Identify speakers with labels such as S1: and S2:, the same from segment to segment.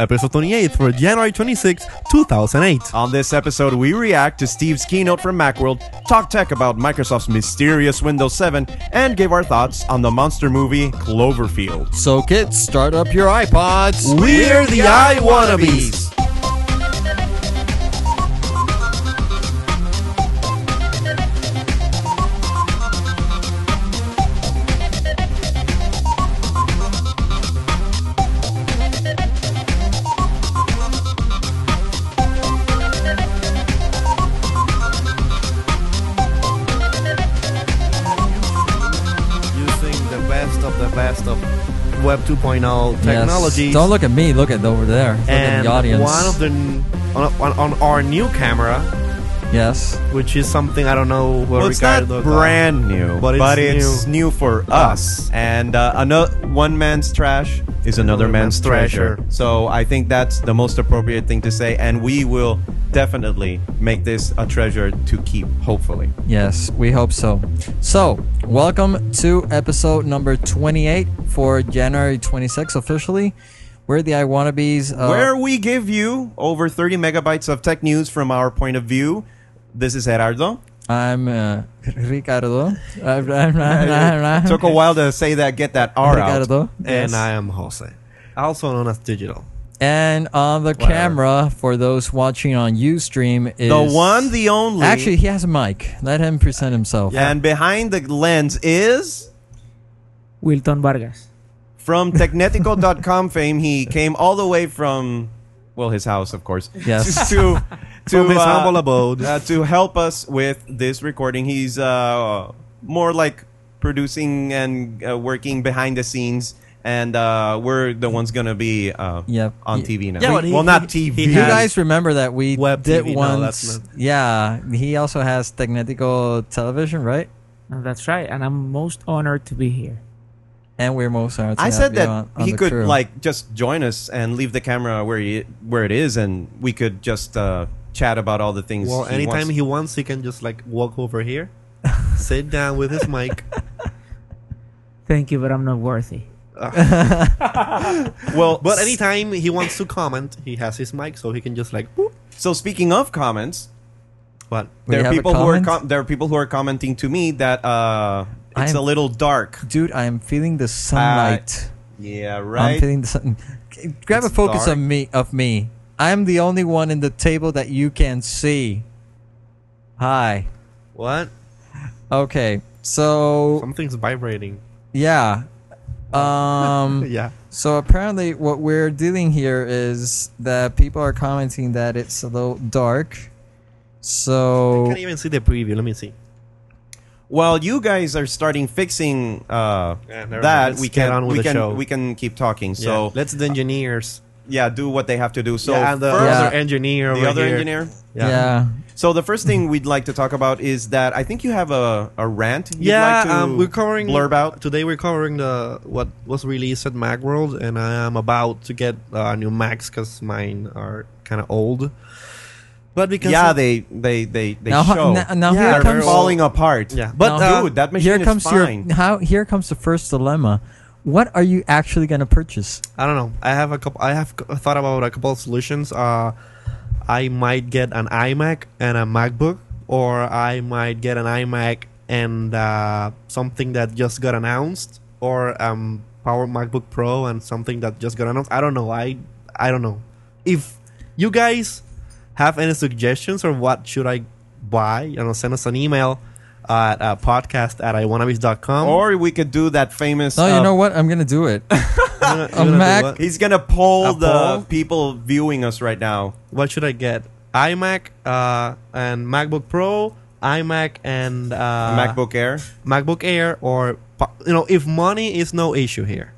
S1: episode 28 for January 26, 2008.
S2: On this episode, we react to Steve's keynote from Macworld, talk tech about Microsoft's mysterious Windows 7, and give our thoughts on the monster movie Cloverfield.
S3: So, kids, start up your iPods.
S2: We're the I
S3: Wannabes.
S4: using the best of the best of Web 2.0
S3: Yes.
S4: technologies.
S3: Don't look at me. Look at over there. Look at
S4: and
S3: the audience.
S4: one of the n- on, on, on our new camera,
S3: yes.
S4: which is something I don't know where
S2: Well, it's not
S4: Ricardo got.
S2: brand new,
S4: But
S2: but
S4: it's
S2: it's, new. for us. And uh, another one man's trash is another,
S4: Another
S2: man's,
S4: man's
S2: treasure.
S4: treasure.
S2: So I think that's the most appropriate thing to say, and we will definitely make this a treasure to keep. Hopefully,
S3: Yes. We hope so. So, welcome to episode number 28 for January 26 officially. We're the I Wannabes. Uh,
S2: where we give you over 30 megabytes of tech news from our point of view. This is Gerardo.
S3: I'm uh, Ricardo. I'm- I'm- I'm- I'm-
S2: Took a while to say that. Get that R out.
S3: Ricardo.
S4: And
S3: Yes.
S4: I am Jose, also known as Digital.
S3: And on the camera for those watching on Ustream is
S2: The one, the only.
S3: Actually, he has a mic. Let him present himself.
S2: and behind the lens is.
S5: Wilton Vargas.
S2: from technetico.com fame he came all the way from well his house of course
S3: Yes.
S2: to to
S4: From his
S2: uh,
S4: humble abode.
S2: uh, to help us with this recording he's uh more like producing and uh, working behind the scenes and uh, we're the ones gonna be uh,
S3: Yep.
S2: on
S3: Yeah.
S2: TV now.
S3: Yeah,
S2: We-
S3: but he-
S2: well, not
S3: he-
S2: TV.
S4: he
S3: You
S4: has-
S3: guys remember that we
S4: Web
S3: did
S4: TV, no,
S3: once?
S4: that's not-
S3: yeah, he also has Tecnetico Television, right?
S5: Uh, That's right, and I'm most honored to be here.
S3: And we're most honored. to
S2: I
S3: have
S2: said
S3: you
S2: that
S3: on- on
S2: he
S3: the
S2: could
S3: crew.
S2: like just join us and leave the camera where he, where it is, and we could just uh, chat about all the things.
S4: Well,
S2: he
S4: anytime
S2: wants.
S4: he wants, he can just like walk over here, sit down with his mic.
S5: Thank you, but I'm not worthy.
S2: well,
S4: But anytime he wants to comment, he has his mic, so he can just like boop.
S2: so speaking of comments,
S4: What?
S3: We
S2: there are
S3: have a
S2: people who are
S3: comment?
S2: com- there are people who are commenting to me that uh, it's
S3: I'm-
S2: a little dark.
S3: dude, I am feeling the sunlight.
S2: Yeah,
S3: I'm
S2: right.
S3: feeling the sun. G- Grab
S2: It's
S3: a focus
S2: dark.
S3: on me. Of me, I'm the only one in the table that you can see. Hi.
S4: What?
S3: Okay. So
S4: Something's vibrating.
S3: yeah. Um.
S4: Yeah.
S3: So apparently, what we're dealing here is that people are commenting that it's a little dark. So
S4: Can't even see the preview. Let me see.
S2: While you guys are starting fixing uh,
S4: Yeah, never mind.
S2: that,
S4: Let's
S2: we
S4: get
S2: can
S4: on with
S2: we
S4: the
S2: can
S4: show.
S2: we can keep talking.
S4: So
S2: So yeah,
S4: let's the engineers.
S2: do what they have to do. So
S4: yeah, and the
S2: first-
S3: Yeah.
S4: other engineer.
S2: the
S4: over
S2: other
S4: here.
S2: engineer.
S3: yeah.
S2: So the first thing we'd like to talk about is that I think you have a, a rant. You'd
S4: Yeah,
S2: like to
S4: um, we're covering
S2: blurb out.
S4: today. We're covering the what was released at MacWorld, and I am about to get uh, new Macs because mine are kind of old. But because
S2: Yeah,
S4: of-
S2: they they they they
S3: Now, ho-
S2: show.
S3: now- now
S2: yeah,
S3: here
S2: they're
S3: comes-
S2: falling apart.
S4: Yeah.
S2: but
S3: Now-
S2: dude, that machine
S3: here comes
S2: is fine.
S3: your how. Here comes the first dilemma. What are you actually going to purchase?
S4: I don't know. I have a couple. I have c- thought about a couple of solutions. Uh, I might get an iMac and a MacBook, or I might get an iMac and uh, something that just got announced, or um, Power MacBook Pro and something that just got announced. I don't know. I I don't know. If you guys have any suggestions or what should I buy, you know, send us an email at uh, podcast at iwannabes.com.
S2: Or we could do that famous.
S3: No,
S2: uh,
S3: you know what? I'm going to do it.
S4: You're gonna-
S3: a
S4: you're gonna do
S3: Mac-
S4: what?
S2: He's gonna poll
S4: A
S2: the
S4: poll?
S2: people viewing us right now.
S4: what should I get? iMac uh, and MacBook Pro, iMac and uh,
S2: MacBook Air.
S4: MacBook Air, or po- you know, if money is no issue here,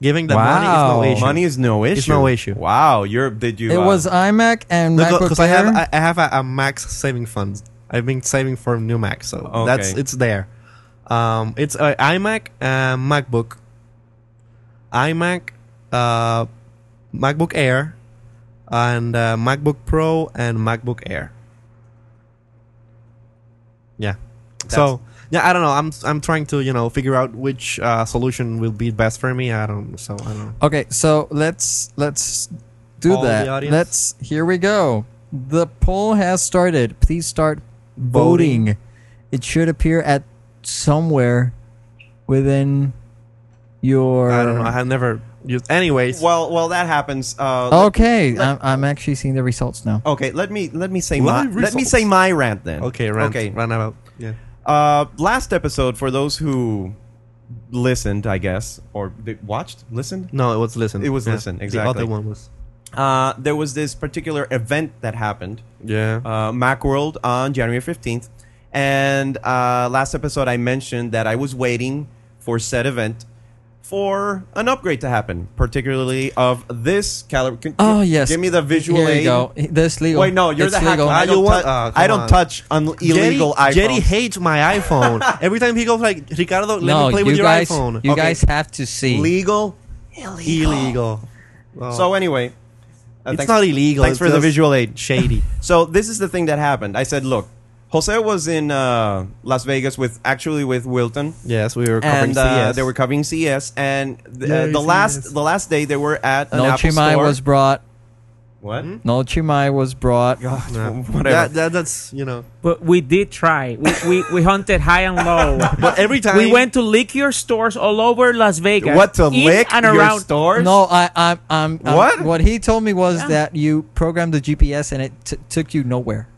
S4: giving the
S3: Wow.
S4: money is no issue.
S2: Money is no issue.
S4: no issue.
S2: Wow, you're did you?
S3: It
S2: uh,
S3: was iMac and MacBook
S4: because I have
S3: Air.
S4: I, I have a, a Mac's saving fund. I've been saving for a new Mac, so
S2: Okay.
S4: that's it's there. Um, it's uh, iMac, uh, MacBook, iMac, uh, MacBook Air, and uh, MacBook Pro and MacBook Air. Yeah. so yeah, I don't know. I'm I'm trying to you know figure out which uh, solution will be best for me. I don't. So I don't. know.
S3: Okay, so let's let's do
S4: Poll the
S3: that.
S4: audience?
S3: let's here we go. The poll has started. Please start voting. It should appear at somewhere within your.
S4: I don't know. I have never used. Anyways,
S2: Well, well, that happens. Uh,
S3: Oh.
S2: let-
S3: okay,
S2: let-
S3: I'm, I'm actually seeing the results now.
S2: okay. Let me let me say
S4: Let
S2: my
S4: me
S2: let me
S4: results.
S2: say my rant then.
S4: okay, rant,
S2: Okay.
S4: rant about yeah.
S2: Uh, last episode for those who listened, I guess, or they watched, listened.
S4: No, it was listen.
S2: It was
S4: Yeah.
S2: listen,
S4: The
S2: exactly.
S4: other one was
S2: Uh, there was this particular event that happened.
S4: yeah.
S2: uh, Macworld on January 15th. And uh, last episode, I mentioned that I was waiting for said event for an upgrade to happen, particularly of this caliber. Can-
S3: Oh yes.
S2: Give me the visual
S3: Here
S2: aid.
S3: you go. This legal.
S2: Wait, no, you're
S3: It's
S2: the hacker.
S3: legal.
S2: I
S4: You
S2: don't,
S4: what?
S2: touch-
S4: Uh, come
S2: I don't
S4: on.
S2: touch un- illegal iPhones.
S4: Jerry hates my iPhone. Every time he goes like Ricardo, let
S3: no,
S4: me play
S3: you
S4: with your
S3: guys,
S4: iPhone.
S3: you
S4: Okay.
S3: guys have to see.
S2: legal.
S4: illegal. Well,
S2: So anyway, uh,
S4: it's
S2: thanks-
S4: not illegal.
S2: Thanks
S4: it's
S2: for the
S4: just
S2: visual aid.
S4: Shady.
S2: So this is the thing that happened. I said, look, Jose was in uh, Las Vegas with actually with Wilton.
S4: yes, we were covering
S2: and uh,
S4: CS.
S2: they were covering CS. And th- uh,
S4: Yay,
S2: the last
S4: CS.
S2: the last day they were at an
S3: no
S2: Apple
S3: Chimai
S2: store.
S3: was brought.
S2: what?
S5: Hmm?
S3: No Chimai was brought.
S2: God,
S4: Yeah.
S2: whatever.
S4: That, that, that's you know.
S5: But we did try. We, we, we hunted high and low.
S4: But every time
S5: we went to liquor stores all over Las Vegas.
S2: what to
S5: in
S2: lick
S5: and
S2: your
S5: around.
S2: stores?
S3: No, I, I'm, I'm, I'm-
S2: What?
S3: What he told me was
S5: Yeah.
S3: that you programmed the GPS and it t- took you nowhere.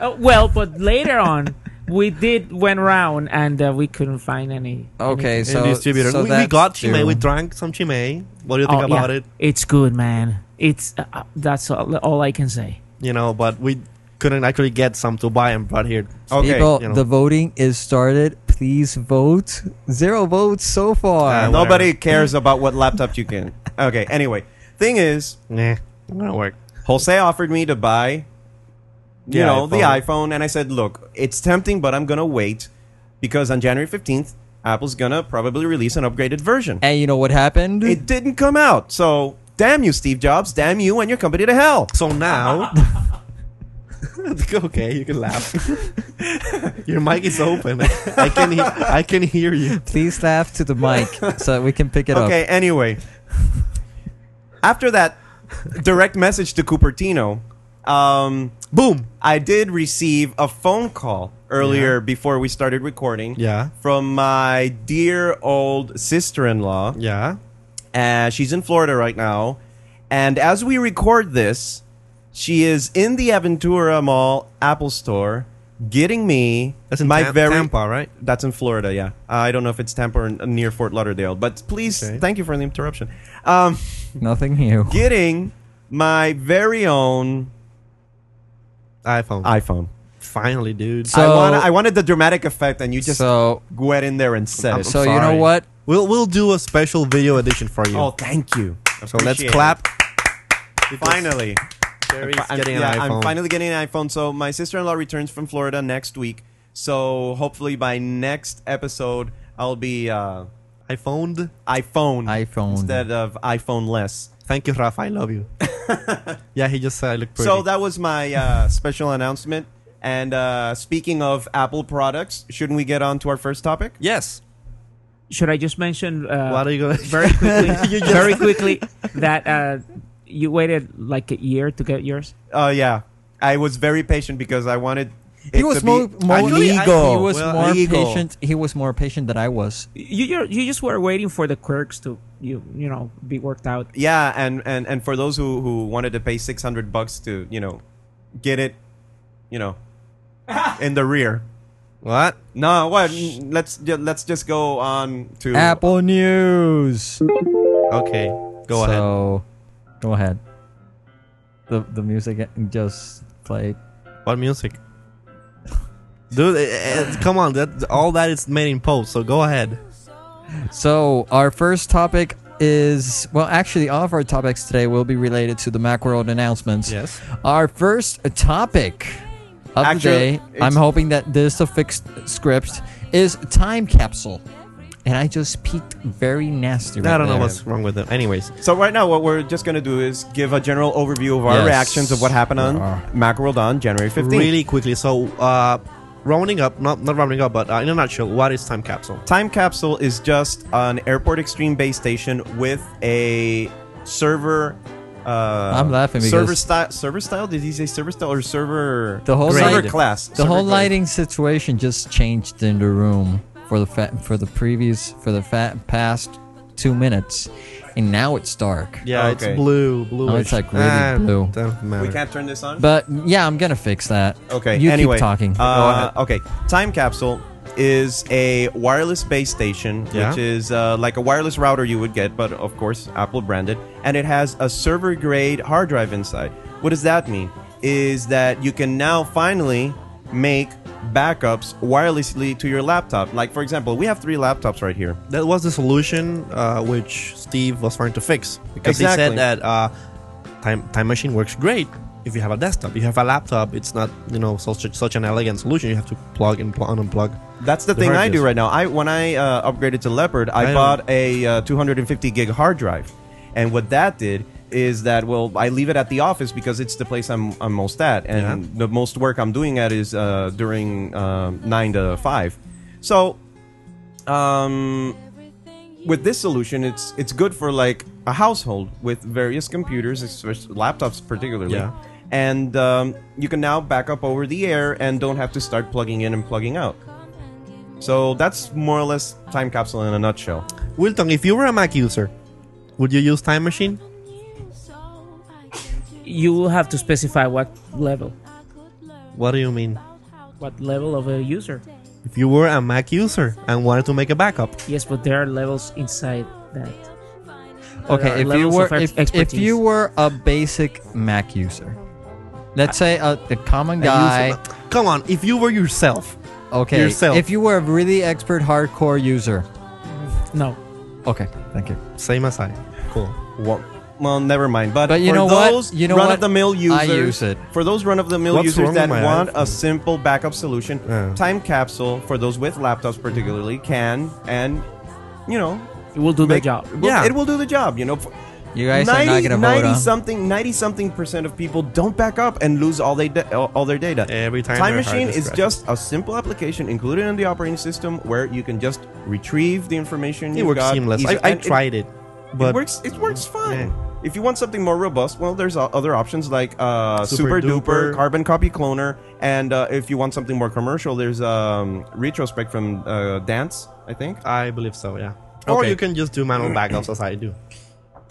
S5: Uh, well, but later on, we did went round and uh, we couldn't find any.
S3: Okay,
S4: in
S3: so
S4: distributor.
S3: so
S4: we, we
S3: that's
S4: got Chimay.
S3: true.
S4: We drank some Chimay. What do you think
S5: Oh,
S4: about
S5: yeah.
S4: it?
S5: It's good, man. It's uh, uh, that's all, all I can say.
S4: You know, but we couldn't actually get some to buy and brought here.
S2: Okay,
S3: People,
S4: you know.
S3: the voting is started. Please vote. Zero votes so far.
S4: Uh,
S2: Nobody
S4: whatever.
S2: cares about what laptop you can. Okay, anyway, thing is,
S4: Nah, not work.
S2: Jose offered me to buy, you
S4: The
S2: know, the
S4: iPhone.
S2: iPhone, and I said, look, it's tempting, but I'm gonna wait because on January fifteenth, Apple's gonna probably release an upgraded version.
S3: and you know what happened?
S2: It didn't come out, so damn you, Steve Jobs, damn you and your company to hell.
S4: So now, okay, you can laugh. Your mic is open. I can he- I can hear you.
S3: Please laugh to the mic so that we can pick it
S2: okay,
S3: up.
S2: anyway. After that direct message to Cupertino, um,
S4: Boom.
S2: I did receive a phone call earlier before we started recording
S4: Yeah.
S2: from my dear old sister in law.
S4: Yeah.
S2: Uh, she's in Florida right now. And as we record this, she is in the Aventura Mall Apple Store getting me
S4: That's in
S2: my
S4: Tam-
S2: very
S4: Tampa, right?
S2: that's in Florida, yeah. Uh, I don't know if it's Tampa or n- uh, near Fort Lauderdale, but please,
S4: Okay.
S2: thank you for the interruption. Um,
S3: Nothing new.
S2: getting my very own
S4: iPhone.
S2: iPhone.
S4: Finally, dude.
S3: So-
S2: I, wanna, I wanted the dramatic effect, and you just
S3: so,
S2: went in there and said it.
S3: so you know
S4: sorry.
S3: what?
S4: we'll we'll do a special video edition for you.
S2: oh, thank you.
S4: so let's
S2: Appreciate
S4: clap.
S2: it. Finally,
S4: Jerry's
S2: I'm,
S4: getting an
S2: yeah,
S4: iPhone.
S2: I'm finally getting an iPhone. So my sister-in-law returns from Florida next week. So hopefully by next episode, I'll be uh,
S4: iPhoned.
S2: iPhone
S3: iPhone.
S2: instead of iPhone less.
S4: Thank you, Rafa. I love you. yeah, he just said I look pretty.
S2: So that was my uh, special announcement. And uh, speaking of Apple products, shouldn't we get on to our first topic?
S4: yes.
S5: Should I just mention uh,
S4: what are you gonna?
S5: very quickly, very quickly that uh, you waited like a year to get yours?
S2: Uh, yeah, I was very patient because I wanted. It
S3: He was
S2: to
S3: more,
S2: be,
S3: more,
S4: Actually, I-
S3: he was
S4: Well,
S3: more
S4: legal.
S3: patient. He was more patient than I was.
S5: You you're, you just were waiting for the quirks to you you know be worked out.
S2: yeah, and, and and for those who who wanted to pay six hundred bucks to you know get it, you know, in the rear.
S4: What?
S2: No, what? Let's ju- let's just go on to
S3: Apple News.
S4: Okay. Go ahead.
S3: So, go ahead. The the music just played.
S4: What music? Dude, eh, eh, come on! That all that is made in post. So go ahead.
S3: So our first topic is well, actually, all of our topics today will be related to the MacWorld announcements.
S4: Yes.
S3: Our first topic of
S2: Actually,
S3: the day,
S2: it's-
S3: I'm hoping that this is a fixed script, is time capsule, and I just peeked very nasty. Right
S4: I don't know
S3: there.
S4: what's wrong with it. Anyways,
S2: So right now, what we're just gonna do is give a general overview of our
S3: Yes.
S2: reactions of what happened on
S3: Uh,
S2: Macworld on January fifteenth.
S4: really quickly. So uh, rounding up, not not rounding up, but uh, in a nutshell, what is time capsule?
S2: Time Capsule is just an Airport Extreme base station with a server. Uh,
S6: I'm laughing because-
S2: server style. Server style? Did he say server style or server?
S6: The whole
S2: server
S6: light-
S2: class.
S6: The
S2: server
S6: whole
S2: class.
S6: lighting situation just changed in the room for the fa- for the previous for the fa- past two minutes, and now it's dark.
S4: Yeah,
S2: Okay.
S4: it's blue, blue.
S6: like really blue.
S2: We can't turn this on.
S6: But yeah, I'm gonna fix that.
S2: Okay.
S6: you
S2: anyway,
S6: keep talking.
S2: Uh, okay. Time capsule is a wireless base station,
S4: Yeah.
S2: which is uh, like a wireless router you would get, but of course Apple branded, and it has a server grade hard drive inside. What does that mean? Is that you can now finally make backups wirelessly to your laptop. Like for example, we have three laptops right here.
S4: That was the solution uh, which Steve was trying to fix because he
S2: Exactly.
S4: said that uh, time time machine works great if you have a desktop. If you have a laptop, it's not you know such such an elegant solution. You have to plug and pl- unplug.
S2: That's the,
S4: The
S2: thing
S4: hard
S2: I do
S4: disk.
S2: right now. I when I uh, upgraded to Leopard, I,
S4: I know.
S2: bought a uh, 250 gig hard drive, and what that did is that well, I leave it at the office because it's the place I'm I'm most at, and
S4: Yeah.
S2: the most work I'm doing at is uh, during um, nine to five. So, um, with this solution, it's it's good for like a household with various computers, especially laptops particularly.
S4: Yeah.
S2: And um, you can now back up over the air and don't have to start plugging in and plugging out. So that's more or less time capsule in a nutshell.
S4: Wilton, if you were a Mac user, would you use Time Machine?
S5: You will have to specify what level,
S4: What do you mean?
S5: what level of a user.
S4: If you were a Mac user and wanted to make a backup,
S5: Yes, but there are levels inside that. There are
S6: okay, if you
S5: levels
S6: were
S5: of ex-
S6: if, if
S5: expertise.
S6: you were a basic Mac user, let's say a, the common
S4: a user-
S6: guy.
S4: come on, if you were yourself,
S6: Okay,
S4: yourself.
S6: if you were a really expert hardcore user.
S5: no,
S6: Okay, thank you.
S4: same as I. Cool.
S2: Well, well never mind. But,
S6: But you
S2: for
S6: know what?
S2: those
S6: You know what?
S2: run of the mill users,
S6: I use it.
S2: for those run of the mill
S4: What's wrong
S2: users
S4: with
S2: that
S4: my
S2: want a
S4: iPhone?
S2: simple backup solution,
S4: Yeah.
S2: time capsule for those with laptops particularly can and you know
S5: it will do
S2: make,
S5: the job.
S2: it will-
S4: Yeah.
S2: it will do the job. You know. For,
S6: You guys are not gonna vote on.
S2: something, ninety something percent of people don't back up and lose all they da- all their data.
S4: Every time
S2: Time
S4: their hard
S2: Machine
S4: disk
S2: is
S4: crashes.
S2: just a simple application included in the operating system where you can just retrieve the information.
S4: It
S2: you've
S4: works
S2: got
S4: seamless.
S2: easy-
S4: I, I
S2: and it-
S4: tried it,
S2: it
S4: but Mm,
S2: works. It works fine.
S4: Yeah.
S2: If you want something more robust, well, there's uh, other options like uh, Super,
S4: Super
S2: Duper,
S4: Duper.
S2: Carbon Copy Cloner, and uh, if you want something more commercial, there's um, Retrospect from uh, Dance, I think.
S4: I believe so. Yeah. Or
S2: Okay.
S4: you can just do manual backups as I do,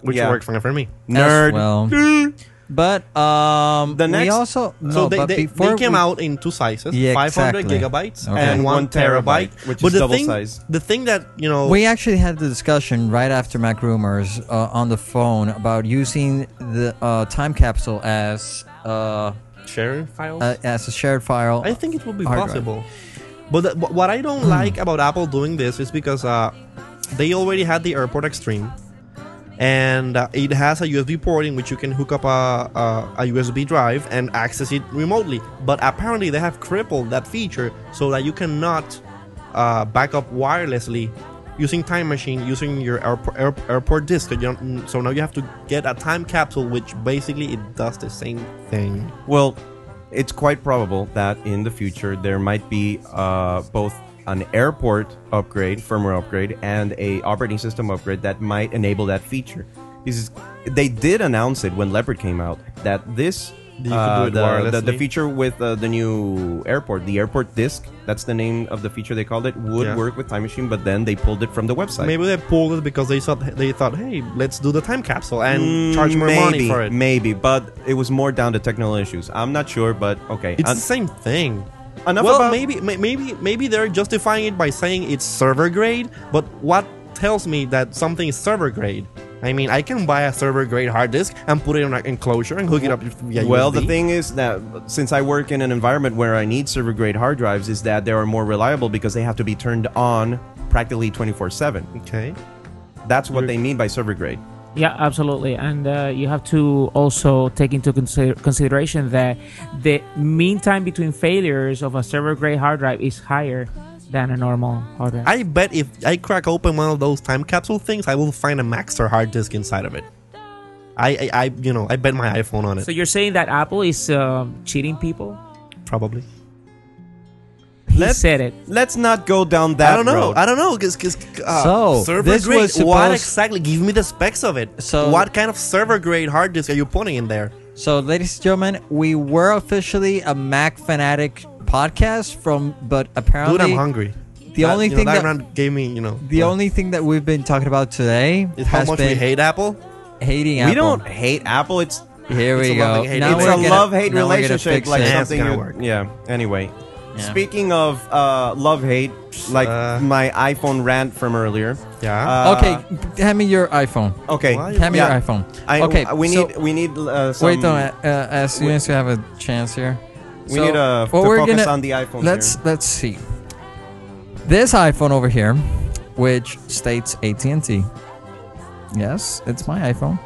S4: which
S2: Yeah.
S4: worked fine for me.
S6: Nerd. Well.
S3: Hmm.
S6: But um,
S2: The
S6: we
S2: next-
S6: also no,
S4: so they,
S6: but
S4: they,
S6: before
S4: they came
S6: we-
S4: out in two sizes:
S6: Yeah,
S4: 500
S6: exactly.
S4: gigabytes
S6: Okay.
S4: and
S2: And
S4: one
S2: one
S4: terabyte,
S2: terabyte, which
S4: but
S2: is
S4: the
S2: double
S4: thing,
S2: size.
S4: The thing that you know,
S6: We actually had the discussion right after Mac Rumors uh, on the phone about using the uh, time capsule as uh,
S4: sharing files.
S6: uh, as a shared file.
S4: I think it would be
S6: hard drive. Hmm.
S4: possible. But, the, but what I don't like about Apple doing this is because uh, they already had the Airport Extreme, and uh, it has a USB port in which you can hook up a, a, a USB drive and access it remotely. But apparently, they have crippled that feature so that you cannot uh, back up wirelessly using Time Machine, using your airport, air, airport disk. So, you don't, so now you have to get a time capsule, which basically it does the same thing.
S2: Well, it's quite probable that in the future there might be uh, both an airport upgrade, firmware upgrade, and a operating system upgrade that might enable that feature. This is, they did announce it when Leopard came out that this
S4: You could
S2: uh,
S4: do it
S2: the, the, the
S4: wirelessly.
S2: feature with uh, the new airport, the airport disc, that's the name of the feature they called it, would
S4: Yeah.
S2: work with Time Machine, but then they pulled it from the website.
S4: Maybe they pulled it because they thought they thought, hey, let's do the time capsule and charge more
S2: Mm, maybe,
S4: money for it.
S2: Maybe, but it was more down to technical issues. I'm not sure, but okay. Uh,
S4: It's
S2: Un-
S4: the same thing.
S2: enough
S4: well,
S2: about-
S4: maybe may- maybe maybe they're justifying it by saying it's server grade. But what tells me that something is server grade? I mean, I can buy a server grade hard disk and put it in an enclosure and hook it up via
S2: well,
S4: USB.
S2: the thing is that since I work in an environment where I need server grade hard drives, is that they are more reliable because they have to be turned on practically 24 7.
S4: Okay.
S2: That's what they mean by server grade.
S5: Yeah, absolutely. And uh, you have to also take into consider- consideration that the mean time between failures of a server grade hard drive is higher than a normal hard drive.
S4: I bet if I crack open one of those time capsule things, I will find a Maxter hard disk inside of it. I, I, I you know, I bet my iPhone on it.
S5: um, so you're saying that Apple is uh, cheating people?
S4: probably.
S5: he
S2: Let-
S5: said it.
S2: Let's not go down that
S4: I don't know.
S2: road.
S4: I don't know. Cause, 'cause, uh,
S3: So,
S4: server
S3: this
S4: grade.
S3: was
S4: what
S3: supposed-
S4: exactly? Give me the specs of it.
S3: So-
S4: what kind of server grade hard disk are you putting in there?
S3: So, ladies and gentlemen, we were officially a Mac fanatic podcast from, but apparently
S4: Dude, I'm hungry.
S3: the
S4: That-
S3: only
S4: you know,
S3: thing
S4: that,
S3: that,
S4: round gave me, you know,
S3: the only thing that we've been talking about today
S4: is how
S3: has
S4: much we
S3: been
S4: hate Apple.
S3: hating
S2: We
S3: Apple.
S2: don't hate Apple. It's
S3: Here
S4: It's a
S3: we go.
S4: loving-hate
S3: Now
S4: relationship.
S2: it's
S3: we're
S2: a
S3: gonna-
S2: love hate
S3: now we're gonna
S2: relationship,
S3: fix
S2: like
S3: it.
S4: Yeah, it's
S2: something.
S4: gonna
S2: you-
S4: work.
S2: Yeah. Anyway,
S3: Yeah.
S2: speaking of uh, love hate, like
S4: Uh.
S2: my iPhone rant from earlier.
S4: Yeah.
S2: Uh,
S3: okay, hand me your iPhone.
S2: Okay.
S4: Why-
S3: Hand me
S2: Yeah.
S3: your iPhone.
S2: I,
S3: okay,
S2: We
S3: so-
S2: need. We need. Uh, some,
S3: Wait, though. Uh, as soon as we have a chance here,
S2: We need uh, to
S3: what we're
S2: focus
S3: gonna-
S2: on the iPhone.
S3: let's let's see. This iPhone over here, which states AT and T. Yes, it's my iPhone,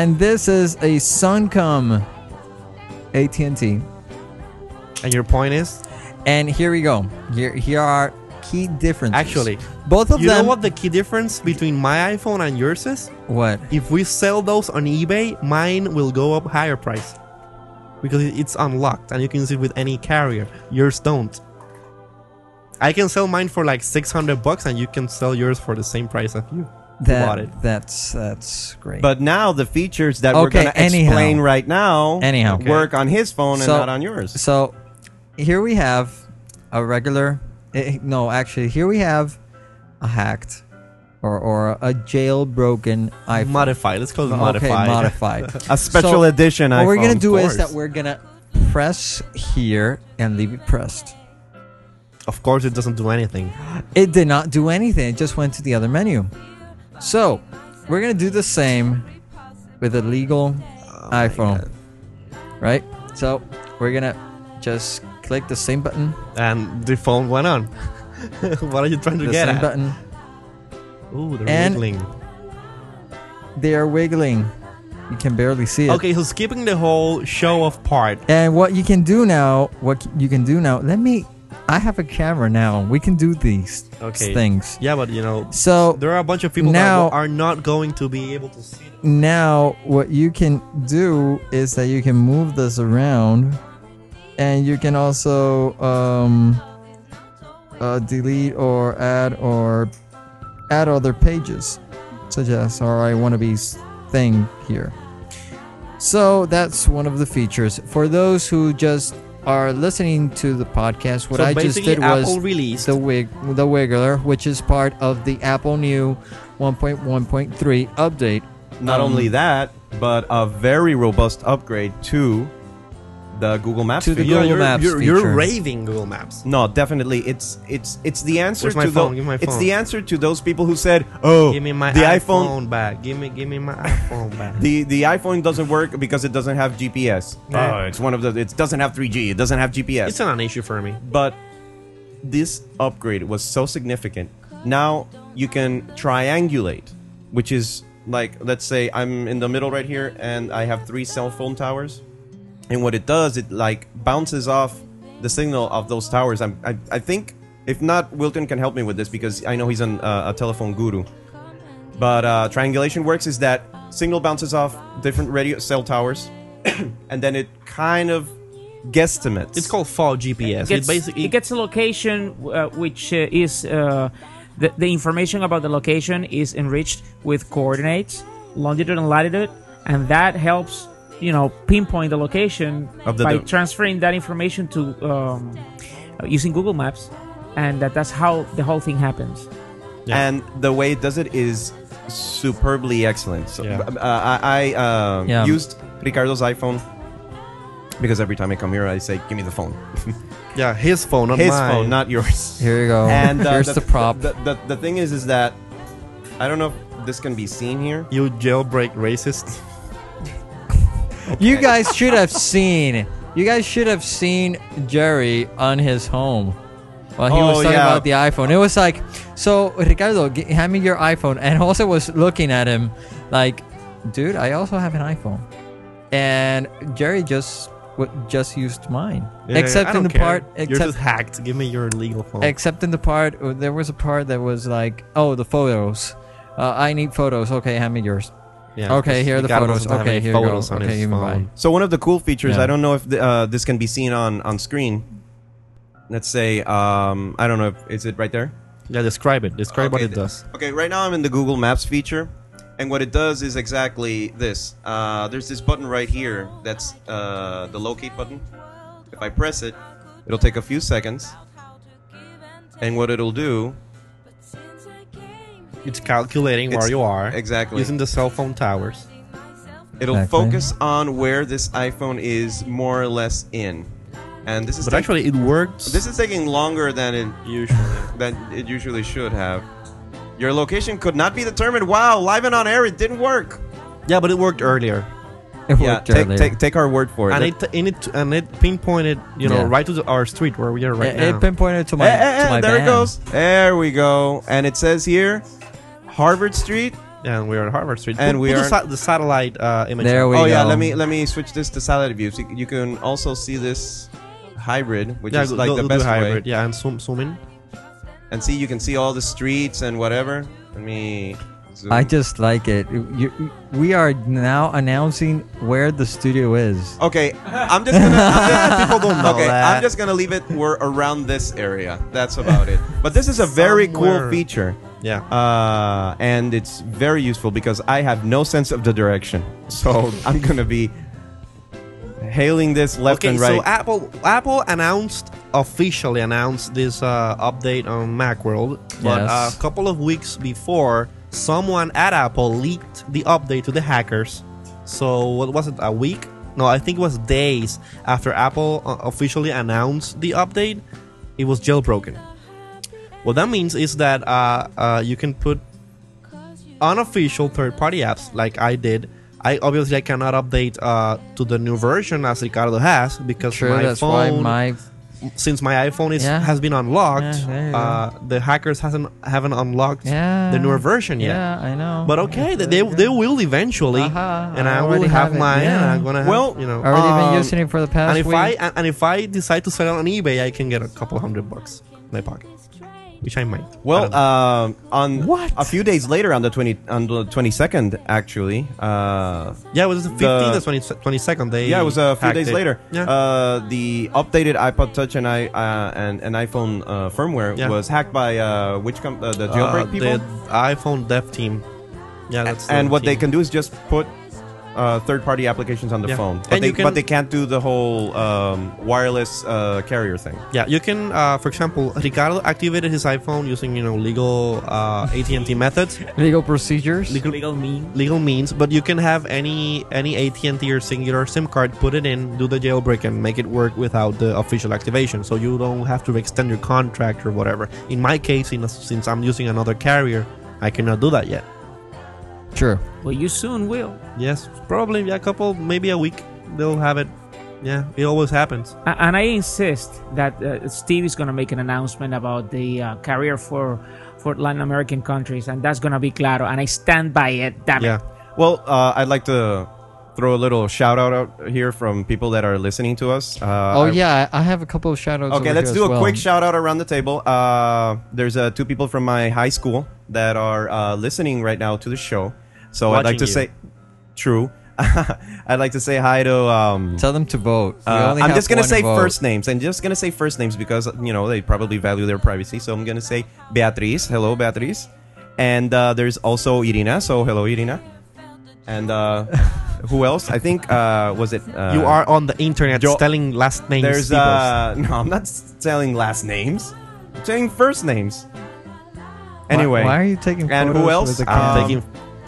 S3: and this is a Suncom AT and T.
S4: and your point is
S3: And here we go. Here here are key differences.
S4: actually,
S3: both of
S4: you know
S3: them.
S4: what the key difference between my iPhone and yours is?
S3: what?
S4: If we sell those on eBay, mine will go up higher price because it- it's unlocked and you can use it with any carrier. Yours don't. I can sell mine for like 600 bucks and you can sell yours for the same price as you bought it.
S3: That, that's that's great.
S2: But now the features that we're
S3: Okay,
S2: going to
S3: anyhow.
S2: explain right now
S3: Anyhow. Okay.
S2: work on his phone and
S3: So-
S2: not on yours.
S3: So here we have a regular. eh, No, actually, here we have a hacked or, or a jailbroken iPhone. Oh,
S4: Modified. Let's call it
S3: Okay,
S4: modified.
S3: modified.
S2: A special
S3: So,
S2: edition iPhone.
S3: what we're gonna do
S2: of
S3: is that
S2: course.
S3: we're gonna press here and leave it pressed.
S4: Of course, it doesn't do anything.
S3: It did not do anything. It just went to the other menu. So we're gonna do the same with a legal Oh iPhone, right? So we're gonna just click the same button,
S4: And the phone went on. what are you trying to
S3: the
S4: get
S3: same
S4: at?
S3: button.
S4: Ooh, they're
S3: And-
S4: wiggling.
S3: They are wiggling. You can barely see it.
S4: Okay, so skipping the whole show off part.
S3: And what you can do now, what you can do now, let me. I have a camera now. We can do these
S4: Okay.
S3: things.
S4: Yeah, but you know,
S3: So
S4: there are a bunch of people
S3: Now-
S4: that are not going to be able to see it.
S3: now what you can do is that you can move this around and you can also um, uh, delete or add or add other pages such as our I want to be thing here. So that's one of the features. For those who just are listening to the podcast, what
S4: so
S3: I just
S4: basically,
S3: did was
S4: Apple released
S3: the wig the wiggler which is part of the apple new 1.1.3 update
S2: Not
S3: Um,
S2: only that, but a very robust upgrade to the Google Maps.
S3: To the
S2: feature.
S3: Google
S4: you're,
S3: Maps
S4: You're, you're
S3: feature.
S4: raving Google Maps.
S2: No, definitely, it's it's it's the answer
S4: Where's my
S2: to
S4: phone?
S2: tho-
S4: Give me my
S2: it's
S4: phone.
S2: the answer to those people who said, "Oh,
S4: Give me my
S2: the iPhone,
S4: iPhone, back. Give me, give me my iPhone back.
S2: the the iPhone doesn't work because it doesn't have GPS.
S4: Yeah.
S2: Oh, it's one of the it doesn't have 3G. It doesn't have GPS.
S4: it's not an issue for me.
S2: but this upgrade was so significant. Now you can triangulate, which is like let's say I'm in the middle right here and I have three cell phone towers, and what it does it like bounces off the signal of those towers. I'm, I I think if not, Wilton can help me with this because I know he's an, uh, a telephone guru. But uh, triangulation works is that signal bounces off different radio cell towers, and then it kind of guesstimates.
S4: It's called fall GPS. It,
S5: gets,
S4: basically
S5: it gets a location uh, which uh, is uh, the, the information about the location is enriched with coordinates longitude and latitude and that helps you know pinpoint the location
S2: Of the
S5: by
S2: do-
S5: transferring that information to um, using google maps and that, that's how the whole thing happens
S4: Yeah.
S2: and the way it does it is superbly excellent. So
S4: Yeah.
S2: uh, I, I um
S3: Yeah.
S2: used Ricardo's iPhone because every time I come here, I say, "Give me the phone."
S4: yeah, his phone, not
S2: His
S4: mine.
S2: phone, not yours.
S3: here you go
S2: And uh,
S3: here's the, prop
S2: The, the, the thing is, is that I don't know if this can be seen here.
S4: you jailbreak racist.
S3: you guys should have seen you guys should have seen jerry on his home while he was
S2: Oh,
S3: talking
S2: yeah.
S3: about the iphone it was like so ricardo g- hand me your iphone and jose was looking at him like dude i also have an iphone and jerry just w- just used mine
S4: Yeah, I
S3: except in
S4: don't
S3: the
S4: care.
S3: part
S4: You're
S3: except
S4: just hacked. Give me your legal
S2: Oh.
S4: phone.
S3: Except in the part,
S6: uh,
S3: there was a part that was like, oh, the photos. Uh, I need photos. Okay, hand me yours.
S4: Yeah,
S3: okay, here are the
S4: Ricardo
S3: photos.
S4: doesn't have
S3: Okay,
S4: any
S3: here you go.
S4: photos on
S3: Okay,
S4: his
S3: you can
S4: phone.
S3: buy.
S2: So one of the cool features,
S3: Yeah.
S2: I don't know if the, uh, this can be seen on on screen. let's say um, I don't know. If, is it right there?
S4: Yeah, describe it. Describe what
S2: Okay,
S4: it does.
S2: Okay, right now I'm in the Google Maps feature, and what it does is exactly this. Uh, there's this button right here that's uh, the locate button. If I press it, it'll take a few seconds, and what it'll do
S4: It's calculating where
S2: It's-
S4: you are
S2: exactly
S4: using the cell phone towers.
S2: it'll
S6: Exactly.
S2: focus on where this iPhone is more or less in, and this is
S4: But
S2: take-
S4: actually, it works.
S2: this is taking longer than it
S4: usually.
S2: than it usually should have. Your location could not be determined. Wow, live and on air, it didn't work.
S4: Yeah, but it worked earlier,
S6: It
S2: yeah,
S6: worked
S2: take,
S6: earlier.
S2: take, take our word for it.
S4: and
S2: That-
S4: it and it and it pinpointed you know
S6: Yeah.
S4: right to the, our street where we are right
S6: it,
S4: now.
S6: it pinpointed to my,
S2: Eh, eh, eh,
S6: to my
S2: there
S6: van.
S2: it goes. There we go. And it says here, Harvard Street.
S4: and we are at Harvard Street.
S2: And
S4: Put-
S2: we
S4: put
S2: are-
S4: the, sa- the satellite uh, image.
S6: There
S4: up.
S6: we
S2: oh yeah,
S6: go.
S2: let me let me switch this to satellite view. So you- you can also see this hybrid, which
S4: yeah,
S2: is
S4: go-
S2: like
S4: go-
S2: the
S4: do
S2: best
S4: hybrid.
S2: way.
S4: Yeah, and zoom zoom in.
S2: And see, you can see all the streets and whatever. Let me. Zoom.
S6: I just like it. You, you- we are now announcing where the studio is.
S2: okay, I'm just gonna. I'm just,
S4: People don't know
S2: okay,
S4: that.
S2: I'm just gonna leave it. We're around this area. That's about it. But this is a very cool
S4: Somewhere.
S2: feature.
S4: Yeah.
S2: uh, and it's very useful because I have no sense of the direction. So I'm gonna be hailing this left
S4: okay,
S2: and right.
S4: so Apple Apple announced officially announced this uh, update on Macworld, but
S6: Yes.
S4: a couple of weeks before, someone at Apple leaked the update to the hackers. So what was it? A week? No, I think it was days after Apple uh, officially announced the update. It was jailbroken. What that means is that uh, uh, you can put unofficial third-party apps like I did. I obviously I cannot update uh, to the new version as Ricardo has because
S6: Sure,
S4: my
S6: that's
S4: phone,
S6: why my
S4: since my iPhone is
S6: Yeah.
S4: has been unlocked,
S6: Yeah, there you
S4: uh, the hackers hasn't haven't unlocked
S6: yeah
S4: the newer version yet.
S6: Yeah, I know.
S4: But okay, they, they, they will eventually,
S6: Aha,
S4: and
S6: I
S4: I, will
S6: already
S4: have,
S6: have it,
S4: mine, and
S6: yeah.
S4: I'm gonna have
S2: Well,
S4: you
S6: I
S4: know.
S6: already
S2: Um,
S6: been using it for the past
S4: And if
S6: week.
S4: I and and if I decide to sell it on eBay, I can get a couple hundred bucks in my pocket, which I might. I
S2: well,
S4: don't know.
S2: um, on
S6: What?
S2: a few days later, on the twenty on the twenty second, actually, uh,
S4: yeah, it was the 15th,
S2: the-
S4: the 20, 22nd. They
S2: yeah, it was a few
S4: hacked
S2: days
S4: it.
S2: later.
S4: Yeah.
S2: Uh, the updated iPod Touch and i uh, and, and iPhone uh, firmware
S4: Yeah.
S2: was hacked by uh, which com- uh, the
S4: Uh,
S2: jailbreak people.
S4: The iPhone dev team. Yeah, that's the
S2: and what they
S4: team.
S2: can do is just put uh, third-party applications on the
S4: Yeah.
S2: phone, but
S4: And
S2: they
S4: you can-
S2: but they can't do the whole um, wireless uh, carrier thing.
S4: Yeah, you can. Uh, for example, Ricardo activated his iPhone using you know legal uh, AT and T methods,
S6: legal procedures.
S4: legal,
S5: Legal mean.
S4: legal means. But you can have any any AT and T or Singular SIM card, put it in, do the jailbreak, and make it work without the official activation. So you don't have to extend your contract or whatever. In my case, in a, since I'm using another carrier, I cannot do that yet.
S6: Sure.
S5: Well, you soon will.
S4: Yes, probably yeah, a couple, maybe a week, they'll have it. Yeah, it always happens.
S5: A- And I insist that uh, Steve is going to make an announcement about the uh, carrier for for Latin American countries, and that's going to be claro. And I stand by it. Damn
S4: Yeah.
S5: it.
S2: Well, uh, I'd like to throw a little shout out out here from people that are listening to us. Uh,
S6: oh
S2: I-
S6: yeah, I I have a couple of shout outs.
S2: Okay, let's do a quick shout out around the table. Uh, there's uh, two people from my high school that are uh, listening right now to the show. So I'd
S4: Watching
S2: like to
S4: you.
S2: say, true. I'd like to say hi to. Um,
S6: Tell them to vote. We
S2: Uh,
S6: only
S2: I'm
S6: have
S2: just gonna
S6: one
S2: say
S6: vote.
S2: first names. I'm just gonna say first names because you know they probably value their privacy. So I'm gonna say Beatriz. Hello, Beatriz. And uh, there's also Irina. So hello, Irina. And uh, who else? I think uh, was it? Uh,
S4: you are on the internet
S2: Jo-
S4: telling last names.
S2: There's
S4: peoples.
S2: uh, no. I'm not telling last names. I'm saying first names.
S6: Why-
S2: Anyway,
S6: why, are you taking?
S2: and who
S6: photos
S2: else?
S6: with the
S2: Um,
S6: camera?
S4: I'm taking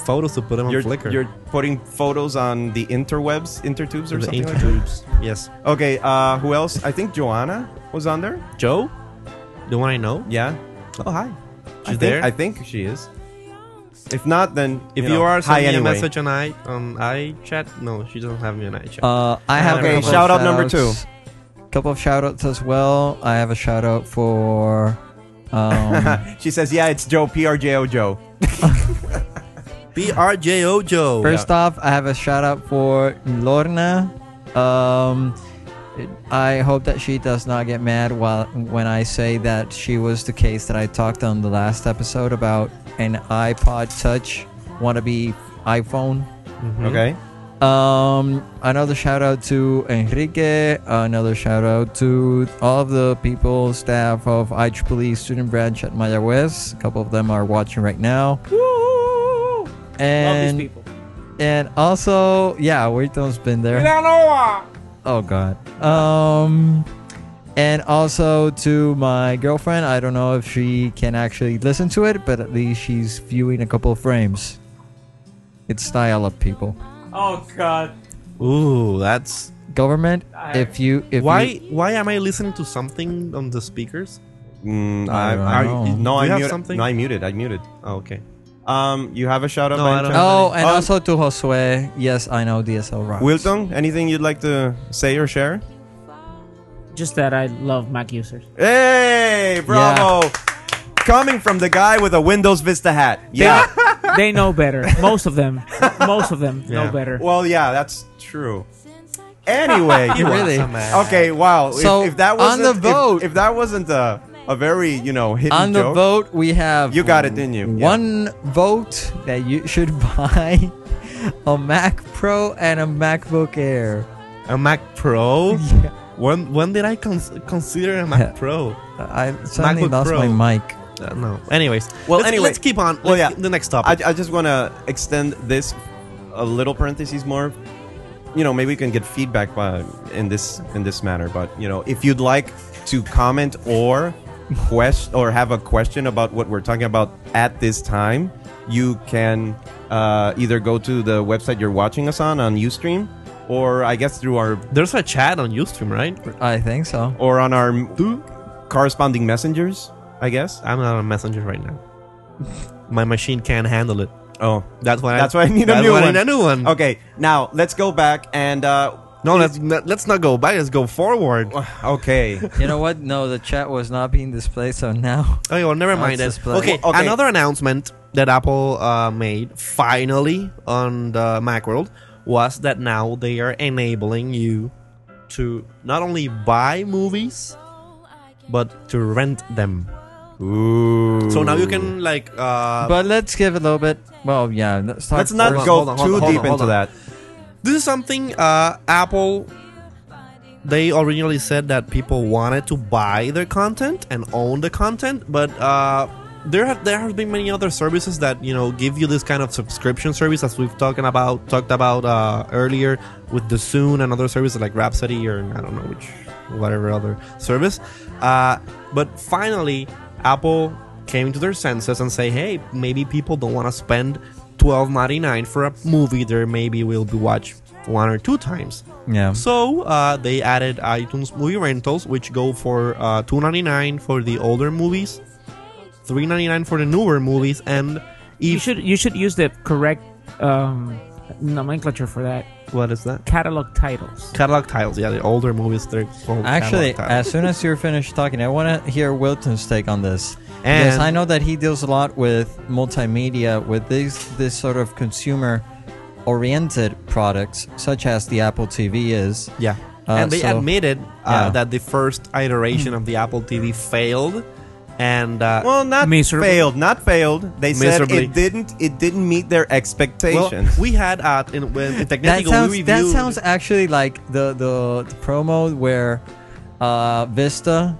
S4: photos to put them on
S2: you're
S4: Flickr.
S2: you're putting photos on the interwebs, intertubes, or
S4: the
S2: something. Like
S4: intertubes. yes.
S2: that? Okay. Uh, who else? I think Joanna was on there.
S4: Joe, the one I know.
S2: Yeah.
S4: Oh hi.
S2: I
S4: She's
S2: think,
S4: there.
S2: I think she is. If not, then
S4: if you,
S2: know,
S4: are
S2: hi
S4: sending a
S2: anyway.
S4: message on i on iChat, no, she doesn't have me on iChat.
S6: Uh, I have
S4: Okay,
S6: a couple
S2: shout
S6: of
S2: out number two.
S6: shout-outs- Couple of shout outs as well. I have a shout out for. Um,
S2: she says, "Yeah, it's Joe P R J O Joe."
S4: B R J O Joe.
S6: first off, I have a shout out for Lorna. Um, I hope that she does not get mad while when I say that she was the case that I talked on the last episode about an iPod Touch wannabe iPhone.
S2: Mm-hmm.
S4: Mhm.
S2: Okay,
S3: Um, another shout out to Enrique. Another shout out to all of the people, staff of IEEE student branch at Mayagüez. A couple of them are watching right now.
S5: Woo! Love these
S3: And
S5: people.
S3: and also, yeah, Waiton's been there.
S5: Sinaloa!
S3: Oh god. Um and also to my girlfriend, I don't know if she can actually listen to it, but at least she's viewing a couple of frames. It's style up people.
S5: Oh God!
S4: Ooh, that's
S3: Government, if you if
S4: why.
S3: you-
S4: Why am I listening to something on the speakers?
S2: Mm,
S3: I
S2: I,
S3: don't
S2: I,
S3: know.
S2: no,
S4: Do
S2: I
S4: you have
S2: muted.
S4: something?
S2: No, I muted. I muted.
S4: Oh, okay.
S2: Um, you have a shout out.
S4: No,
S2: by
S4: I don't
S2: chance?
S3: Oh, and
S2: Um,
S3: also to Josue. Yes, I know DSL rocks.
S2: Oh, Wilton, anything you'd like to say or share?
S5: Just that I love Mac users.
S2: Hey, bravo! Coming from the guy with a Windows Vista hat. Yeah.
S5: They know better. Most of them. Most of them know
S4: Yeah.
S5: better.
S2: well, yeah, that's true. Anyway,
S3: You really?
S2: Eh,
S4: uh,
S2: Okay, wow. If-
S3: So,
S2: if, that
S3: on
S2: wasn't
S3: the
S2: if-
S3: vote-
S2: if, that wasn't a, a very you know hidden
S3: On the
S2: joke,
S3: vote, we have
S2: you got it, didn't you? Yeah.
S3: one vote that you should buy a Mac Pro and a MacBook Air.
S4: A Mac Pro. When when did I cons- consider a Mac Pro?
S3: I suddenly
S4: MacBook
S3: lost
S4: Pro.
S3: my mic.
S4: Uh, no. Anyways.
S2: Well,
S4: let's,
S2: anyway.
S4: let's keep on.
S2: Well,
S4: let's
S2: yeah.
S4: keep- The next topic.
S2: I, I just want to extend this a little parentheses more. You know, maybe we can get feedback by, in this in this manner. But you know, if you'd like to comment or quest or have a question about what we're talking about at this time, you can uh, either go to the website you're watching us on on UStream, or I guess through our
S4: There's a chat on UStream, right?
S3: I think so.
S2: or on our corresponding messengers. I guess.
S4: I'm not on Messenger right now. My machine can't handle it.
S2: Oh,
S4: That's why.
S2: That's why I need a
S4: that's
S2: new
S4: why I
S2: one.
S4: need a new one.
S2: okay. Now let's go back and uh,
S4: No, let's not, let's not go back. Let's go forward. Okay,
S2: okay.
S3: You know what? No, the chat was not being displayed, so now
S4: well, never
S3: Let's
S4: mind that.
S3: just play.
S4: Okay,
S2: Okay.
S4: another announcement that Apple uh, made finally on the Macworld was that now they are enabling you to not only buy movies but to rent them.
S2: Ooh.
S4: So now you can like. Uh,
S3: but let's give it a little bit. Well, yeah, let's talk.
S2: Let's not
S4: Hold on,
S2: go
S4: hold on, hold
S2: too
S4: on, hold
S2: deep
S4: on, hold
S2: into
S4: on.
S2: that.
S4: this is something uh, Apple. They originally said that people wanted to buy their content and own the content, but uh, there have there have been many other services that you know give you this kind of subscription service, as we've talking about talked about uh, earlier with the Soon and other services like Rhapsody or I don't know which whatever other service. Uh, but finally, Apple came to their senses and say, hey, maybe people don't want to spend twelve ninety nine for a movie. There maybe will be watched one or two times.
S3: Yeah.
S4: So uh, they added iTunes movie rentals, which go for uh, two ninety nine for the older movies, three ninety nine for the newer movies, and
S5: You
S4: if
S5: should you should use the correct um, nomenclature for that.
S4: what is that?
S5: Catalog titles.
S4: Catalog titles, yeah, the older movies. They're called
S3: Actually,
S4: catalog titles.
S3: as soon as you're finished talking, I want to hear Wilton's take on this.
S4: and
S3: yes, I know that he deals a lot with multimedia, with these this sort of consumer-oriented products, such as the Apple TV is.
S4: Yeah.
S3: Uh,
S4: and they
S3: so-
S4: admitted
S3: Yeah.
S4: uh, that the first iteration of the Apple TV failed, and uh,
S2: Well, not
S5: Miserable.
S2: failed. Not failed. They
S4: Miserably.
S2: said it didn't. It didn't meet their
S4: well,
S2: expectations.
S4: we had uh, in, when, in
S3: That
S4: Technical we
S3: sounds,
S4: reviewed.
S3: that sounds actually like the, the, the promo where uh, Vista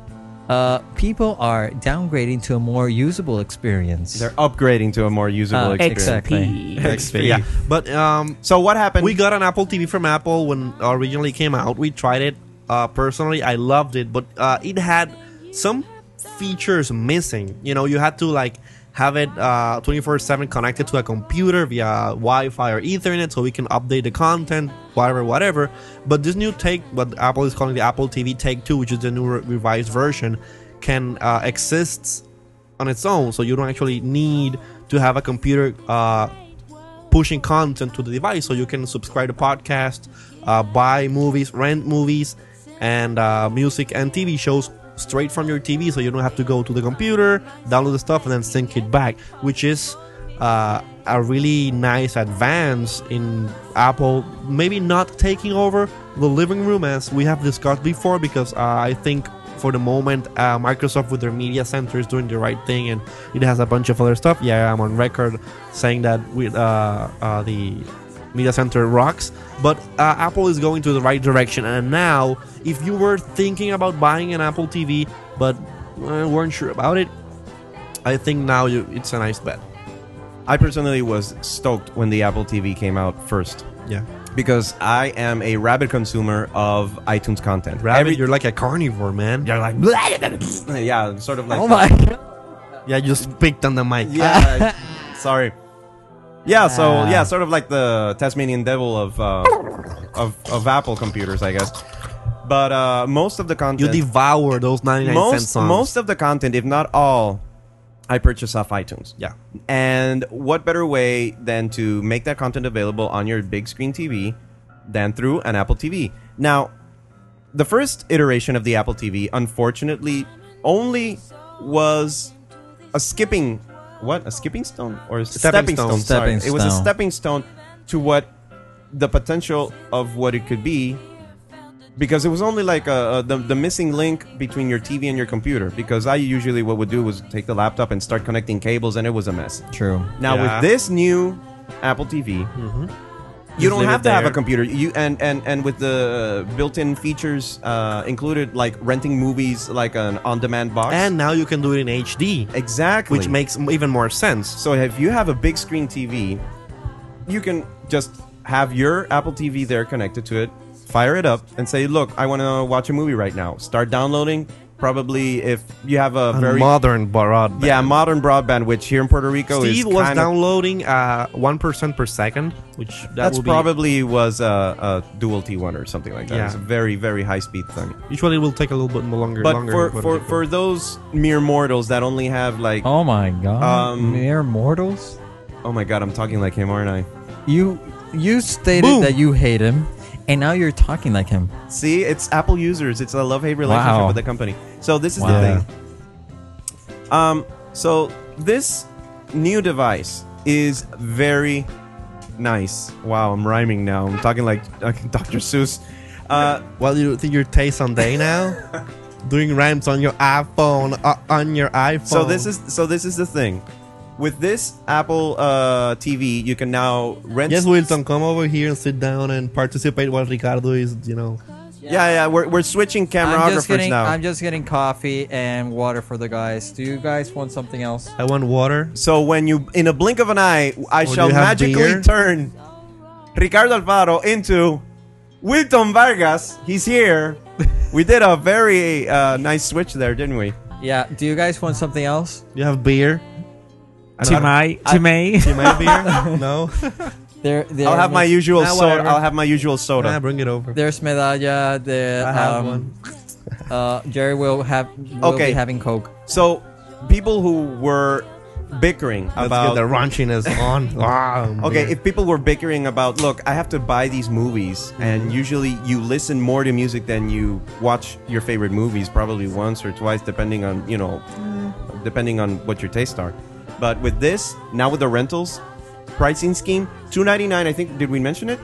S3: uh, people are downgrading to a more usable experience.
S2: They're upgrading to a more usable
S4: Ah,
S3: Uh,
S2: experience.
S3: exact- Exactly.
S2: XP.
S5: XP.
S4: yeah, but um,
S2: So what happened?
S4: we got an Apple TV from Apple when uh, originally came out. We tried it uh, personally. I loved it, but uh, it had some features missing. You know, you had to like have it uh, 24/7 connected to a computer via Wi-Fi or Ethernet, so we can update the content, whatever, whatever. But this new take, what Apple is calling the Apple TV Take Two, which is the new re- revised version, can uh, exists on its own, so you don't actually need to have a computer uh, pushing content to the device, so you can subscribe to podcasts, uh, buy movies, rent movies, and uh, music and TV shows straight from your TV, so you don't have to go to the computer, download the stuff, and then sync it back, which is uh, a really nice advance in Apple, maybe not taking over the living room as we have discussed before, because uh, I think for the moment, uh, Microsoft with their media center is doing the right thing, and it has a bunch of other stuff. Yeah, I'm on record saying that with uh, uh, the media center rocks. But uh, Apple is going to the right direction. And now, if you were thinking about buying an Apple TV but uh, weren't sure about it, I think now you, it's a nice bet.
S2: I personally was stoked when the Apple TV came out first
S4: Yeah,
S2: because I am a rabid consumer of iTunes content.
S4: rabbit,
S2: Every-
S4: you're like a carnivore, man. You're like,
S2: yeah, sort of like
S6: Oh my god.
S4: yeah, you just picked on the mic.
S2: Yeah, I- Uh, sorry. Yeah, so yeah, sort of like the Tasmanian devil of uh, of of Apple computers, I guess. But uh, most of the
S4: You
S2: content,
S4: devour those 99 cent
S2: most
S4: songs.
S2: most of the content, if not all, I purchase off iTunes.
S4: yeah.
S2: And what better way than to make that content available on your big screen TV than through an Apple TV? Now, the first iteration of the Apple TV, unfortunately, only was a skipping what a skipping stone or a stepping,
S4: Stepping
S2: stone.
S4: stone.
S2: sorry.
S6: Stepping
S2: It was a
S6: stone.
S2: stepping stone to what the potential of what it could be because it was only like uh uh the, the missing link between your TV and your computer. Because I usually what would do was take the laptop and start connecting cables, and it was a mess.
S6: True.
S2: Now
S4: Yeah. Mm-hmm.
S2: with this new Apple TV, you
S4: Just
S2: don't
S4: leave
S2: have
S4: it
S2: to have a
S4: there.
S2: computer. You and and and with the uh, built-in features uh, included, like renting movies like an on-demand box.
S4: And now you can do it in HD,
S2: exactly,
S4: which makes m- even more sense.
S2: so if you have a big screen TV, you can just have your Apple TV there connected to it, fire it up, and say, "Look, I want to watch a movie right now." Start downloading. Probably if you have a
S4: A
S2: very
S4: modern broadband.
S2: yeah modern broadband, which here in Puerto Rico is
S4: Steve was
S2: kinda-
S4: downloading uh, one percent per second, which that
S2: That's
S4: will be,
S2: probably was a, a dual T1 or something like that.
S4: Yeah.
S2: It's a very very high speed thing.
S4: usually will take a little bit more longer.
S2: But
S4: longer
S2: for
S4: than
S2: for,
S4: what it
S2: for those mere mortals that only have like oh.
S6: Oh my god.
S2: Um,
S6: Mere mortals?
S2: my god, I'm talking like him, aren't I?
S6: You you stated
S4: Boom.
S6: that you hate him, and now you're talking like him.
S2: See, it's Apple users. It's a love hate relationship
S6: Wow.
S2: with the company. So this is
S6: Wow.
S2: the thing. Um, so this new device is very nice. Wow, I'm rhyming now. I'm talking like like Dr. Seuss. Uh,
S4: Well, you think your taste on day now? Doing rhymes on your iPhone, uh, on your iPhone.
S2: So this is so this is the thing. With this Apple uh, TV, you can now rent.
S4: yes, Wilson, come over here and sit down and participate while Ricardo is, you know.
S2: Yeah, yeah. We're, we're switching
S6: I'm just
S2: cameraographers
S6: getting
S2: now.
S6: I'm just getting coffee and water for the guys. Do you guys want something else?
S4: I want water.
S2: so when you, in a blink of an eye, I
S4: Oh, do
S2: shall
S4: you have
S2: magically
S4: beer?
S2: turn Ricardo Alfaro into Wilton Vargas. He's here. we did a very uh, nice switch there, didn't we?
S6: Yeah. Do you guys want something else?
S4: You have beer.
S5: Timay, Timay.
S4: You might beer. no.
S6: There, there Ah,
S2: I'll have my usual
S4: Nah,
S2: soda.
S4: whatever.
S2: I'll have my usual soda.
S4: Nah, bring it over.
S6: There's medalla. The
S4: I have
S6: um,
S4: one.
S6: Uh, Jerry will have. Will
S2: Okay.
S6: Be having coke.
S2: So people who were bickering
S4: Let's
S2: about
S4: get the raunchiness on. Ah,
S2: Okay,
S4: beer.
S2: if people were bickering about, look, I have to buy these movies, and
S4: Mm-hmm.
S2: usually you listen more to music than you watch your favorite movies, probably once or twice, depending on you know,
S4: Mm.
S2: depending on what your tastes are. But with this, now with the rentals pricing scheme, two ninety nine. I think did we mention it?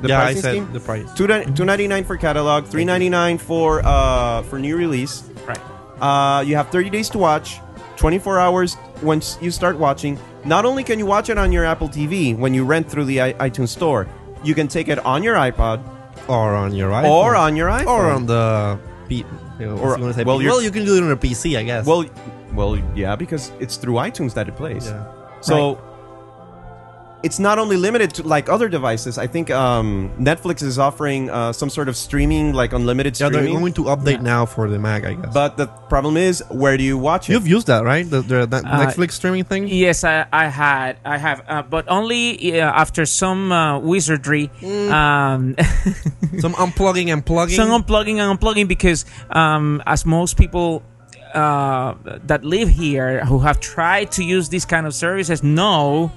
S2: The
S4: yeah, I said the price.
S2: Two ninety nine for catalog, three ninety nine for uh, for new release.
S4: Right.
S2: Uh, you have 30 days to watch, 24 hours once you start watching. Not only can you watch it on your Apple TV when you rent through the I- iTunes store, you can take it on your iPod
S4: Or on your iPhone.
S2: or on your iPhone.
S4: or on the P. Or, you wanna say
S2: well,
S4: P-
S2: you're-
S4: well, you can do it on a PC, I guess.
S2: well, well, yeah, because it's through iTunes that it plays.
S4: yeah.
S2: So it's not only limited to like other devices. I think um, Netflix is offering uh, some sort of streaming, like unlimited
S4: Yeah, they're
S2: streaming.
S4: going to update now for the Mac, I guess.
S2: but the problem is, where do you watch it?
S4: you've used that, right? The, the, the
S5: Uh,
S4: Netflix streaming thing.
S5: Yes, I, I had, I have, uh, but only uh, after some uh, wizardry. Um,
S4: Some unplugging and plugging.
S5: So I'm unplugging and unplugging because, um, as most people uh, that live here who have tried to use these kind of services know,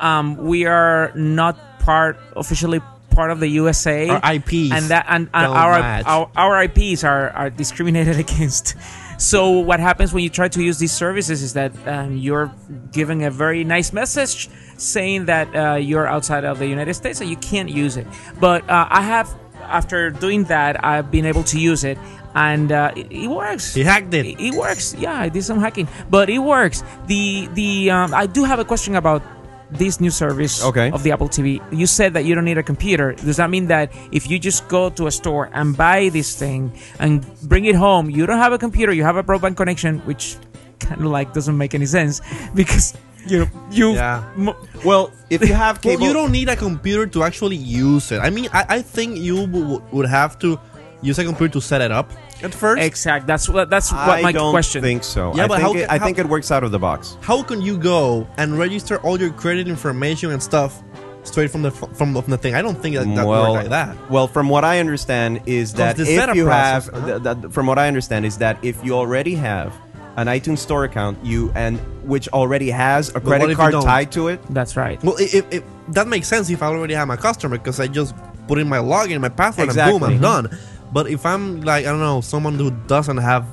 S5: um, we are not part officially part of the USA.
S4: Our IPs
S5: and that and, and
S4: don't
S5: our,
S4: match.
S5: our our IPs are are discriminated against. So what happens when you try to use these services is that um, you're giving a very nice message saying that uh, you're outside of the United States and you can't use it. But uh, I have, after doing that, I've been able to use it and uh, it, it works.
S4: he hacked it.
S5: It, it works. Yeah, I did some hacking, but it works. The the um, I do have a question about this new service
S2: Okay.
S5: of the Apple TV. You said that you don't need a computer. Does that mean that if you just go to a store and buy this thing and bring it home, you don't have a computer, you have a broadband connection, which kind of like doesn't make any sense because you you
S4: Yeah.
S5: mo-
S2: Well, if you have
S4: Well,
S2: cable,
S4: you don't need a computer to actually use it. I mean, I, I think you w- would have to use a computer to set it up at first.
S5: exact. That's what that's what
S2: I
S5: my
S2: don't
S5: question.
S2: think so.
S4: Yeah,
S2: I
S4: but
S2: think
S4: how
S2: it,
S4: can-
S2: I
S4: how-
S2: think it works out of the box.
S4: How can you go and register all your credit information and stuff straight from the f- from, the- from the thing? I don't think that, that
S2: well,
S4: works like that.
S2: Well, from what I understand is that
S4: the
S2: if
S4: setup
S2: you
S4: process,
S2: have,
S4: uh-huh.
S2: th- that- from what I understand is that if you already have an iTunes Store account, you and which already has a
S4: what if
S2: credit
S4: you
S2: card
S4: don't?
S2: tied to it.
S5: That's right.
S4: Well, it, it, it, that makes sense if I already have my customer because I just put in my login, my password, and boom,
S2: Exactly.
S4: I'm done. But if I'm like I don't know someone who doesn't have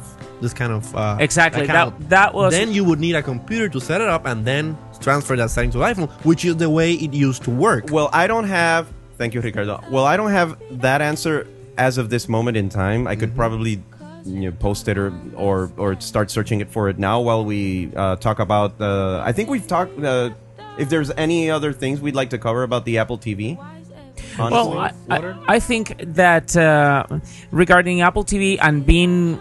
S4: this kind of uh,
S5: Exactly.
S4: account,
S5: That that was
S4: then you would need a computer to set it up and then transfer that setting to iPhone, which is the way it used to work.
S2: Well, I don't have. Thank you, Ricardo. Well, I don't have that answer as of this moment in time. I could
S6: Mm-hmm.
S2: probably you know, post it or, or or start searching it for it now while we uh, talk about. Uh, I think we've talked. Uh, if there's any other things we'd like to cover about the Apple TV, honestly.
S5: Well, I, I, I think that uh, regarding Apple TV and being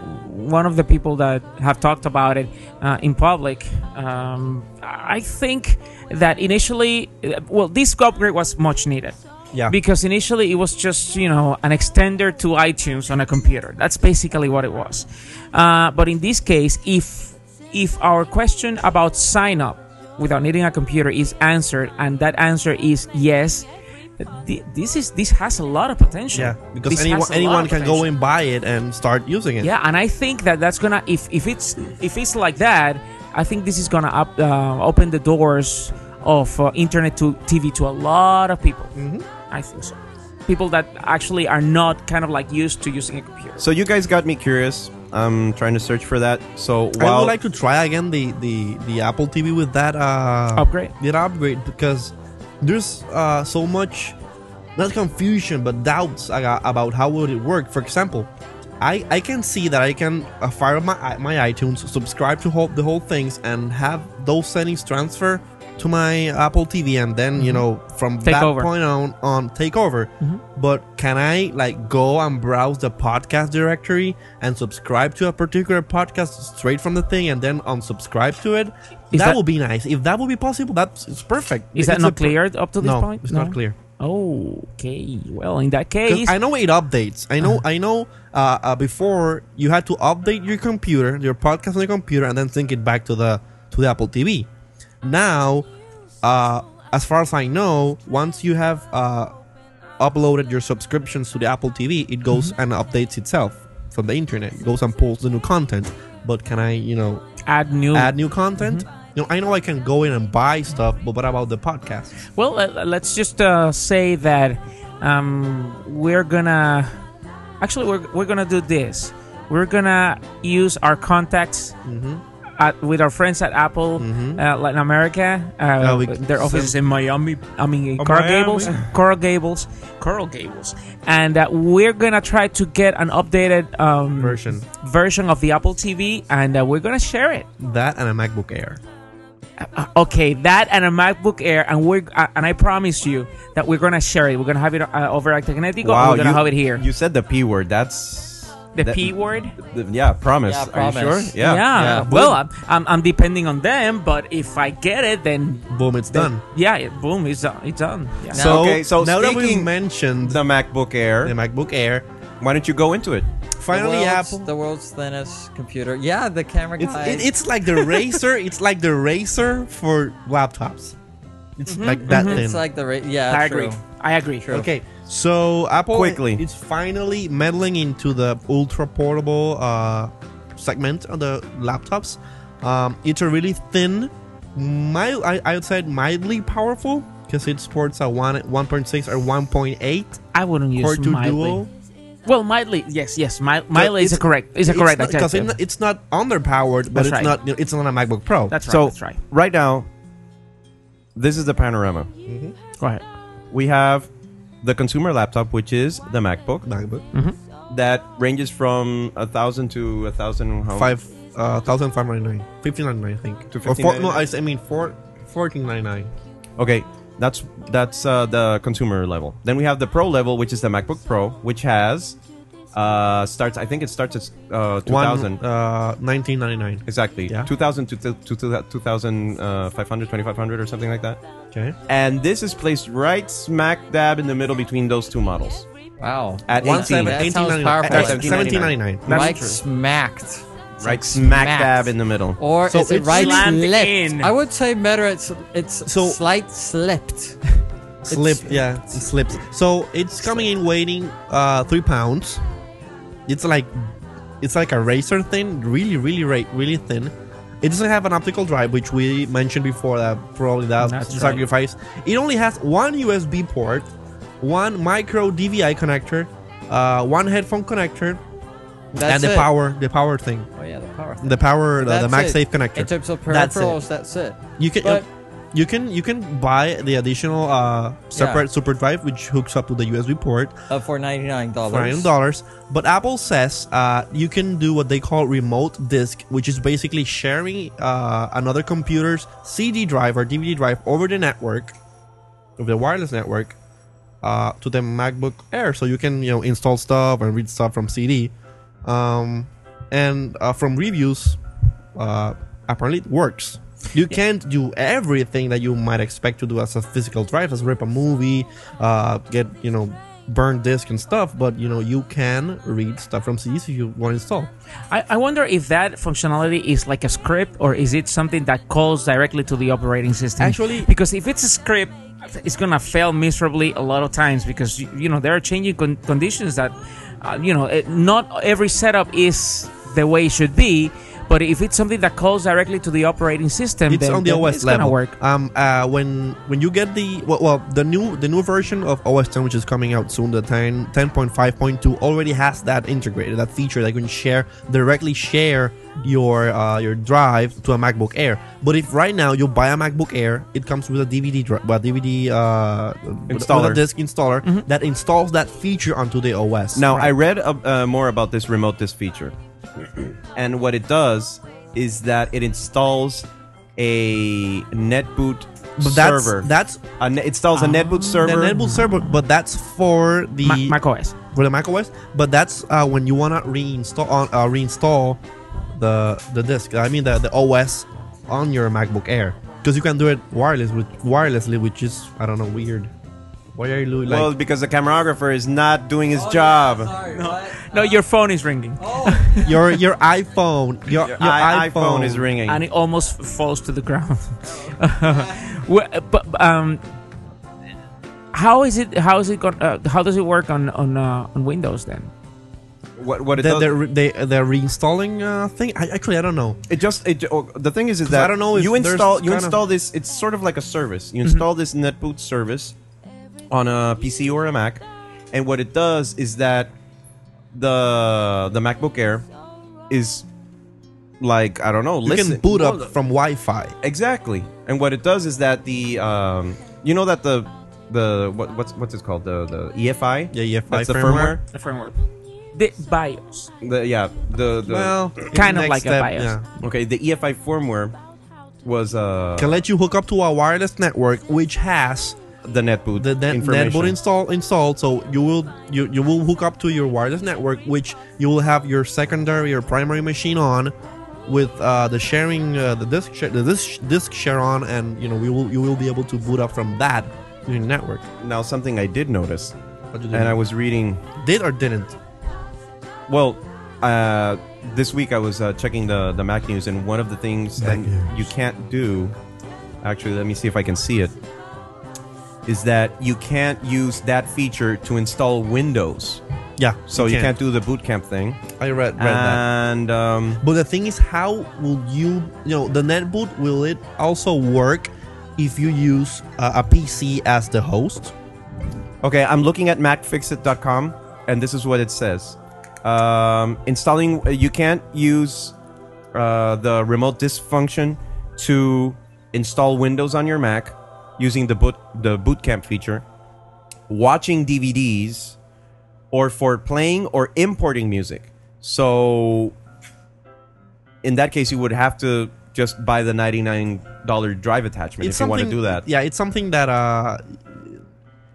S5: one of the people that have talked about it uh, in public, um, I think that initially, uh, well, this upgrade was much needed.
S4: Yeah.
S5: Because initially it was just, you know, an extender to iTunes on a computer. That's basically what it was. Uh, but in this case, if if our question about sign up without needing a computer is answered and that answer is yes, th- this is this has a lot of potential.
S4: yeah, because
S5: This
S4: anyone
S5: has a lot
S4: anyone
S5: of
S4: can
S5: potential.
S4: go and buy it and start using it.
S5: Yeah, and I think that that's gonna if if it's if it's like that, I think this is gonna up, uh, open the doors of uh, internet to TV to a lot of people. Mm-hmm. I think so. People that actually are not kind of like used to using a computer.
S2: So you guys got me curious. I'm trying to search for that. So
S4: I
S2: while
S4: would like to try again the the the Apple TV with that uh,
S5: Upgrade.
S4: That upgrade because there's uh, so much not confusion but doubts I got about how would it work. For example, I I can see that I can uh, fire up my i- my iTunes, subscribe to whole, the whole things, and have those settings transfer to my Apple TV, and then you know from
S5: Mm-hmm. Take
S4: that
S5: over.
S4: point on on take over.
S5: Mm-hmm.
S4: But can I like go and browse the podcast directory and subscribe to a particular podcast straight from the thing, and then unsubscribe to it?
S5: Is
S4: that,
S5: that-
S4: would be nice. If that would be possible, that's it's perfect. It's
S5: Is that
S4: a
S5: not
S4: per-
S5: cleared up to this
S4: no,
S5: point?
S4: it's not clear.
S5: Oh, okay. Well, in that
S4: 'Cause
S5: case,
S4: I know it updates. I know. I know. Uh, uh, before you had to update your computer, your podcast on your computer, and then sync it back to the to the Apple TV. Now, uh, as far as I know, once you have uh, uploaded your subscriptions to the Apple TV, it goes and updates itself from the internet. It goes and pulls the new content. But can I, you know,
S5: add new.
S4: add new content? You know, I know I can go in and buy stuff, but what about the podcast?
S5: Well, uh, let's just uh, say that um, we're gonna. Actually, we're, we're gonna do this. We're gonna use our contacts
S4: Mm-hmm.
S5: at, with our friends at Apple
S2: Mm-hmm.
S5: uh, Latin America. Uh,
S4: Uh, we-
S5: their offices in Miami. I mean, in
S4: Oh,
S5: Coral
S4: Miami.
S5: Gables, Coral Gables, Coral Gables, and uh, we're gonna try to get an updated um,
S4: Version.
S5: version of the Apple TV, and uh, we're gonna share it.
S4: That and a MacBook Air.
S5: Uh, okay, that and a MacBook Air, and we're uh, and I promise you that we're gonna share it. We're gonna have it uh, over at Connecticut. and we're gonna
S2: you,
S5: have it here.
S2: You said the P word. That's
S5: the
S2: that-
S5: P word.
S2: th- yeah, promise.
S6: Yeah,
S2: Are you sure?
S6: promise.
S2: Yeah.
S4: yeah.
S5: Well, I'm, I'm I'm depending on them, but if I get it, then
S4: Boom, it's done.
S5: yeah, it, boom, it's done. It's done. Yeah.
S6: Now-
S2: So, okay, so
S4: now that we've
S2: speaking
S4: mentioned the,
S2: the MacBook Air,
S4: MacBook Air,
S2: why don't you go into it?
S4: finally
S6: the world's,
S4: Apple.
S6: the world's thinnest computer. Yeah, the camera
S4: it's,
S6: guy.
S4: it- it's like the racer. It's like the racer for laptops. It's like that
S3: mm-hmm.
S6: It's
S4: thing.
S6: like the ra- yeah.
S5: I
S6: true.
S5: agree. I agree.
S4: okay, so Apple
S2: Quickly.
S4: It's finally meddling into the ultra portable uh, segment of the laptops. Um, it's a really thin, mild, I, I would say mildly powerful because it's towards a one 1.6 or 1.8
S5: I wouldn't
S4: Core
S5: use
S4: 2
S5: mildly.
S4: Duo.
S5: Well, mildly, yes, yes, mi- mildly is
S4: it's-
S5: a correct is a correct
S4: because
S5: adjective.
S4: it's not, it's not underpowered, but
S5: That's
S4: it's
S5: right.
S4: not it's not a MacBook Pro.
S5: that's right.
S2: so
S5: that's right.
S2: now, this is the panorama.
S5: Go ahead.
S2: We have the consumer laptop, which is the MacBook,
S4: MacBook
S2: that ranges from a thousand to a thousand. how-
S4: five uh, thousand five ninety nine, fifteen ninety nine, I think.
S2: To
S4: or four, no,
S2: $15.99.
S4: I, s- I mean four, fourteen ninety nine.
S2: Okay, that's that's uh, the consumer level. Then we have the pro level, which is the MacBook Pro, which has uh, starts. I think it starts at uh, two thousand.
S4: One, uh, 1999.
S2: Exactly,
S4: Yeah.
S2: 2,000 to, to, to 2,500, 2,500 or something like that.
S4: Okay.
S2: And this is placed right smack dab in the middle between those two models.
S6: Wow.
S2: At 18,
S6: That sounds
S4: 1899.
S6: powerful.
S4: Uh,
S2: 1799.
S4: 1799.
S2: That's
S6: like
S2: true.
S6: smacked. It's
S2: right
S6: like
S2: smack
S6: smacked.
S2: dab in the middle.
S6: Or
S4: So
S6: is it
S4: it's
S6: right
S5: slammed
S6: left?
S5: in.
S6: I would say better. It's it's
S4: So-
S6: slight slipped.
S4: Slip, yeah, it slips. So it's coming in weighing uh, three pounds. It's like it's like a razor thin, really, really, ra- really thin. It doesn't have an optical drive, which we mentioned before. That probably that
S5: That's right.
S4: sacrifice. It only has one USB port, one micro DVI connector, uh, one headphone connector,
S6: That's
S4: and the
S6: it.
S4: power, the power thing,
S6: Oh yeah, the power.
S4: the power, the, the
S6: That's
S4: MagSafe
S6: it.
S4: connector.
S6: In terms of
S4: That's it.
S6: peripherals, that's it.
S4: You can
S6: But-
S4: you can you can buy the additional uh, separate super drive which hooks up to the USB port
S6: Uh, for ninety nine
S4: for nine
S6: dollars.
S4: dollars. But Apple says uh, you can do what they call remote disk, which is basically sharing uh, another computer's CD drive or DVD drive over the network, over the wireless network, uh, to the MacBook Air, so you can you know install stuff and read stuff from CD. Um, and uh, from reviews, uh, apparently it works. You can't do everything that you might expect to do as a physical drive, as rip a movie, uh, get you know burn disk and stuff, but you know you can read stuff from CDs if you want to install.
S5: I, I wonder if that functionality is like a script or is it something that calls directly to the operating system?
S4: Actually-
S5: because if it's a script, it's gonna fail miserably a lot of times because you, you know there are changing con- conditions that uh, you know it, not every setup is the way it should be. But if it's something that calls directly to the operating system,
S4: it's
S5: then,
S4: on the
S5: then
S4: OS
S5: it's
S4: level.
S5: gonna work.
S4: Um, uh, when when you get the well, well, the new the new version of OS 10, which is coming out soon, the 10 10.5.2 already has that integrated, that feature that you can share directly share your uh, your drive to a MacBook Air. But if right now you buy a MacBook Air, it comes with a DVD drive, a DVD uh, with- with
S2: Installer. Mm-hmm.
S4: a disk installer that installs that feature onto the OS.
S2: Now, I read uh, uh, more about this remote disk feature. and what it does is that it installs a NetBoot
S4: but that's
S2: server.
S4: that's
S2: A ne- it installs a NetBoot
S4: the
S2: server.
S4: Netbook server, but that's for the
S5: Ma- macOS.
S4: for the macOS, but that's uh, when you wanna reinstall on uh, reinstall the the disk. I mean the, the OS on your MacBook Air because you can do it wireless with wirelessly, which is I don't know weird. Why are you doing like?
S2: well, because the cameragrapher is not doing his job.
S5: No, your phone is ringing,
S4: your your iPhone your, your,
S2: Your i- iPhone. is ringing.
S5: and it almost f- falls to the ground. Well, but um, how is it? How is it? Gon- uh, how does it work on on uh, on Windows then?
S2: what, what it
S4: The,
S2: does-
S4: the, re- they, the reinstalling uh, thing. I, actually, I don't know.
S2: It just it, ju- oh, the thing is is
S4: 'Cause
S2: that
S4: I don't know if
S2: you
S4: there's Mm-hmm.
S2: install you
S4: kind of-
S2: install this. It's sort of like a service. You install this NetBoot service on a PC or a Mac, and what it does is that the the MacBook Air is like I don't know.
S4: You
S2: listen,
S4: can boot
S2: Well,
S4: up from Wi-Fi.
S2: exactly. And what it does is that the um, you know that the the what, what's what's it called the the EFI
S4: Yeah, yeah.
S2: that's the firmware.
S4: firmware.
S5: The framework. The BIOS.
S2: The, yeah the, the
S4: Well,
S5: Kind of
S4: next
S5: like a BIOS.
S2: okay the EFI firmware was uh
S4: Can let you hook up to a wireless network which has
S2: the NetBoot
S4: the net,
S2: information.
S4: netboot install installed so you will you, you will hook up to your wireless network which you will have your secondary or primary machine on with uh, the sharing uh, the disk share the disk, disk share on and you know we will you will be able to boot up from that your network
S2: Now, something I did notice,
S4: What you
S2: and I was reading.
S4: did or didn't
S2: Well, uh, this week I was uh, checking the the Mac news, and one of the things that
S4: Mac news.
S2: you can't do, actually, let me see if I can see it, is that you can't use that feature to install Windows.
S4: yeah
S2: So you, can't. do the boot camp thing.
S4: i read read that
S2: and um,
S4: but the thing is how will you you know the netboot will it also work if you use uh, a pc as the host
S2: Okay, I'm looking at MacFixit.com, and this is what it says: um, installing. You can't use uh, the remote disk function to install Windows on your Mac using the boot the bootcamp feature, watching DVDs, or for playing or importing music. So, in that case, you would have to just buy the 99 dollar drive attachment if you want to do that.
S4: Yeah, it's something that uh,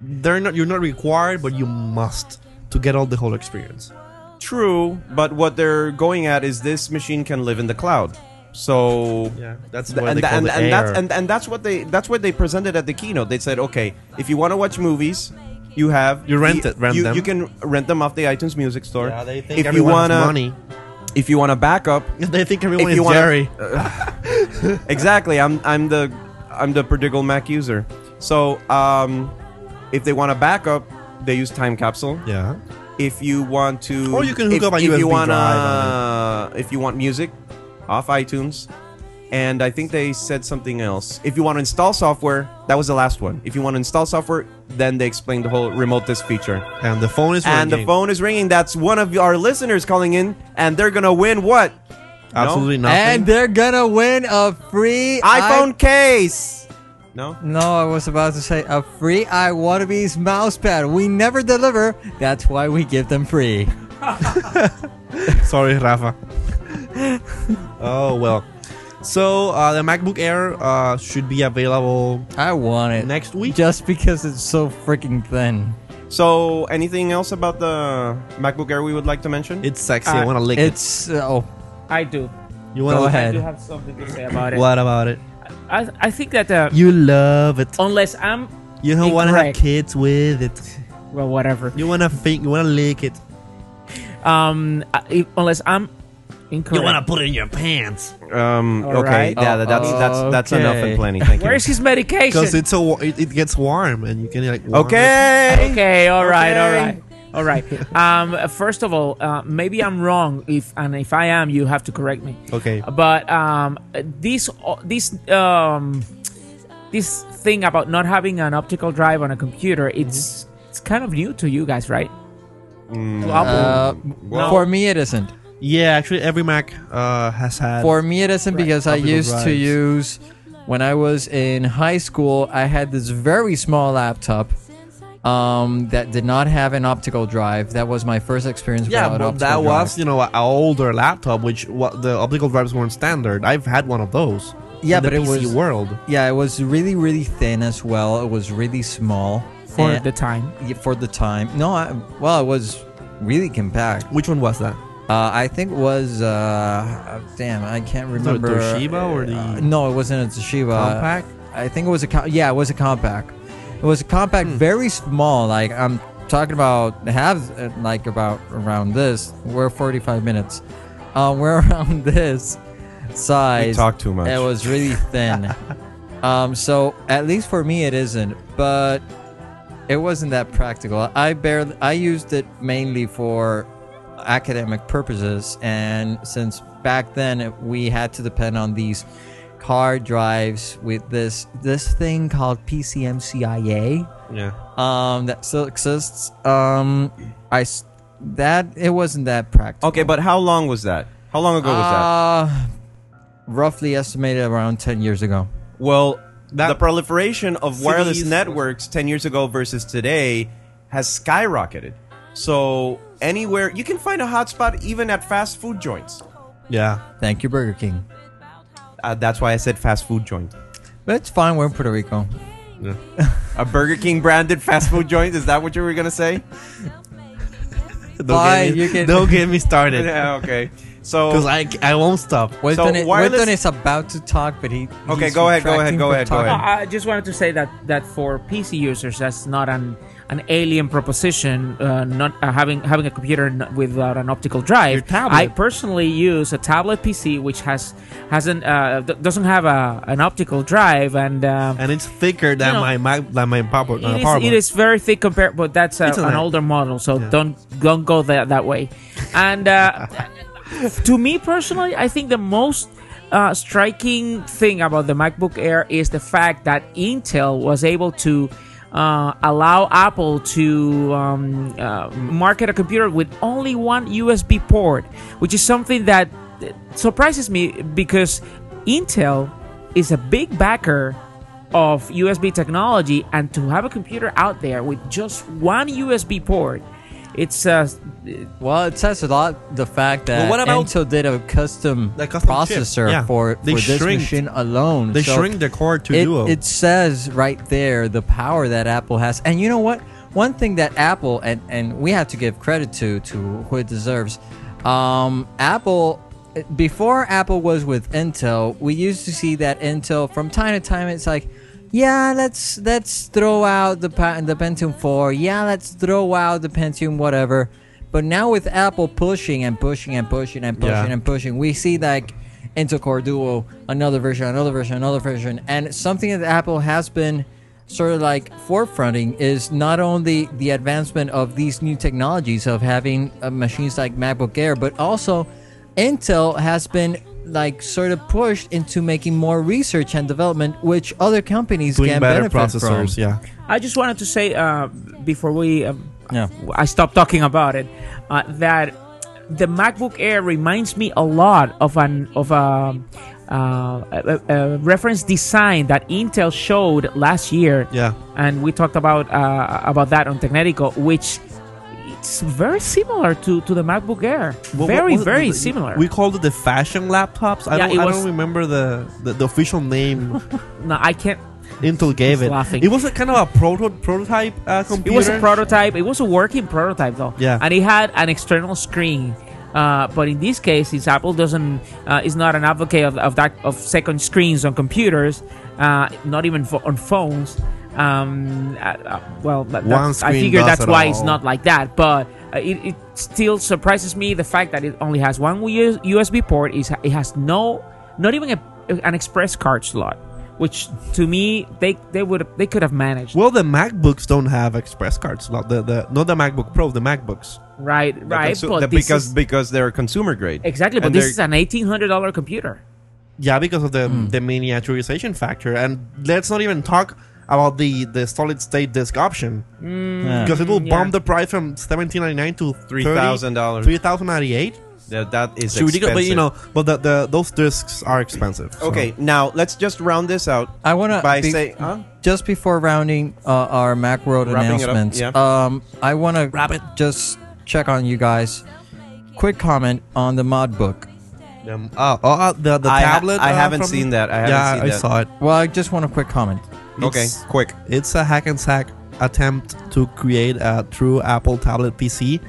S4: they're not. You're not required, but you must to get all the whole experience.
S2: True, but what they're going at is this machine can live in the cloud. So
S4: Yeah, that's
S2: Th-
S4: what they
S2: and,
S4: call
S2: and,
S4: the
S2: and that's
S4: air.
S2: and, and that's what they that's what they presented at the keynote. They said, okay, if you want to watch movies, you have
S4: You rent
S2: the-
S4: it, rent
S2: you,
S4: them.
S2: you can rent them off the iTunes Music Store.
S4: yeah, they think
S2: if you
S4: everyone's
S2: wanna
S4: money.
S2: if you want to back up,
S4: They think everyone
S2: if
S4: is
S2: you wanna- uh,
S4: Jerry.
S2: exactly. I'm I'm the I'm the prodigal Mac user. So um, if they want to back up, they use Time Capsule.
S4: Yeah.
S2: If you want to,
S4: Or you can hook
S2: if,
S4: up a
S2: if you
S4: USB
S2: wanna,
S4: drive
S2: if you want music off iTunes, and I think they said something else. If you want to install software, that was the last one. If you want to install software, then they explained the whole remote disk feature.
S4: And the phone is
S2: And the
S4: ringing.
S2: phone is ringing. That's one of our listeners calling in, and they're gonna win what? No?
S4: Absolutely
S3: And
S4: nothing.
S3: they're gonna win a free
S2: iPhone case. No.
S3: i- no, I was about to say a free iWannabes mouse pad. We never deliver. That's why we give them free.
S4: Sorry, Rafa. oh well. So uh, the MacBook Air uh, should be available
S3: I want it.
S4: next week.
S3: Just because it's so freaking thin.
S2: So, anything else about the MacBook Air we would like to mention?
S4: It's sexy.
S5: Uh,
S4: I want to lick it.
S3: It's oh,
S5: I do.
S4: You want
S3: go
S4: to?
S5: I do
S3: ahead.
S5: have something to say about it.
S4: What about it?
S5: I, I think that uh,
S4: You love it.
S5: unless I'm
S4: You don't want to have
S5: Incorrect.
S4: kids with it.
S5: well, whatever.
S4: You want to think. You want to lick it.
S5: Um, I- if, unless I'm incorrect.
S4: You want to put it in your pants
S2: Um,
S5: All
S2: okay,
S5: right.
S2: yeah, that- that's that's that's enough
S3: Okay.
S2: and plenty. Thank
S5: Where's
S2: you.
S5: his medication?
S4: because it's so it, it gets warm and you can like. warm
S2: Okay.
S5: Okay, all right,
S2: Okay.
S5: all right, all right. Um, first of all, uh, maybe I'm wrong. If and if I am, you have to correct me.
S4: it. Okay.
S5: But um, this this um, this thing about not having an optical drive on a computer, it's it's kind of new to you guys, right?
S2: Mm.
S5: To Apple.
S3: uh,
S2: Well-
S3: for me it isn't.
S4: Yeah, actually, every Mac uh, has had.
S3: For me, it isn't because I
S4: Optical
S3: used to
S4: drives.
S3: use when I was in high school. I had this very small laptop um, that did not have an optical drive. That was my first experience.
S4: yeah,
S3: without
S4: but
S3: optical
S4: that
S3: drive.
S4: was you know an older laptop, which what the optical drives weren't standard. I've had one of those.
S3: Yeah,
S4: in
S3: but
S4: the
S3: it
S4: PC
S3: was-
S4: world.
S3: yeah, it was really really thin as well. It was really small
S5: for
S3: And-
S5: the time.
S3: yeah, for the time. No, I, well, it was really compact.
S4: Which one was that?
S3: Uh, I think it was uh, damn, I can't
S4: the
S3: remember.
S4: Toshiba or the
S3: Uh, no, it wasn't a
S4: Uh,
S3: Toshiba.
S4: Compact?
S3: I think it was a co- yeah, it was a compact. It was a compact, very small. Like I'm talking about halves, uh, like about around this. We're 45 minutes. Um, we're around this size.
S2: We talk too much.
S3: It was really thin. um, so at least for me, it isn't. But it wasn't that practical. I barely. I used it mainly for academic purposes, and since back then we had to depend on these car drives with this this thing called PCMCIA
S4: Yeah.
S3: um, that still exists. Um, I s- that it wasn't that practical.
S2: Okay, but how long was that? How long ago was
S3: Uh, roughly estimated around 10 years ago.
S2: that? Well,
S4: that-
S2: the proliferation of wireless
S4: CDs
S2: networks 10 years ago versus today has skyrocketed. So, anywhere you can find a hotspot even at fast food joints.
S4: Yeah.
S3: Thank you, Burger King.
S2: Uh, that's why I said fast food joint.
S3: But it's fine, we're in Puerto Rico.
S2: A Burger King branded fast food joint? Is that what you were going to say?
S4: Don't,
S3: Why?
S4: get, me,
S3: You can-
S4: don't get me started.
S2: yeah, okay. So,
S4: Because I, I won't stop.
S3: Wilton, i-
S2: wireless-
S3: Wilton is about to talk, but he.
S2: Okay,
S3: he's
S2: go ahead, go
S3: retracting
S2: ahead, go
S3: from
S2: ahead, go
S3: talking.
S2: ahead.
S5: I I just wanted to say that that for PC users, that's not an an alien proposition. Uh, not uh, having having a computer n- without an optical drive.
S4: Your tablet.
S5: I personally use a tablet PC, which has hasn't uh, d- doesn't have a, an optical drive, and, uh,
S4: And it's thicker than
S5: know,
S4: my Mac, than my power.
S5: it,
S4: uh,
S5: is,
S4: power
S5: it is very thick compared. But that's uh,
S4: It's
S5: an
S4: all right.
S5: older model, so
S4: Yeah.
S5: don't don't go that that way. And uh, to me personally, I think the most uh, striking thing about the MacBook Air is the fact that Intel was able to uh, allow Apple to um, uh, market a computer with only one USB port, which is something that uh, surprises me because Intel is a big backer of USB technology, and to have a computer out there with just one USB port It's uh,
S3: Well, it says a lot the fact
S4: Well,
S3: that
S4: what about-
S3: Intel did a custom,
S4: The custom chip,
S3: processor
S4: yeah.
S3: for, for
S4: They
S3: this
S4: shrinked-
S3: machine alone.
S4: They
S3: So
S4: shrink the core to
S3: it,
S4: duo.
S3: it says right there the power that Apple has. And you know what? One thing that Apple and and we have to give credit to to who it deserves. Um, Apple before Apple was with Intel, we used to see that Intel from time to time it's like yeah, let's let's throw out the pa- the Pentium 4. Yeah, let's throw out the Pentium whatever. But now with Apple pushing and pushing and pushing and pushing
S4: Yeah.
S3: and pushing, we see like Intel Core Duo, another version, another version, another version, and something that Apple has been sort of like forefronting is not only the advancement of these new technologies of having uh, machines like MacBook Air, but also Intel has been like sort of pushed into making more research and development, which other companies
S4: doing
S3: can
S4: better
S3: benefit
S4: processors.
S3: from.
S4: Yeah.
S5: I just wanted to say uh, before we um,
S3: Yeah.
S5: I stopped talking about it uh, that the MacBook Air reminds me a lot of an of a, uh, a, a, a reference design that Intel showed last year,
S4: Yeah.
S5: and we talked about uh, about that on Technetico, which it's very similar to, to the MacBook Air,
S4: What-
S5: very
S4: what was it?
S5: very
S4: The-
S5: similar.
S4: We called it the fashion laptops. I
S5: Yeah,
S4: don't.
S5: it
S4: I
S5: was-
S4: don't remember the, the, the official name
S5: no, I can't.
S4: Intel gave
S5: He's
S4: it.
S5: laughing.
S4: It was a kind of a proto prototype uh,
S5: It
S4: computer.
S5: was a prototype. It was a working prototype, though.
S4: Yeah.
S5: And it had an external screen. Uh, but in this case, since Apple doesn't uh, is not an advocate of, of that of second screens on computers, uh, not even fo- on phones. Um, uh, uh, well, that,
S4: One
S5: that's, I
S4: screen
S5: figure
S4: does
S5: that's
S4: it
S5: why it's
S4: all.
S5: not like that. But uh, it, it still surprises me the fact that it only has one US USB port. Is it has no, not even a, an express card slot, which to me they they would they could have managed.
S4: Well, the MacBooks don't have express cards. Not the, the not the MacBook Pro. The MacBooks.
S5: Right,
S2: The
S5: right.
S2: consu-
S5: but
S2: the-
S5: this
S2: because
S5: is,
S2: because they're consumer grade.
S5: exactly, but
S2: and
S5: this
S2: they're-
S5: is an eighteen hundred dollar computer.
S4: Yeah, because of the
S5: Hmm.
S4: the miniaturization factor, and let's not even talk about the the solid state disk option
S3: Yeah.
S2: Mm.
S4: because it will
S5: yeah.
S4: bump the price from seventeen ninety nine to
S2: Three thousand dollars.
S4: Three thousand ninety eight.
S2: That that is
S4: So ridiculous,
S2: expensive.
S4: but you know, but the, the those discs are expensive. so-
S2: Okay, now let's just round this out
S3: I want to
S2: by saying, huh?
S3: just before rounding uh, our Macworld
S2: Wrapping it up,
S3: announcements,
S2: yeah.
S3: um, I want to just check on you guys. Quick comment on the mod book.
S4: Um, oh, oh, uh, the the
S2: I ha-
S4: tablet.
S2: I
S4: uh,
S2: haven't
S4: from-
S2: seen that. I haven't
S4: yeah,
S2: seen
S4: I
S2: that.
S4: saw it.
S3: Well, I just want a quick comment.
S2: Okay,
S4: It's-
S2: quick.
S4: It's a hack and sack attempt to create a true Apple tablet PC.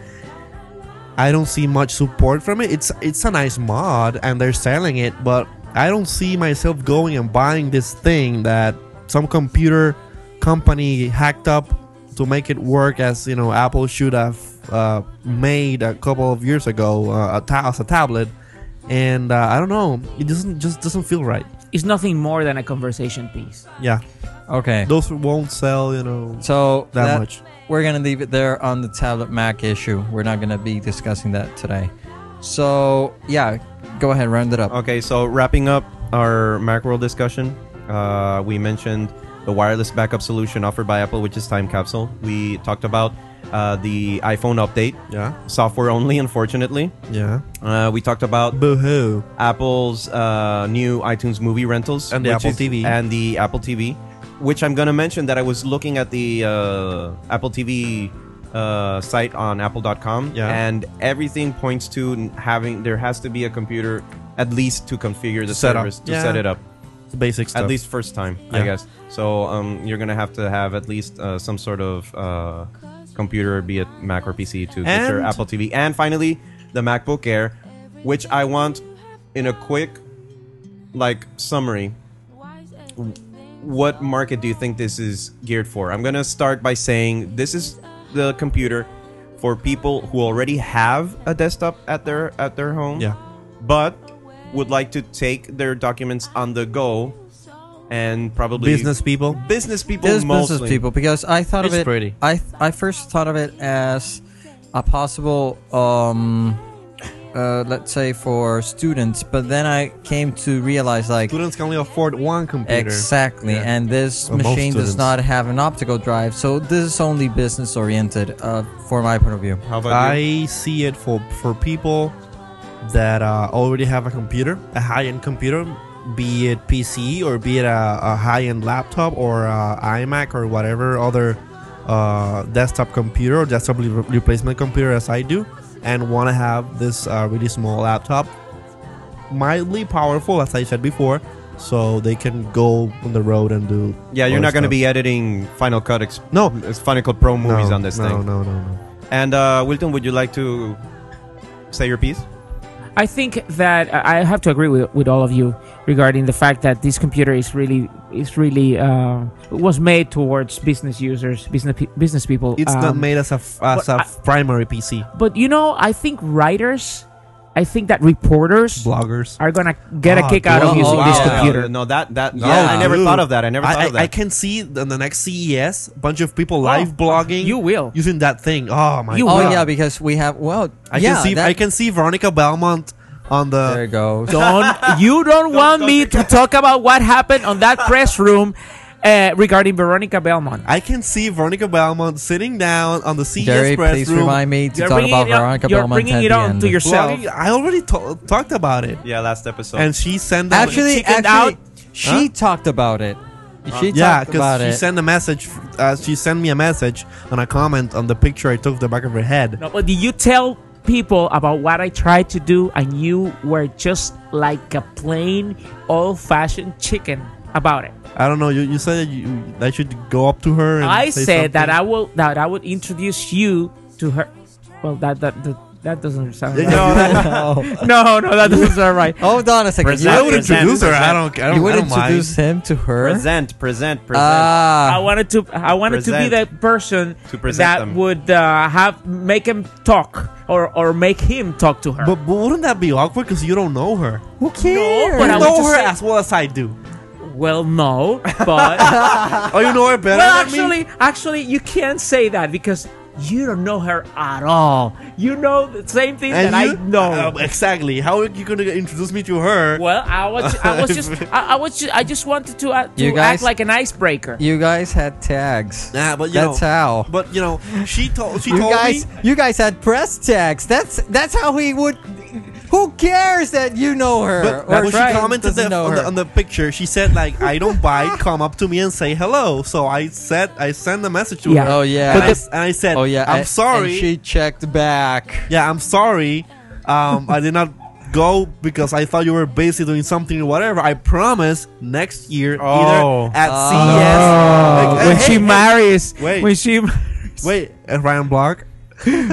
S4: I don't see much support from it. It's it's a nice mod and they're selling it, but I don't see myself going and buying this thing that some computer company hacked up to make it work as you know Apple should have uh, made a couple of years ago uh, a ta- as a tablet. And uh, I don't know, it doesn't just doesn't feel right.
S5: It's nothing more than a conversation piece.
S4: Yeah,
S3: Okay.
S4: those won't sell, you know,
S3: So
S4: that,
S3: that-
S4: much.
S3: we're gonna leave it there on the tablet Mac issue. We're not gonna be discussing that today. So yeah, go ahead, round it up.
S2: Okay, so wrapping up our Macworld discussion, uh, we mentioned the wireless backup solution offered by Apple, which is Time Capsule. We talked about uh, the iPhone update,
S4: Yeah.
S2: software only, unfortunately.
S4: Yeah.
S2: Uh, we talked about
S4: Boo hoo.
S2: Apple's uh, new iTunes movie rentals
S4: And the
S2: which
S4: Apple
S2: is-
S4: TV.
S2: and the Apple TV, which I'm gonna mention that I was looking at the uh, Apple TV uh, site on Apple.com,
S4: Yeah.
S2: and everything points to n- having there has to be a computer at least to configure the
S4: Set up.
S2: service to
S4: Yeah.
S2: set it up
S4: Basic stuff.
S2: at least first time, I
S4: Yeah.
S2: guess. So um, you're gonna have to have at least uh, some sort of uh, computer, be it Mac or PC, to get your
S4: And-
S2: Apple TV. And finally, the MacBook Air, which I want in a quick, like summary. w- What market do you think this is geared for? I'm gonna start by saying this is the computer for people who already have a desktop at their at their home
S4: Yeah.
S2: but would like to take their documents on the go and probably
S4: Business people.
S2: business people
S3: There's
S2: mostly.
S3: business people because I thought of
S4: It's
S3: it.
S4: pretty.
S3: I I first thought of it as a possible, um, uh, let's say for students, but then I came to realize like
S4: Students can only afford one computer.
S3: Exactly,
S4: Yeah.
S3: and this
S4: Well, most
S3: machine does
S4: students.
S3: not have an optical drive, so this is only business oriented, uh, for my point of view.
S2: How about you?
S4: I see it for for people that uh, already have a computer, a high end computer, be it PC or be it a, a high end laptop or a iMac or uh, whatever other uh, desktop computer or desktop re- replacement computer as I do, and want to have this uh, really small laptop, mildly powerful as I said before, so they can go on the road and do.
S2: Yeah, you're
S4: other
S2: not going to
S4: stuff.
S2: be editing Final Cut, ex-
S4: no
S2: it's Final Cut Pro movies
S4: no,
S2: on this
S4: no,
S2: thing.
S4: No, no, no.
S2: And uh, Wilton, would you like to say your piece?
S5: I think that I I have to agree with, with all of you regarding the fact that this computer is really is really uh, was made towards business users, business pe- business people.
S4: It's not
S5: Um,
S4: made as a f- as a
S5: but I-
S4: primary PC.
S5: But you know, I think writers, I think that reporters
S4: Bloggers.
S5: are gonna get
S4: Ah,
S5: a kick out
S3: wow,
S5: of using
S2: Oh,
S5: this
S3: wow.
S5: computer.
S2: No, that that
S3: Yeah.
S2: no, I never
S4: Dude.
S2: thought of that. I never thought
S4: I,
S2: of
S4: I,
S2: that.
S4: I can see in the next CES a bunch of people live blogging
S5: Oh, You will.
S4: using that thing. Oh my
S5: You
S4: god!
S5: will.
S3: Oh yeah, because we have well.
S4: I
S3: yeah,
S4: can see
S3: that-
S4: I can uh, see Veronica Belmont on
S3: There
S4: the
S3: it goes.
S5: don't you don't want me to talk about what happened on that press room uh, regarding Veronica Belmont?
S4: I can see Veronica Belmont sitting down on the E CES
S3: Jerry,
S4: press
S3: please
S4: room.
S3: remind me to talk
S5: bringing
S3: about
S5: it up-
S3: Veronica
S5: you're
S3: Belmont
S5: bringing
S3: at
S5: it
S3: the
S5: on
S3: end.
S5: to yourself.
S4: Blogging- I already to- talked about it,
S2: yeah, last episode.
S4: and she sent out
S3: actually,
S5: chickened
S3: actually,
S5: out?
S3: she talked about it. She
S4: yeah,
S3: talked about
S4: because she
S3: it.
S4: sent a message. Uh, she sent me a message and a comment on the picture I took of the back of her head.
S5: No, but did you tell people about what I tried to do and you were just like a plain old fashioned chicken about it?
S4: I don't know. You, you said that you, I should go up to her. And
S5: I
S4: say
S5: said that
S4: something.
S5: I will that I would introduce you to her well that that that, that doesn't sound right.
S4: No,
S3: oh,
S5: no, no, that doesn't sound
S4: Oh,
S5: right.
S3: hold on a second.
S2: Present-
S3: You
S4: I
S3: would,
S4: would
S2: Present-
S4: introduce her. I
S2: present-
S4: don't. I don't,
S3: you would
S4: I don't mind.
S3: introduce him to her.
S2: present, present, present.
S5: I
S3: Ah,
S5: wanted to I wanted to be
S2: Present.
S5: that person
S2: To present
S5: that
S2: them.
S5: would uh, have make him talk or or make him talk to her.
S4: But, but wouldn't that be awkward? Because you don't know her.
S3: who cares?
S5: but
S4: you
S5: I would
S4: know
S5: just
S4: her
S5: say-
S4: as well as I do.
S5: well, no, but
S4: Oh, you know her better
S5: Well,
S4: than me.
S5: actually, actually, you can't say that because you don't know her at all. You know the same thing that
S4: you-
S5: I know.
S4: Uh, exactly. How are you gonna introduce me to her?
S5: well, I was, I was just, I, I was, just, I just wanted to, uh, to
S3: You guys-
S5: act like an icebreaker.
S3: You guys had tags.
S4: Nah, but you
S3: That's
S4: know,
S3: how.
S4: But you know, she told she
S3: you
S4: told
S3: guys,
S4: me.
S3: you guys had press tags. That's that's how he would. Who cares that you know her?
S4: But
S3: or
S4: when she
S3: Trent
S4: commented
S3: doesn't
S4: the,
S3: know
S4: on, the,
S3: her.
S4: on the picture, she said like, "I don't bite. Come up to me and say hello." So I said, I sent a message to
S5: Yeah.
S4: her,
S3: oh yeah.
S4: and, I, s- and I said,
S3: oh yeah.
S4: I'm
S3: and-
S4: sorry."
S3: And she checked back.
S4: yeah, I'm sorry. Um, I did not go because I thought you were busy doing something or whatever. I promise next year,
S2: Oh.
S4: either at
S3: Oh.
S4: CES. like,
S5: Uh, when
S4: hey,
S5: she
S4: hey,
S5: marries,
S4: wait.
S5: when she
S4: wait, and Ryan Block.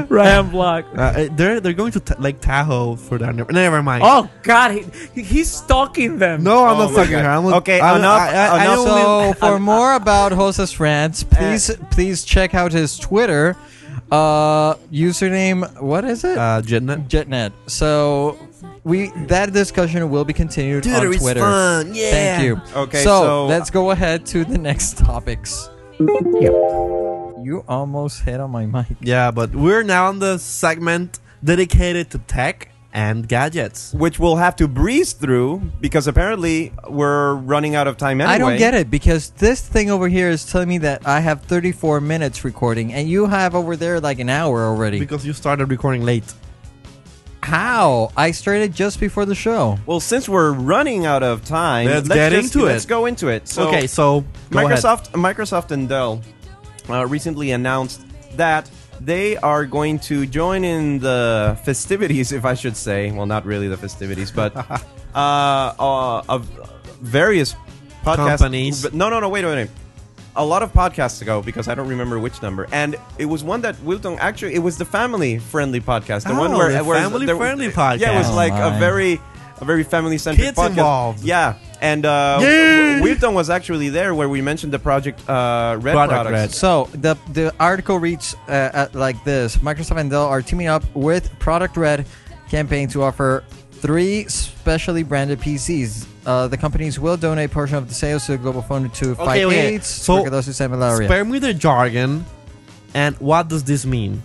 S5: Ryan Block.
S4: Uh, Uh, they're they're going to ta Lake Tahoe for that. Never, never mind.
S5: Oh God, he, he's stalking them.
S4: no, I'm
S2: Oh
S4: not
S2: my
S4: talking
S2: God.
S4: her. I'm not,
S2: Okay,
S4: I'm,
S2: enough-
S4: I, I, I
S2: enough.
S4: only-
S3: So for more about Jose's rants,
S4: Eh.
S3: please please check out his Twitter uh, username. What is it?
S4: uh, Jetnet.
S3: Jetnet. So we that discussion will be continued
S4: Dude, it
S3: on
S4: was
S3: Twitter.
S4: fun. Yeah.
S3: Thank you.
S2: Okay,
S3: So,
S2: so-
S3: let's go ahead to the next topics. You almost hit on my mic.
S4: Yeah, but we're now in the segment dedicated to tech and gadgets.
S2: which we'll have to breeze through because apparently we're running out of time anyway.
S3: I don't get it because this thing over here is telling me that I have 34 minutes recording, and you have over there like an hour already.
S4: Because you started recording late.
S3: How? I started just before the show.
S2: Well, since we're running out of time,
S4: Let's get
S2: just-
S4: into it.
S2: Let's go into it. So,
S4: okay, so go ahead.
S2: Microsoft, Microsoft and Dell uh, recently announced that they are going to join in the festivities, if I should say. Well, not really the festivities, but uh, uh, of various podcast
S4: Companies.
S2: But no, no, no. Wait a minute. A lot of podcasts ago because I don't remember which number, and it was one that Wilton actually. It was the family-friendly podcast, the one
S4: Oh,
S2: where,
S4: the
S2: where
S4: family-friendly
S2: Yeah, it was
S3: podcast.
S2: like a
S3: Oh, my.
S2: very, a very family-centric
S4: Kids
S2: podcast.
S4: involved.
S2: Yeah, and uh,
S4: Yay!
S2: Wilton was actually there where we mentioned the project uh, Red
S4: Product
S2: products.
S4: Red.
S3: So the the article reads uh, uh, like this: Microsoft and Dell are teaming up with Product Red campaign to offer three specially branded PCs. Uh, the companies will donate portion of the sales to the Global Fund to fight
S4: wait.
S3: AIDS.
S4: So,
S3: tuberculosis, and malaria.
S4: Spare me the jargon. And what does this mean?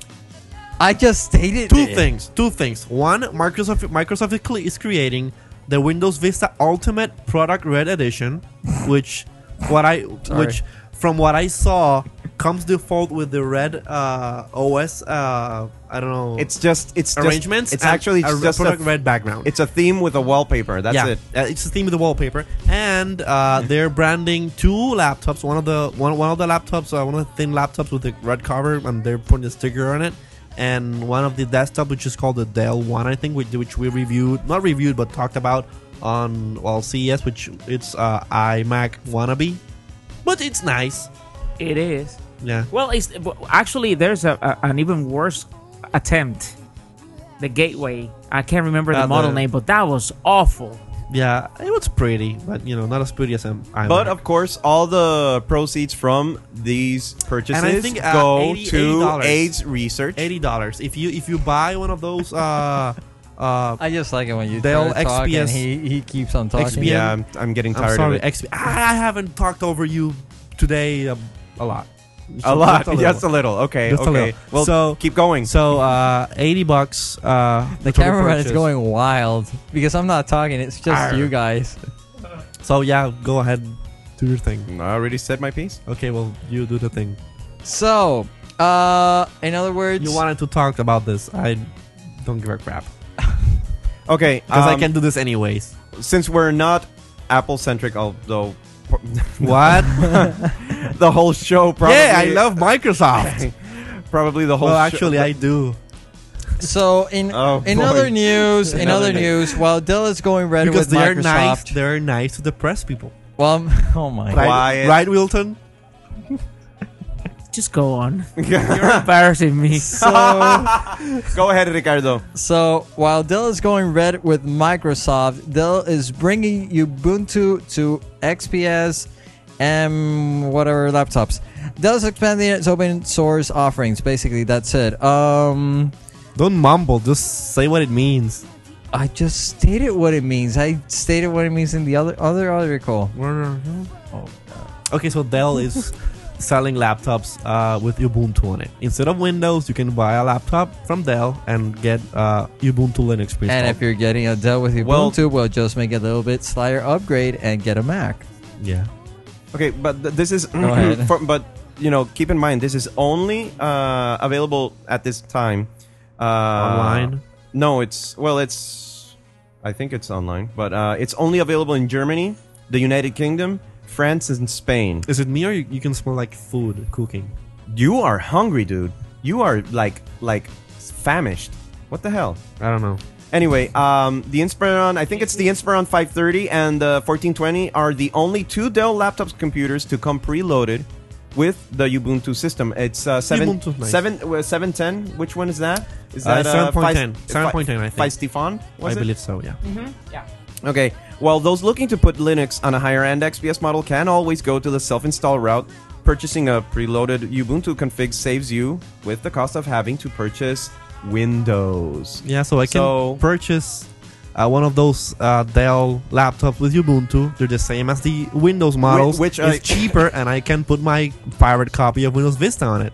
S3: I just stated
S4: Two
S3: it.
S4: things. Two things. One, Microsoft Microsoft is cle- is creating the Windows Vista Ultimate Product Red Edition, which what I
S3: Sorry.
S4: which from what I saw comes default with the red uh, OS. Uh, I don't know.
S2: It's just it's just-
S4: arrangements.
S2: it's
S4: and
S2: actually
S4: a
S2: it's just a,
S4: product red background.
S2: It's a theme with a wallpaper. That's
S4: yeah,
S2: it.
S4: Uh, it's the theme of the wallpaper, and uh, they're branding two laptops. One of the one one of the laptops, uh, one of the thin laptops with the red cover, and they're putting a sticker on it. And one of the desktop, which is called the Dell One, I think, which, which we reviewed, not reviewed, but talked about on well CES, which it's uh, iMac wannabe, but it's nice.
S5: It is.
S4: Yeah,
S5: Well, it's w- actually there's a, a an even worse attempt. The Gateway. I can't remember the
S4: Uh,
S5: model
S4: the-
S5: name, but that was awful.
S4: yeah, it was pretty, but you know, not as pretty as I'm.
S2: But of course, all the proceeds from these purchases
S4: think, uh,
S2: go
S4: $80,
S2: to
S4: $80.
S2: AIDS research.
S4: eighty dollars if you if you buy one of those. Uh, uh,
S3: I just like it when you
S4: Dell
S3: try to talk and
S4: XPS
S3: he, he keeps on talking.
S4: XPS
S2: Yeah, I'm, I'm getting tired
S4: I'm sorry,
S2: of it.
S4: XP. I, I haven't talked over you today um, a lot.
S2: A lot,
S4: Just a
S2: just
S4: little.
S2: a little. Okay,
S4: Just a
S2: okay.
S4: little.
S2: Well,
S4: So-
S2: keep going.
S4: So uh, eighty bucks. Uh,
S3: The
S4: total
S3: cameraman is
S4: purchase.
S3: going wild because I'm not talking. It's just
S4: Arr.
S3: you guys.
S4: So yeah, go ahead, do your thing.
S2: I already said my piece.
S4: Okay, well you do the thing.
S3: So, uh, in other words,
S4: You wanted to talk about this. I don't give a crap
S2: Okay,
S4: because I
S2: um,
S4: can do this anyways.
S2: Since we're not Apple centric, although
S4: What?
S2: the whole show probably.
S4: yeah, I love Microsoft.
S2: probably the whole.
S4: well,
S2: show-
S4: actually, I do
S3: so in
S2: Oh,
S3: in
S2: boy.
S3: other news, in
S2: Another
S3: other
S2: day.
S3: news, while Dell is going red
S4: because
S3: with
S4: they are nice.
S3: Microsoft,
S4: They're nice to the press people.
S3: well, oh my,
S2: Right.
S3: God.
S2: Quiet.
S4: right, Wilton?
S5: Just go on. You're embarrassing me.
S3: so
S2: go ahead, Ricardo.
S3: So while Dell is going red with Microsoft, Dell is bringing Ubuntu to XPS and whatever laptops. Dell is expanding its open source offerings. Basically, that's it. Um,
S4: Don't mumble. Just say what it means.
S3: I just stated what it means. I stated what it means in the other other article.
S4: Oh, Okay, so Dell is selling laptops uh, with Ubuntu on it. Instead of Windows, you can buy a laptop from Dell and get uh, Ubuntu Linux Oh, pre
S3: And if you're getting a Dell with
S2: Well-
S3: Ubuntu, we'll just make a little bit slighter upgrade and get a Mac.
S4: yeah,
S2: Okay, but th- this is mm-hmm,
S3: ahead.
S2: for, but you know, keep in mind this is only uh, available at this time uh,
S4: Online?
S2: No, it's well, it's I think it's online, but uh, it's only available in Germany, the United Kingdom, France, and Spain.
S4: is it me or you, you can smell like food cooking?
S2: You are hungry, dude. You are like like famished. What the hell?
S4: I don't know.
S2: Anyway, um, the Inspiron, I think it's the Inspiron 530 and the 1420 are the only two Dell laptops computers to come preloaded with the Ubuntu system. It's uh, seven,
S4: Ubuntu's nice.
S2: seven, uh, 710. Which one is that? Is
S4: Uh,
S2: that
S4: 7.10.
S2: Feist-
S4: 7.10, I think. I
S2: Feistifon, was it? Mm-hmm.
S4: believe so. Yeah.
S5: yeah.
S2: Okay. Well, those looking to put Linux on a higher end XPS model can always go to the self install route. Purchasing a preloaded Ubuntu config saves you with the cost of having to purchase Windows.
S4: Yeah. So I can
S2: So-
S4: purchase uh, one of those uh, Dell laptops with Ubuntu. They're the same as the Windows models,
S2: which
S4: is
S2: I-
S4: cheaper, and I can put my pirate copy of Windows Vista on it.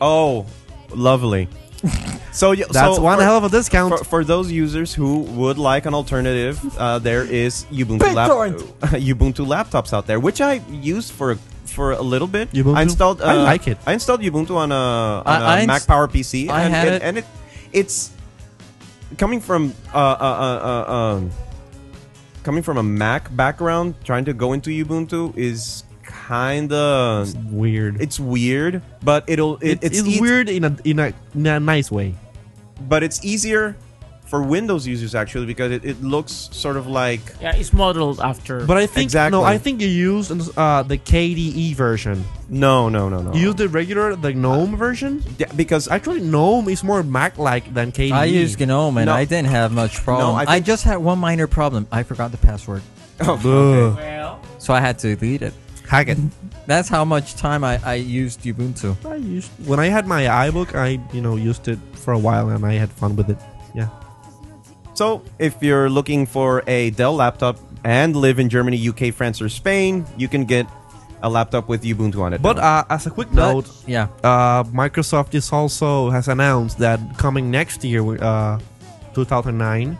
S2: Oh, lovely. So y-
S4: That's
S2: so
S4: one
S2: for,
S4: hell of a discount.
S2: for, for those users who would like an alternative, uh, there is Ubuntu lap- Ubuntu laptops out there, which I used for for a little bit.
S4: Ubuntu?
S2: I installed. Uh,
S4: I like it.
S2: I installed Ubuntu on a, on
S3: I- I
S2: a
S3: inst-
S2: Mac Power PC.
S3: I
S2: and,
S3: had
S2: and,
S3: it.
S2: and it it's coming from uh, uh, uh, uh, um, coming from a Mac background. Trying to go into Ubuntu is kind of
S4: Weird.
S2: it's weird, but it'll it,
S4: it's,
S2: it's eas-
S4: weird in a, in a in a nice way.
S2: but it's easier for Windows users actually because it, it looks sort of like
S5: Yeah, it's modeled after.
S4: But I think
S2: Exactly.
S4: no, I think you use uh, the KDE version.
S2: no, no, no, no.
S4: You use the regular the GNOME version.
S2: yeah, because I
S4: Actually, GNOME is more Mac-like than E. KDE.
S3: I used GNOME and
S2: No.
S3: I didn't have much problem.
S2: I
S3: I,
S2: think-
S3: just had one minor problem. I forgot the password,
S2: oh,
S4: Ugh.
S5: well,
S3: so I had to delete it.
S4: Hack it.
S3: That's how much time I, I used Ubuntu.
S4: I used when I had my iBook. I you know used it for a while and I had fun with it. Yeah,
S2: so if you're looking for a Dell laptop and live in Germany, UK, France, or Spain, you can get a laptop with Ubuntu on it.
S4: but uh, as a quick note,
S3: Yeah.
S4: uh, Microsoft is also has announced that coming next year, uh, 2009,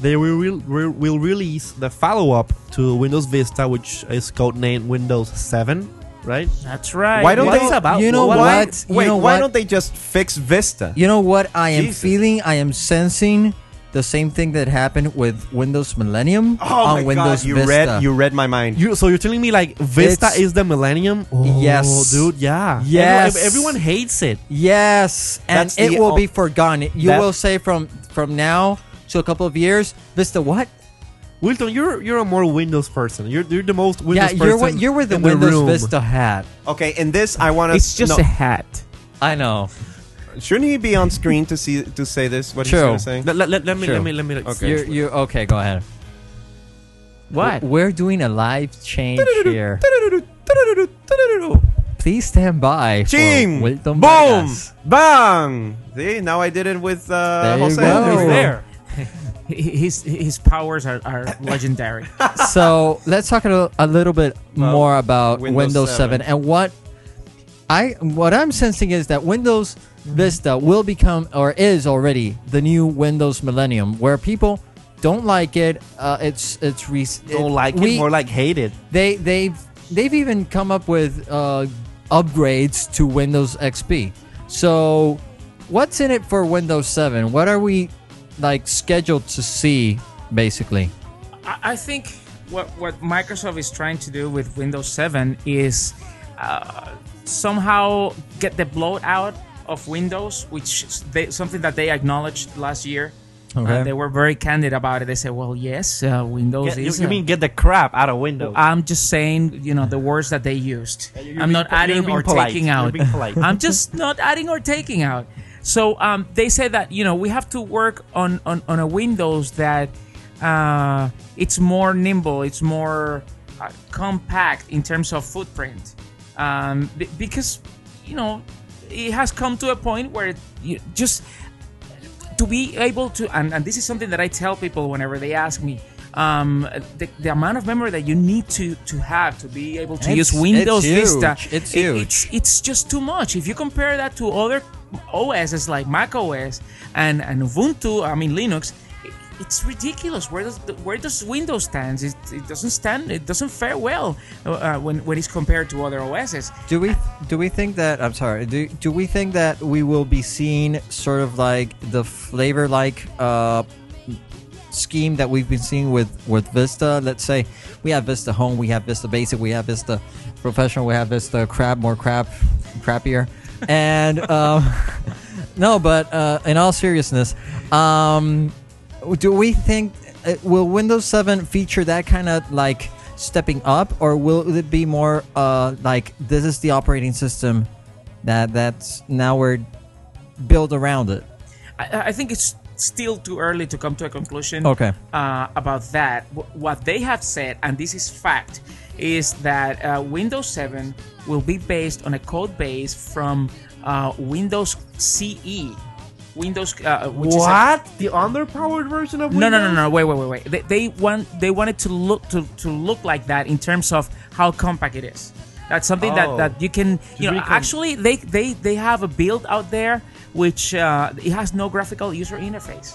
S4: they will, re- re- will release the follow-up to Windows Vista, which is codenamed Windows 7 right?
S5: That's right.
S2: Why don't
S5: What
S2: they-
S5: it's about?
S3: You know
S5: What-
S2: why,
S3: what? You
S2: Wait,
S3: know
S2: why
S3: what?
S2: don't they just fix Vista?
S3: You know what I am
S2: Jesus.
S3: feeling? I am sensing the same thing that happened with Windows Millennium
S2: oh
S3: on
S2: my
S3: Windows
S2: god, you
S3: Vista.
S2: read you read my mind.
S4: You so you're telling me like Vista
S3: It's-
S4: is the millennium? Oh,
S3: Yes.
S4: dude. Yeah. Everyone-
S3: Yes.
S4: ev- Everyone, hates it.
S3: yes, and
S2: That's the
S3: it will
S2: o-
S3: be forgotten. You
S2: that-
S3: will say from from now to a couple of years, Vista what?
S4: Wilton, you're you're a more Windows person. You're you're the most Windows
S3: yeah,
S4: person.
S3: you're what you're with
S4: in
S3: the Windows
S4: room.
S3: Vista hat.
S2: Okay, in this I want to.
S5: It's just a hat.
S3: I know.
S2: Shouldn't he be on screen to see to say this? What
S3: True.
S2: he's going to say?
S4: Let, let, let, let me
S3: Sure.
S4: let me let me.
S2: Okay.
S3: You're, you okay? Go ahead.
S5: What?
S3: We're doing a live change here. Please stand by. for
S2: Ching!
S3: Wilton
S2: Boom!
S3: Vargas.
S2: Bang! See, now I did it with uh,
S3: There you
S2: Jose.
S3: go.
S2: He's there.
S5: He- His his powers are, are legendary.
S3: so let's talk a little, a little bit
S2: Well,
S3: more about Windows,
S2: Windows 7.
S3: 7. and what I what I'm sensing is that Windows Vista will become or is already the new Windows Millennium, where people don't like it. Uh, it's it's re-
S4: Don't like it,
S3: we-
S4: more like hate it.
S3: they they've they've even come up with uh, upgrades to Windows XP. So, what's in it for Windows 7? What are we like scheduled to see basically?
S5: I, I think what what Microsoft is trying to do with Windows 7 is uh, somehow get the bloat out of Windows, which is they, something that they acknowledged last year.
S3: Okay.
S5: And they were very candid about it. They said, "Well, yes, uh, Windows
S4: Get- you,
S5: is."
S4: you
S5: uh,
S4: mean get the crap out of Windows?
S5: I'm just saying, you know, the words that they used.
S4: you're being
S5: I'm not
S4: po- you're
S5: adding
S4: being
S5: or
S4: polite.
S5: taking
S4: You're
S5: out.
S4: being polite.
S5: I'm just not adding or taking out. So um, they say that you know we have to work on on, on a Windows that uh, it's more nimble, it's more uh, compact in terms of footprint, um, be- because you know it has come to a point where it, you just to be able to and, and this is something that i tell people whenever they ask me um, the, the amount of memory that you need to to have to be able to
S3: It's-
S5: use windows
S3: it's huge.
S5: vista
S3: It's
S5: it-
S3: huge.
S5: it's, it's just too much if you compare that to other os's like mac os and, and ubuntu i mean linux it- it's ridiculous. Where does where does Windows stands? It, it doesn't stand. It doesn't fare well uh, uh, when when it's compared to other OSs.
S3: Do we do we think that I'm sorry? Do do we think that we will be seeing sort of like the flavor like uh, scheme that we've been seeing with with Vista? Let's say we have Vista Home, we have Vista Basic, we have Vista Professional, we have Vista Crap, more crap, crappier, and um, no, but uh, in all seriousness, um, do we think uh, will Windows 7 feature that kind of like stepping up, or will it be more uh, like this is the operating system that that's now we're built around it?
S5: I, I think it's still too early to come to a conclusion
S3: Okay.
S5: uh, about that. Wh- What they have said, and this is fact, is that uh, Windows 7 will be based on a code base from uh, Windows CE. Windows, uh, which is a-
S4: what? the underpowered version of
S5: no,
S4: Windows?
S5: no, no, no. Wait, wait, wait, wait. They, they want they wanted to look to, to look like that in terms of how compact it is. That's something
S4: Oh.
S5: that, that you can you know.
S4: be com-
S5: Actually, they, they they have a build out there which uh, it has no graphical user interface.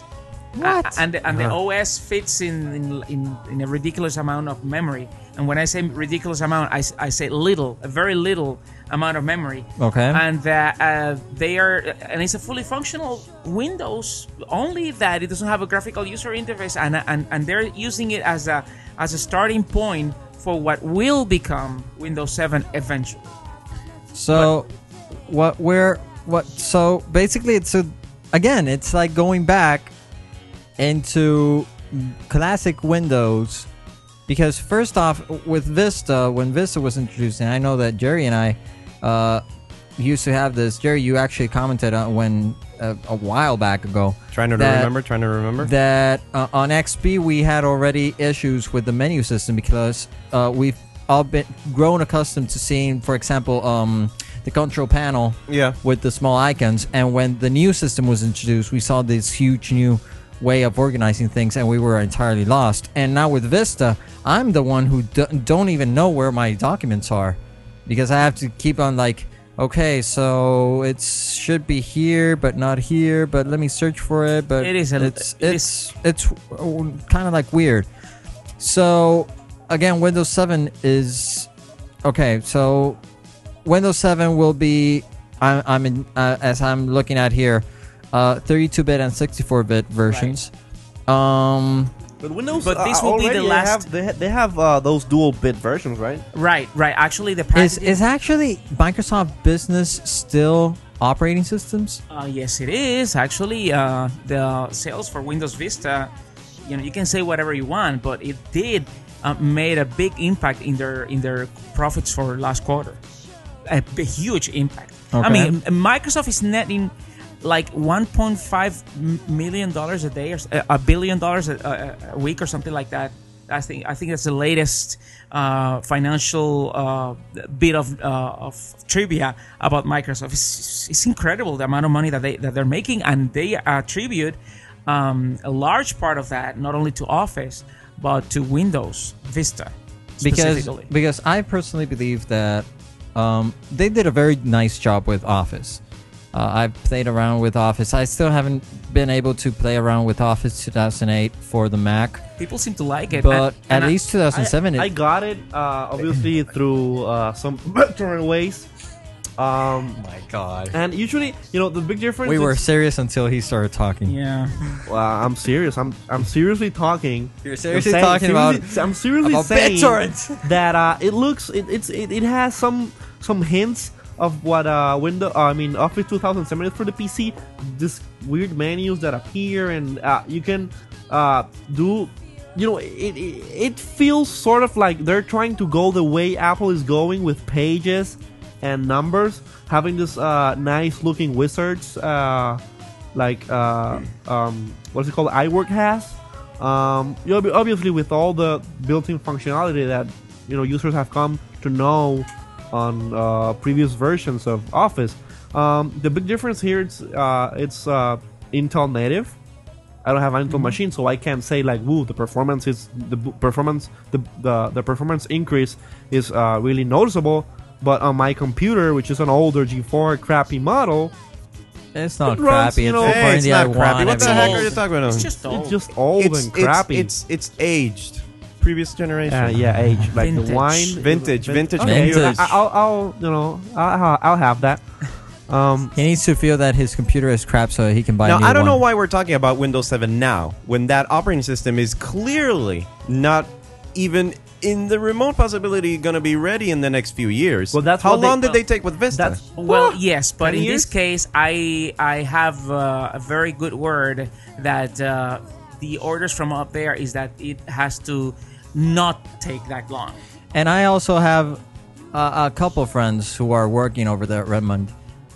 S5: What? and the, and the
S4: Uh-huh.
S5: OS fits in, in in in a ridiculous amount of memory. And when I say ridiculous amount, I, s- I say little, a very little amount of memory.
S3: Okay.
S5: And that uh, they are, and it's a fully functional Windows. Only that it doesn't have a graphical user interface, and and, and they're using it as a as a starting point for what will become Windows 7 eventually.
S3: So, what we're what so basically it's a again it's like going back into classic Windows because first off with Vista when Vista was introduced and I know that Jerry and I uh, used to have this Jerry you actually commented on when uh, a while back ago
S2: Trying to
S3: that-
S2: remember, trying to remember.
S3: that uh, on XP we had already issues with the menu system because uh, we've all been grown accustomed to seeing, for example, um, the control panel
S2: yeah.
S3: with the small icons. And when the new system was introduced, we saw this huge new way of organizing things, and we were entirely lost. And now with Vista, I'm the one who do- don't even know where my documents are because I have to keep on like. Okay, so it should be here, but not here. But let me search for it. But
S5: It is a-
S3: it's
S5: it
S3: it's it's, oh, kind of like weird. So again, Windows Seven is okay. So Windows 7 will be, I'm, I'm in, uh, as I'm looking at here, uh, 32-bit and 64-bit versions. Um,
S4: But Windows, uh,
S5: But this will be the
S4: already
S5: last-
S4: Have, they, ha- they have uh, those dual bit versions, right?
S5: Right, right. Actually, the
S3: is
S5: packaging.
S3: is actually Microsoft Business still operating systems?
S5: Uh, yes, it is actually uh, the sales for Windows Vista. You know, you can say whatever you want, but it did uh, made a big impact in their in their profits for last quarter. A b- huge impact. I
S3: Okay.
S5: mean, Microsoft is netting like 1.5 million dollars a day, or s- a a billion dollars a, a, a week, or something like that. I think I think that's the latest uh, financial uh, bit of, uh, of trivia about Microsoft. It's, it's incredible the amount of money that they that they're making, and they attribute um, a large part of that not only to Office but to Windows Vista
S3: because
S5: specifically.
S3: because I personally believe that um, they did a very nice job with Office. Uh, I've played around with Office. I still haven't been able to play around with Office 2008 for the Mac,
S5: People seem to like it,
S3: but
S5: and- and
S3: at
S5: I-
S3: least 2007.
S4: I, I
S3: it-
S4: got it uh, obviously through uh, some different ways. Um,
S3: my God,
S4: and usually, you know, the big difference.
S3: we were
S4: is-
S3: serious until he started talking.
S5: yeah.
S4: Well, I'm serious. I'm I'm seriously talking.
S3: You're
S4: I'm
S3: seriously
S4: saying-
S3: talking
S4: seriously- I'm seriously
S3: about
S4: saying
S3: BitTorrent.
S4: that uh, it looks it, it's it, it has some some hints of what uh window uh, I mean Office 2007 is for the PC. This weird menus that appear and uh, you can uh do. You know, it, it it feels sort of like they're trying to go the way Apple is going with pages and numbers, having this uh, nice looking wizards uh, like uh, um, what's it called? iWork has. Um, you know, obviously, with all the built-in functionality that you know users have come to know on uh, previous versions of Office, um, the big difference here it's uh, it's uh, Intel native. I don't have an Intel machine, so I can't say like, "Woo, the performance is the b- performance the the, the performance increase is uh, really noticeable." But on my computer, which is an older G4 crappy model,
S3: It's not
S4: It runs,
S3: crappy.
S4: you
S3: It's
S4: know,
S3: for
S2: Hey, it's
S3: the
S2: not
S3: I
S2: crappy.
S3: want
S2: What the
S3: everything.
S2: heck are you talking about?
S5: It's just old.
S4: it's just old
S2: it's,
S4: and crappy.
S2: It's, it's it's aged. Previous generation.
S4: Uh, yeah, age like
S5: Vintage.
S4: the wine,
S2: Vintage, vintage
S3: Vintage.
S4: I, I'll, I'll, you know, I'll, I'll have that. Um,
S3: He needs to feel that his computer is crap so he can buy. a
S2: Now
S3: new
S2: I don't know
S3: one.
S2: why we're talking about Windows 7 now when that operating system is clearly not even in the remote possibility going to be ready in the next few years.
S4: Well, that's
S2: how
S4: what they-
S2: long did they take with Vista?
S4: that's
S5: Well, yes, but
S4: 10
S5: in
S4: years?
S5: this case, I I have uh, a very good word that uh, the orders from up there is that it has to not take that long.
S3: And I also have uh, a couple friends who are working over there at Redmond.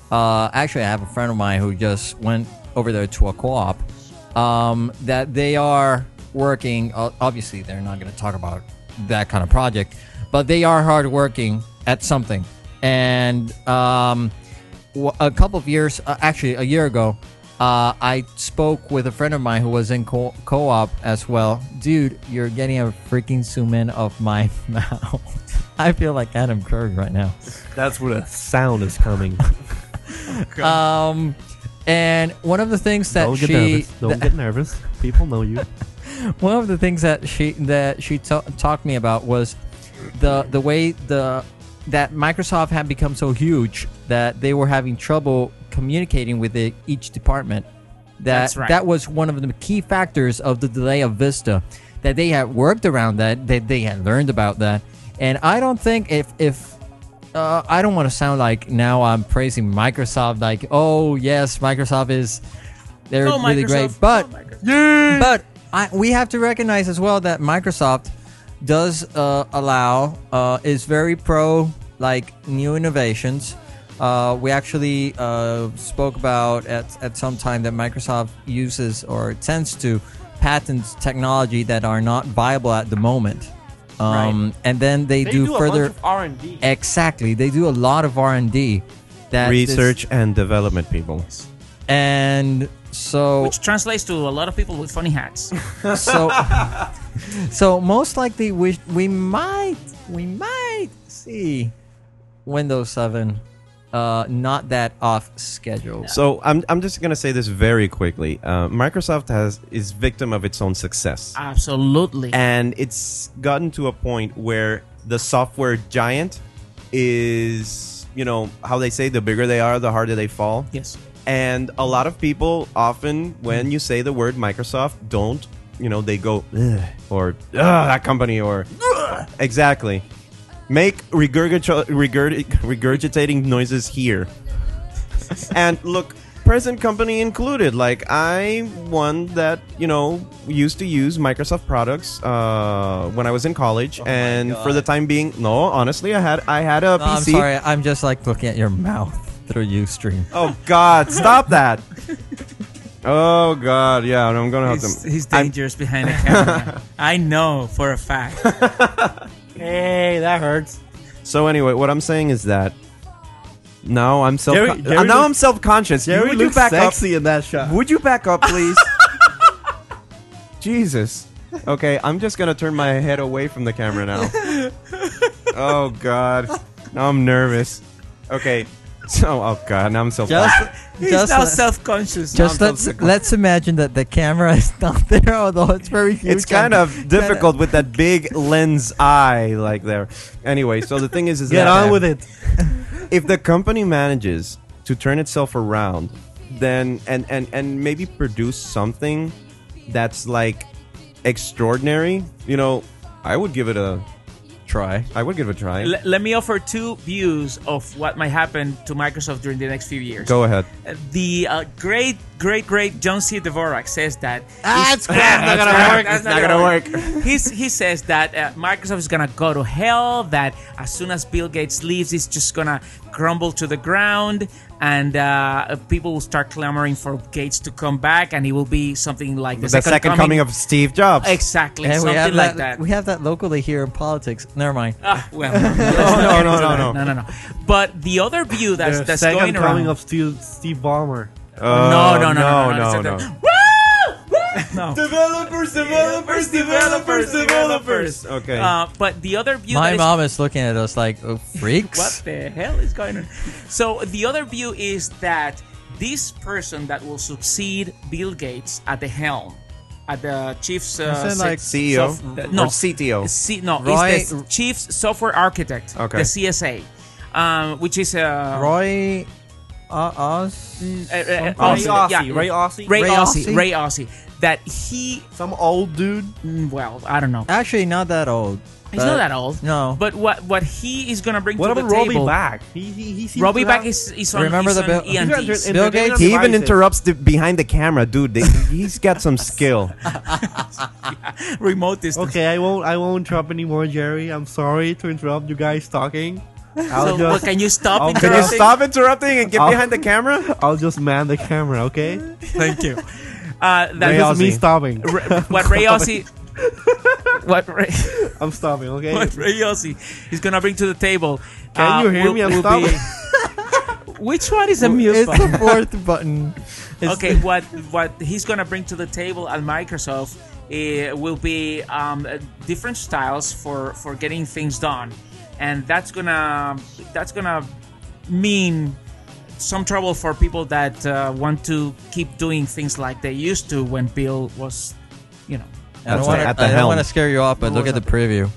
S3: Uh, actually, I have a friend of mine who just went over there to a co-op. Um, that they are working. o- Obviously, they're not going to talk about that kind of project, but they are hard working at something. And um, w- a couple of years, uh, actually a year ago, uh, I spoke with a friend of mine who was in co- co-op as well. Dude, you're getting a freaking zoom in of my mouth. I feel like Adam Curry right now.
S4: that's where the sound is coming.
S3: Um, and one of the things that
S4: don't get
S3: she,
S4: nervous. Don't get nervous. People know you.
S3: one of the things that she that she ta- talked me about was the the way the that Microsoft had become so huge that they were having trouble communicating with the, each department. That
S5: That's right.
S3: that was one of the key factors of the delay of Vista. That they had worked around that, that they had learned about that, and I don't think if if uh, I don't want to sound like now I'm praising Microsoft like oh yes Microsoft is they're
S5: Go,
S3: really great,
S5: Oh, Microsoft.
S3: but
S5: Go, Microsoft.
S3: but I, we have to recognize as well that Microsoft does uh, allow uh, is very pro like new innovations. Uh, we actually uh, spoke about at, at some time that Microsoft uses or tends to patent technology that are not viable at the moment, um, and then they, do, further.
S4: R and D.
S3: exactly, they do a lot of R and D, that is-
S2: Research and development people.
S3: and so
S5: Which translates to a lot of people with funny hats.
S3: so so most likely we we might we might see Windows 7 uh not that off schedule.
S2: So I'm, I'm just going to say this very quickly. Uh, Microsoft has is victim of its own success.
S5: Ah. Absolutely.
S2: and it's gotten to a point where the software giant is you know how they say the bigger they are, the harder they fall.
S7: Yes.
S2: And a lot of people often, when you say the word Microsoft, don't you know they go Ugh, or Ugh, that company or Ugh. exactly make regurgita- regurg- regurgitating noises here. and look, present company included. Like I one that you know used to use Microsoft products uh, when I was in college, and for the time being, no, honestly, I had I had a
S3: No,
S2: PC.
S3: I'm sorry. I'm just like looking at your mouth through Ustream.
S2: Oh God, stop that! Oh God, yeah, I'm gonna have
S5: He's,
S2: to.
S5: he's dangerous behind the camera. I know for a fact. hey, that hurts.
S2: So anyway, what I'm saying is that now I'm self
S4: Jerry- Jerry
S2: now
S4: look-
S2: I'm self conscious.
S4: Jerry
S2: Would you
S4: looks
S2: back up?
S4: sexy in that shot.
S2: Would you back up, please? Jesus. Okay, I'm just gonna turn my head away from the camera now. oh God, now I'm nervous. Okay, so oh God, now I'm self.
S3: Just,
S5: He's
S3: just,
S5: now
S3: let-
S5: self-conscious.
S2: I'm
S3: just
S2: so
S3: let's
S2: sick.
S3: let's imagine that the camera is not there, although it's very huge.
S2: it's kind
S3: and-
S2: of difficult with that big lens eye like there. Anyway, so the thing is, is
S4: Get
S2: that
S4: on
S2: um,
S4: with it.
S2: if the company manages to turn itself around then and and and maybe produce something that's like extraordinary you know i would give it a
S3: Try.
S2: i would give it a try
S5: L- let me offer two views of what might happen to Microsoft during the next few years.
S2: go ahead
S5: The uh, great, great, great John C. Dvorak says that.
S3: That's
S5: That's
S2: It's not gonna
S5: work. He's, he says that uh, Microsoft is gonna go to hell. That as soon as Bill Gates leaves, it's just gonna crumble to the ground, and uh, people will start clamoring for Gates to come back, and it will be something like the,
S2: the second, coming, of steve jobs
S5: exactly
S3: And we have
S5: something like
S3: that.
S5: that.
S3: We have that locally here in politics. Never mind.
S5: Ah, well, no,
S2: no, no, no.
S5: no, no, no. But the other view that's that's
S4: second
S5: going
S4: coming
S5: around.
S4: of Steve, Steve Ballmer.
S2: Uh,
S5: no, no, no, no,
S2: no,
S5: no, no,
S2: no,
S5: no, no. No.
S2: developers developers
S5: developers, developers.
S2: okay
S5: Uh, but the other view that
S3: My
S5: is
S3: mom is looking at us like oh, freaks.
S5: what the hell is going on? So the other view is that this person that will succeed Bill Gates at the helm, at the chief's uh,
S4: Isn't
S5: sec-
S4: like
S2: ceo
S5: soft-
S2: E or
S5: no.
S2: cto
S5: C- no,
S3: Roy-
S5: it's the chief's software architect,
S2: Okay.
S5: the CSA, um, which is uh,
S3: Roy uh, Oz.
S5: uh, uh,
S4: Ray
S5: Aussie,
S4: Aussie.
S5: yeah,
S4: Ray Aussie.
S5: Ray
S3: Ray
S5: Aussie,
S3: Aussie?
S5: Ray Aussie, that he,
S4: Some old dude.
S5: mm, well, I don't know,
S3: Actually, not that old.
S5: he's not that old,
S3: No.
S5: but what what he is gonna bring
S4: What
S5: to the
S4: about Robbie
S5: table,
S4: Back? He, he, he seems
S5: Robbie
S4: to
S5: Back
S4: have-
S5: is, is on,
S3: Remember
S5: he's
S3: the
S5: on E
S3: Bill- He's
S5: ENTs.
S4: He's
S3: Bill
S4: entertaining
S3: Gates-
S2: he even
S4: devices.
S2: interrupts the, behind the camera dude they, he's got some skill
S5: remote distance.
S4: Okay, I won't. I won't interrupt anymore, Jerry. I'm sorry to interrupt you guys talking.
S5: So,
S4: I'll
S5: well,
S4: just,
S5: can you stop
S4: I'll-
S2: Can you
S5: interrupting?
S2: stop interrupting and get
S4: I'll-
S2: behind the camera?
S4: I'll just man the camera, okay?
S5: Thank you. Uh, that
S4: That's just me
S2: Aussie.
S4: stopping.
S5: Ra- what Ray Ossie, what Ray,
S4: I'm stopping, okay?
S5: what Ray Ossie is gonna bring to the table? uh,
S4: Can you hear me? I'm
S5: be- Which one is a mute
S3: It's
S5: button?
S3: the fourth button. It's
S5: Okay, what what he's gonna bring to the table at Microsoft eh, will be um, uh, different styles for for getting things done, and that's gonna that's gonna mean some trouble for people that uh, want to keep doing things like they used to when Bill was, you know.
S3: I
S2: That's
S3: don't
S2: like at
S3: want
S2: the
S3: to. I don't
S2: helm.
S3: want to scare you off, but look at the preview.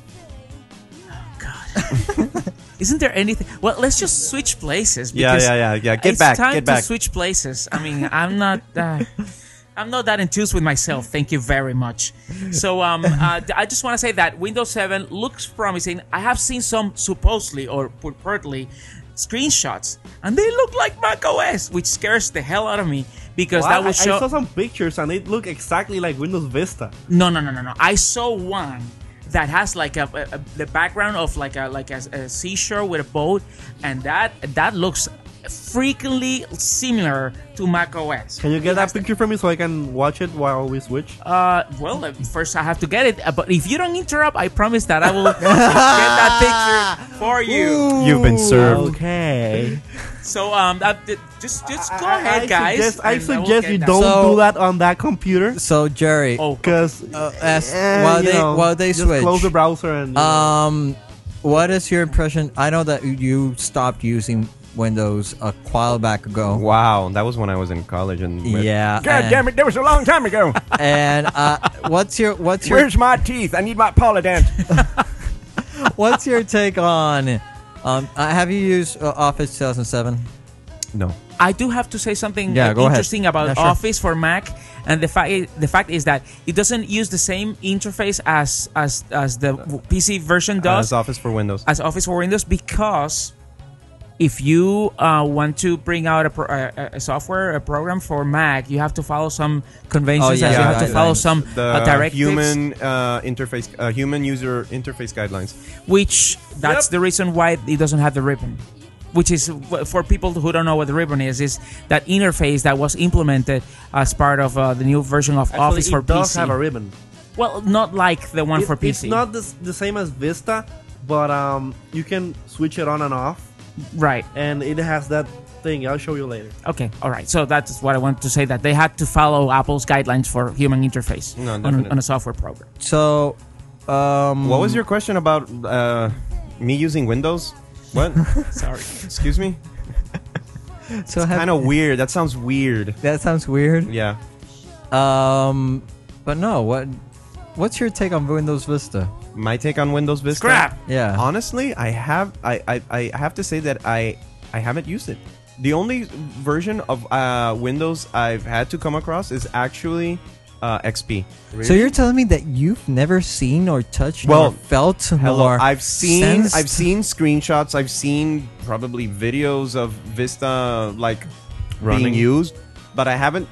S5: Isn't there anything? Well, let's just switch places.
S2: Yeah,
S5: because
S2: yeah, yeah, yeah. Get
S5: it's
S2: back,
S5: time
S2: get back.
S5: to switch places. I mean, I'm not. Uh, I'm not that enthused with myself. Thank you very much. So, um, uh, I just want to say that Windows 7 looks promising. I have seen some supposedly or purportedly screenshots, and they look like Mac OS, which scares the hell out of me because
S4: Wow,
S5: that
S4: I,
S5: will show.
S4: I saw some pictures and they look exactly like Windows Vista.
S5: No, no, no, no, no. I saw one that has like a, a, a- the background of like a like a, a seashore with a boat, and that that looks freakingly similar to Mac OS.
S4: Can you get that
S5: Yes.
S4: picture for me so I can watch it while we switch?
S5: Uh, well, uh, first I have to get it. uh, But if you don't interrupt, I promise that I will get that picture for you.
S2: You've been
S5: Um,
S2: served.
S4: Okay.
S5: So um, that, that- just just go
S4: I- I-
S5: ahead,
S4: I
S5: guys.
S4: Suggest, I
S5: and will
S4: suggest
S5: get
S4: you
S5: that.
S4: don't
S3: So-
S4: do that on that computer
S3: So Jerry,
S5: Oh,
S4: because
S3: Uh, as- while they while they
S4: just
S3: switch,
S4: close the browser and
S3: um, what is your impression? I know that you stopped using Windows a while back ago.
S2: Wow, that was when I was in college. And
S3: Yeah.
S8: God
S3: and,
S8: damn it, that was a long time ago.
S3: And uh, what's your what's your
S8: Where's my teeth? I need my polydent.
S3: what's your take on Um, uh, have you used uh, Office 2007?
S2: No. uh,
S9: I do have to say something uh,
S3: Yeah, go ahead.
S9: interesting about
S3: Yeah, sure.
S9: Office for Mac, and the fact i- the fact is that it doesn't use the same interface as as as the
S4: Uh,
S9: w- PC version does
S2: As Office for Windows.
S9: as Office for Windows because if you uh, want to bring out a, pro- a, a- a software, a program for Mac, you have to follow some conventions.
S3: Oh, yeah,
S9: and you
S3: yeah,
S9: have to
S3: guidelines.
S9: follow some
S2: the
S9: uh, directives,
S2: human uh, interface, uh, human user interface guidelines.
S9: which that's
S2: Yep.
S9: the reason why it doesn't have the ribbon. Which is for people who don't know what the ribbon is, is that interface that was implemented as part of uh, the new version of
S4: Actually,
S9: Office for
S4: it does
S9: PC.
S4: have a ribbon.
S9: well, not like the one
S4: It-
S9: for PC.
S4: It's not the, s- the same as Vista, but um, you can switch it on and off,
S9: right.
S4: and it has that thing. I'll show you later.
S9: Okay, all right. So that's what I wanted to say. That they had to follow Apple's guidelines for human interface
S2: No,
S9: on,
S2: definitely.
S9: a, on a software program.
S3: So, um,
S2: What was your question about uh, me using Windows? What?
S9: Sorry.
S2: Excuse me.
S3: so have-
S2: Kind of weird. That sounds weird.
S3: that sounds weird.
S2: Yeah.
S3: Um, but no, what what's your take on Windows Vista?
S2: My take on Windows Vista.
S9: Scrap.
S3: Yeah.
S2: Honestly, I have I, I, I have to say that I I haven't used it. The only version of uh, Windows I've had to come across is actually uh, XP.
S3: So you're telling me that you've never seen or touched
S2: Well,
S3: nor felt
S2: Hello,
S3: nor
S2: I've seen
S3: sensed?
S2: I've seen screenshots. I've seen probably videos of Vista like
S4: Running.
S2: being used, but I haven't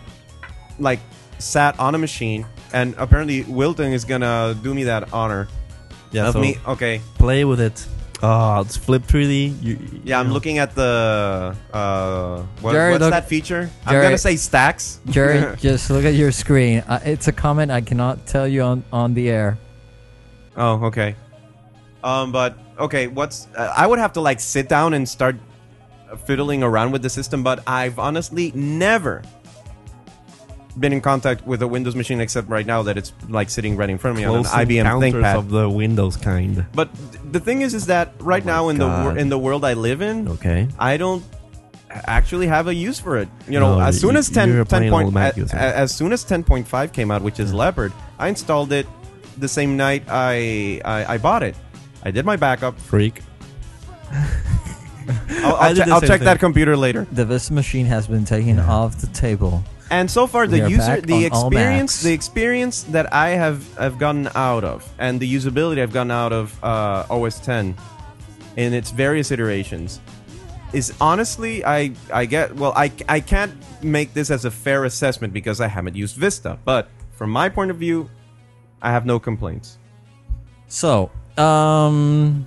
S2: like sat on a machine. And apparently, Wilton is gonna do me that honor
S4: Yeah,
S2: of
S4: so
S2: me. Okay,
S4: play with it. Oh, it's Flip 3D. You,
S2: yeah, I'm looking at the uh, what,
S3: Jerry,
S2: what's
S3: look-
S2: that feature?
S3: Jerry-
S2: I'm gonna say stacks.
S3: Jerry, just look at your screen. Uh, it's a comment I cannot tell you on on the air.
S2: oh, okay. Um, but okay, what's uh, I would have to like sit down and start fiddling around with the system, but I've honestly never been in contact with a Windows machine except right now that it's like sitting right in front of me on an
S4: Close
S2: IBM
S4: encounters
S2: ThinkPad.
S4: of the Windows kind.
S2: but th- the thing is, is that right
S4: my
S2: now in the wor-
S4: God.
S2: in the world I live in,
S4: Okay.
S2: I don't actually have a use for it. You know,
S4: No,
S2: as soon
S4: you-
S2: as 10,
S4: you're a
S2: 10
S4: plain
S2: point,
S4: old Mac
S2: a-
S4: user.
S2: a- as soon as 10.5 came out, which is Leopard, I installed it the same night I I, I bought it. I did my backup.
S4: Freak.
S2: I'll,
S4: I
S2: I'll,
S4: did
S2: che-
S4: the
S2: I'll
S4: same
S2: check that
S4: thing.
S2: computer later.
S3: The Vista machine has been taken off the table.
S2: And so far,
S3: We
S2: the
S3: are
S2: user,
S3: back on
S2: the
S3: all
S2: experience,
S3: Macs.
S2: the experience that I have have gotten out of, and the usability I've gotten out of uh, OS 10 in its various iterations, is honestly, I I get well, I I can't make this as a fair assessment because I haven't used Vista, but from my point of view, I have no complaints.
S3: So, um,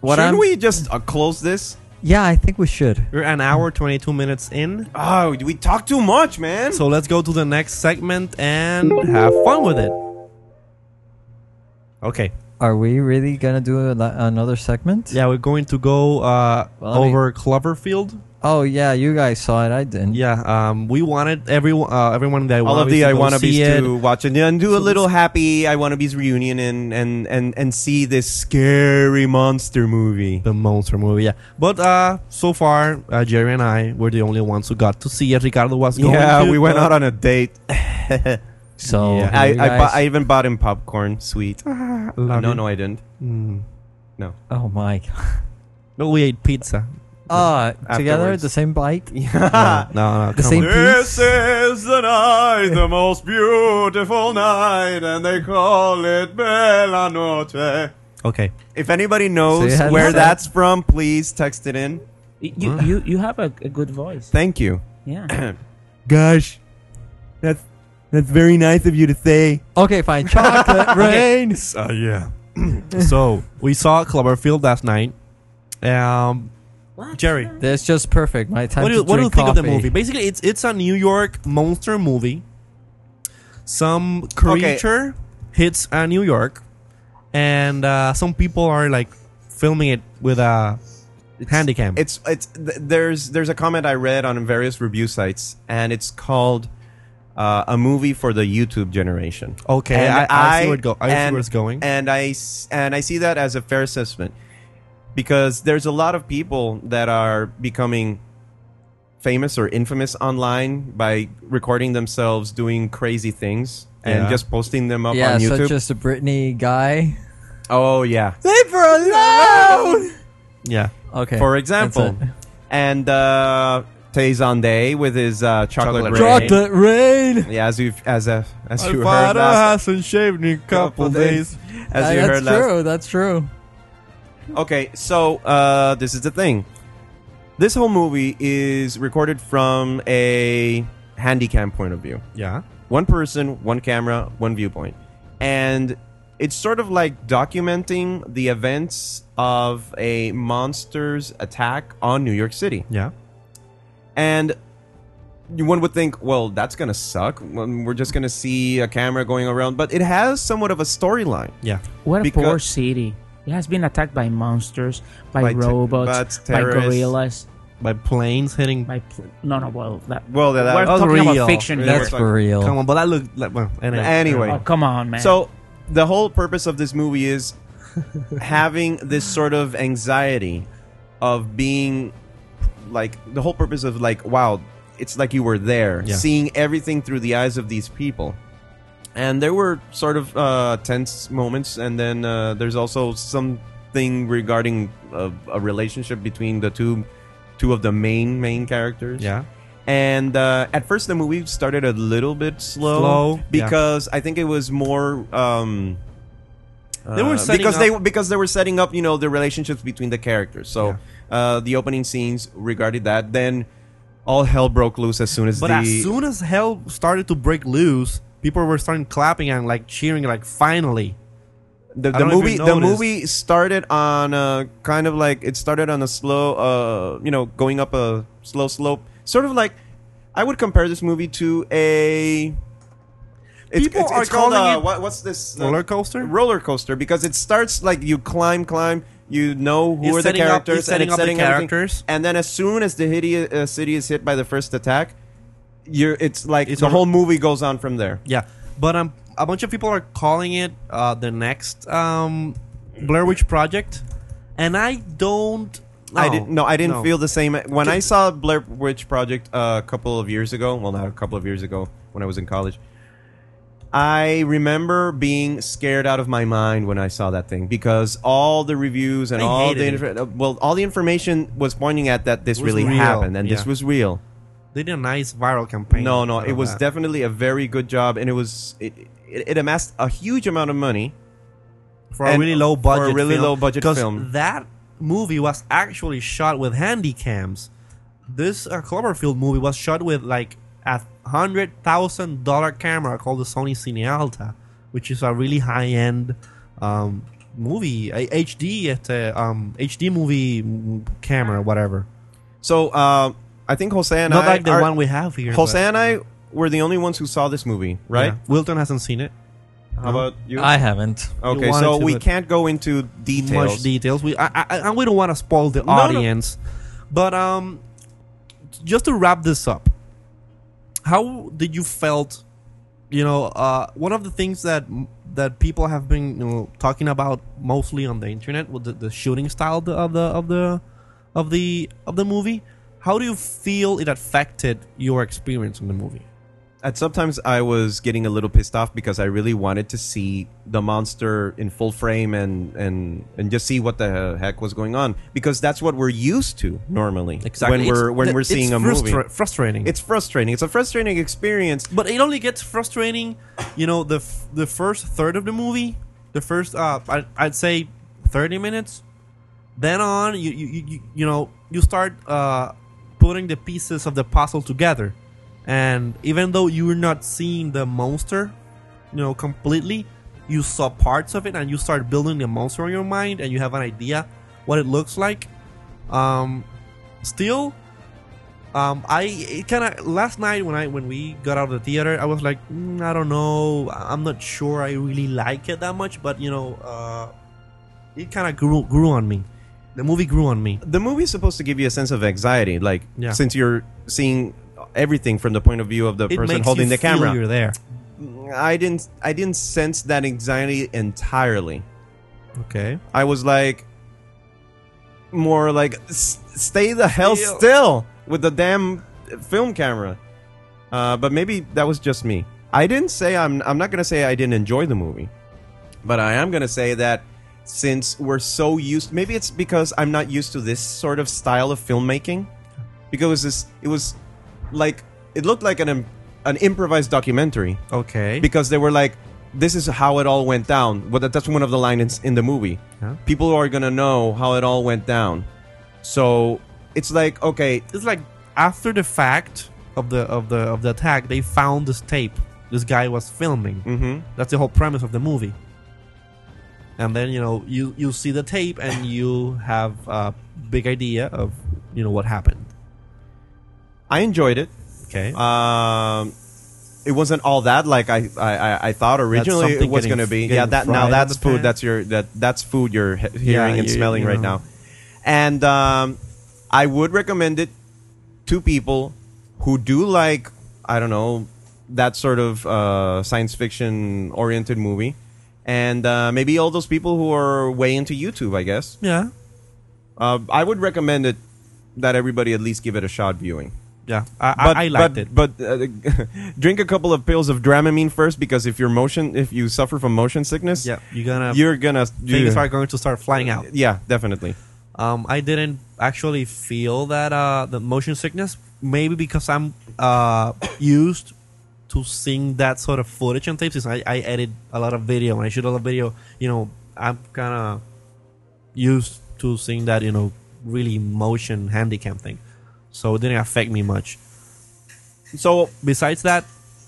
S3: what
S2: Shouldn't
S3: I'm
S2: we just uh, close this?
S3: yeah, I think we should.
S4: We're an hour 22 minutes in.
S2: Oh, we talk too much, man.
S4: So let's go to the next segment and have fun with it. Okay.
S3: Are we really gonna do a, another segment?
S4: Yeah, we're going to go uh,
S3: Well, I mean-
S4: over Cloverfield.
S3: Oh yeah, you guys saw it. I didn't.
S4: Yeah, um, we wanted everyone, uh, everyone that
S2: all of the I want to be to
S4: it.
S2: watch it and do a little happy I want to be's reunion and and and and see this scary monster movie.
S4: the monster movie. Yeah, but uh, so far uh, Jerry and I were the only ones who got to see it. Ricardo was going.
S2: Yeah,
S4: to,
S2: we went
S4: but-
S2: out on a date.
S3: So
S4: Yeah.
S2: I I,
S3: you guys,
S2: bu- I even bought him popcorn, sweet.
S4: Love
S2: no,
S4: it.
S2: no, I didn't.
S4: Mm.
S3: oh my god.
S4: But we ate pizza.
S3: Uh, together
S2: Afterwards.
S3: the same bite.
S4: no, no, no,
S3: The
S4: come
S3: same
S4: on.
S3: piece.
S2: is the night, the most beautiful night, and they call it Bella Noche.
S4: Okay,
S2: If anybody knows
S3: So you had
S2: where
S3: that.
S2: that's from, please text it in.
S9: You, you, you have a, a good voice.
S2: Thank you.
S9: Yeah.
S1: Gosh, that's that's very nice of you to say.
S3: Okay, fine. Chocolate rain.
S4: uh, yeah. so we saw Cloverfield last night. Um,
S9: What?
S4: Jerry,
S3: That's just perfect. My time
S4: what do you,
S3: to
S4: what do you
S3: drink
S4: think of the
S3: coffee.
S4: movie? Basically, it's it's a New York monster movie. Some
S2: Okay.
S4: creature hits uh, New York, and uh, some people are like filming it with a handicam.
S2: it's it's th- there's there's a comment I read on various review sites, and it's called uh, a movie for the YouTube generation.
S4: Okay,
S2: And
S4: I, I, see where it go. I see where it's going.
S2: And I s- and I see that as a fair assessment because there's a lot of people that are becoming famous or infamous online by recording themselves doing crazy things and
S4: Yeah.
S2: just posting them up
S3: Yeah,
S2: on YouTube.
S3: such as the Britney guy.
S2: oh yeah.
S3: Leave her alone.
S4: Yeah.
S3: Okay.
S2: for example.
S3: That's
S2: And uh, Day with his uh, chocolate,
S4: Chocolate
S2: rain.
S4: rain.
S3: Chocolate rain.
S2: Yeah, as you as a, as you heard
S4: Alvaro
S2: last,
S4: hasn't shaved in a couple
S2: Couple days.
S4: days.
S2: as you
S3: Uh, that's
S2: heard last.
S3: true. That's true.
S2: Okay, so uh, this is the thing. This whole movie is recorded from a handycam point of view.
S4: Yeah.
S2: One person, one camera, one viewpoint. And it's sort of like documenting the events of a monster's attack on New York City.
S4: Yeah.
S2: And you- one would think, well, that's going to suck. We're just going to see a camera going around. But it has somewhat of a storyline.
S4: Yeah.
S5: What a poor
S2: Because-
S5: city. It has been attacked by monsters, by,
S2: By te-
S5: robots,
S2: but
S5: by
S2: terrorists.
S5: gorillas,
S4: By planes hitting.
S5: by pl- no, no. Well, that,
S2: Well, that,
S5: we're
S2: that
S5: talking
S4: real.
S5: about fiction
S2: Really?
S5: here.
S3: That's for real.
S4: Come on, but that looked like. Well, anyway.
S2: Anyway.
S5: Oh, come on, man.
S2: So the whole purpose of this movie is having this sort of anxiety of being like the whole purpose of like wow, it's like you were there,
S4: Yeah.
S2: seeing everything through the eyes of these people. And there were sort of uh, tense moments, and then uh, there's also something regarding a, a relationship between the two, two of the main main characters.
S4: Yeah.
S2: And uh, at first, the movie started a little bit slow,
S4: Slow, yeah.
S2: because I think it was more. Um,
S4: They were
S2: uh,
S4: setting
S2: because
S4: up-
S2: they because they were setting up, you know, the relationships between the characters. So uh, the opening scenes regarded that. Then all hell broke loose as soon as
S4: But
S2: the
S4: as soon as hell started to break loose, people were starting clapping and like cheering, like finally.
S2: the,
S4: I
S2: the
S4: don't know if
S2: movie
S4: you
S2: the
S4: noticed.
S2: movie started on a kind of like it started on a slow uh you know going up a slow slope sort of like I would compare this movie to a it's,
S4: People
S2: it's,
S4: are
S2: it's called
S4: calling
S2: uh,
S4: it
S2: what, what's this uh,
S4: Roller coaster?
S2: roller coaster because it starts like you climb climb you know who
S4: It's
S2: are the
S4: setting up-
S2: characters
S4: it's setting
S2: and it's
S4: up the
S2: setting everything.
S4: characters.
S2: and then as soon as the hide- uh, city is hit by the first attack you're it's like
S4: It's
S2: the
S4: a-
S2: whole movie goes on from there
S4: Yeah, but um, a bunch of people are calling it uh, the next um, Blair Witch Project, and I don't.
S2: I didn't. No, I didn't
S4: Oh, no.
S2: feel the same. When I saw Blair Witch Project a couple of years ago, well, not a couple of years ago, when I was in college, I remember being scared out of my mind when I saw that thing because all the reviews and
S4: I
S2: all the
S4: hated
S2: inf- uh, well, all the information was pointing at that this
S4: It was
S2: really
S4: real,
S2: happened and this
S4: yeah.
S2: was real.
S4: They did a nice viral campaign.
S2: No, no,
S4: out
S2: it
S4: of
S2: was
S4: that.
S2: definitely a very good job, and it was it, it, it amassed a huge amount of money.
S4: for a
S2: and
S4: really low
S2: for a
S4: budget.
S2: really
S4: film,
S2: low-budget
S4: 'cause
S2: film.
S4: That movie was actually shot with handy cams. This uh, Cloverfield movie was shot with like a hundred thousand dollar camera called the Sony Cine Alta, which is a really high end um, movie a HD at a, um, HD movie mm, camera, whatever.
S2: So uh, I think Jose and
S4: Not
S2: I,
S4: like the
S2: are-
S4: one we have here.
S2: Jose
S4: but-
S2: and I were the only ones who saw this movie, right?
S4: Yeah. Wilton hasn't seen it.
S2: How about you?
S3: I haven't.
S2: okay,
S4: You Uh-huh. wanted
S2: so
S4: to,
S2: we
S4: but-
S2: can't go into details.
S4: much details. We I, I, I- and we don't want to spoil the
S2: No, no.
S4: audience, but um, just to wrap this up, how did you felt? You know, uh, one of the things that that people have been you know, talking about mostly on the internet was the, the shooting style of the of the of the of the of the movie. How do you feel it affected your experience in the movie?
S2: At sometimes I was getting a little pissed off because I really wanted to see the monster in full frame and and and just see what the heck was going on because that's what we're used to normally. When we're
S4: It's-
S2: when
S4: the-
S2: we're
S4: it's
S2: seeing a
S4: frustra-
S2: movie,
S4: frustrating.
S2: it's frustrating. It's a frustrating experience.
S4: but it only gets frustrating you know the f- the first third of the movie the first uh I, i'd say 30 minutes then on you you, you- you you know you start uh putting the pieces of the puzzle together and even though you're not seeing the monster you know completely you saw parts of it and you start building the monster in your mind and you have an idea what it looks like um still um, I it kind of last night when I when we got out of the theater, I was like, mm, I don't know, I- I'm not sure I really like it that much, but you know, uh, it kind of grew grew on me. The movie grew on me.
S2: The movie's supposed to give you a sense of anxiety, like
S4: Yeah.
S2: since you're seeing everything from the point of view of the
S4: It
S2: person
S4: makes
S2: holding
S4: you
S2: the
S4: feel
S2: camera.
S4: You're there.
S2: I didn't I didn't sense that anxiety entirely.
S4: Okay.
S2: I was like more like "S- stay the hell
S4: Still."
S2: still with the damn film camera. Uh, but maybe that was just me. I didn't say I'm I'm not going to say I didn't enjoy the movie. But I am going to say that since we're so used maybe it's because I'm not used to this sort of style of filmmaking because this it was like it looked like an im- an improvised documentary
S4: Okay.
S2: because they were like this is how it all went down well that, that's one of the lines in the movie
S4: Yeah.
S2: people are gonna know how it all went down so it's like okay
S4: it's like after the fact of the of the of the attack, they found this tape. This guy was filming.
S2: mm-hmm
S4: That's the whole premise of the movie. And then you know you you see the tape and you have a big idea of you know what happened. Uh,
S2: I enjoyed it
S4: Okay.
S2: um it wasn't all that like I I, I- I thought originally it
S4: something
S2: was
S4: getting-
S2: gonna be.
S4: getting
S2: Yeah, that
S4: fried
S2: now
S4: in
S2: that's
S4: the
S2: food.
S4: pan.
S2: That's your that that's food you're he- hearing and
S4: you-
S2: smelling
S4: you
S2: right
S4: know.
S2: now. And um, I would recommend it to people who do like I don't know that sort of uh, science fiction oriented movie, and uh, maybe all those people who are way into YouTube. I guess
S4: yeah.
S2: uh, I would recommend it that everybody at least give it a shot viewing
S4: Yeah. I, I, I liked it.
S2: but, it. But uh, drink a couple of pills of Dramamine first, because if your motion, if you suffer from motion sickness,
S4: Yeah. You're gonna
S2: you're gonna.
S4: things
S2: you-
S4: are going to start flying out.
S2: yeah, definitely.
S4: Um, I didn't actually feel that uh, the motion sickness. Maybe because I'm uh, used to seeing that sort of footage and tapes. Since I, I edit a lot of video and I shoot a lot of video, you know, I'm kind of used to seeing that, you know, really motion handicap thing. So it didn't affect me much.
S2: So
S4: Besides that,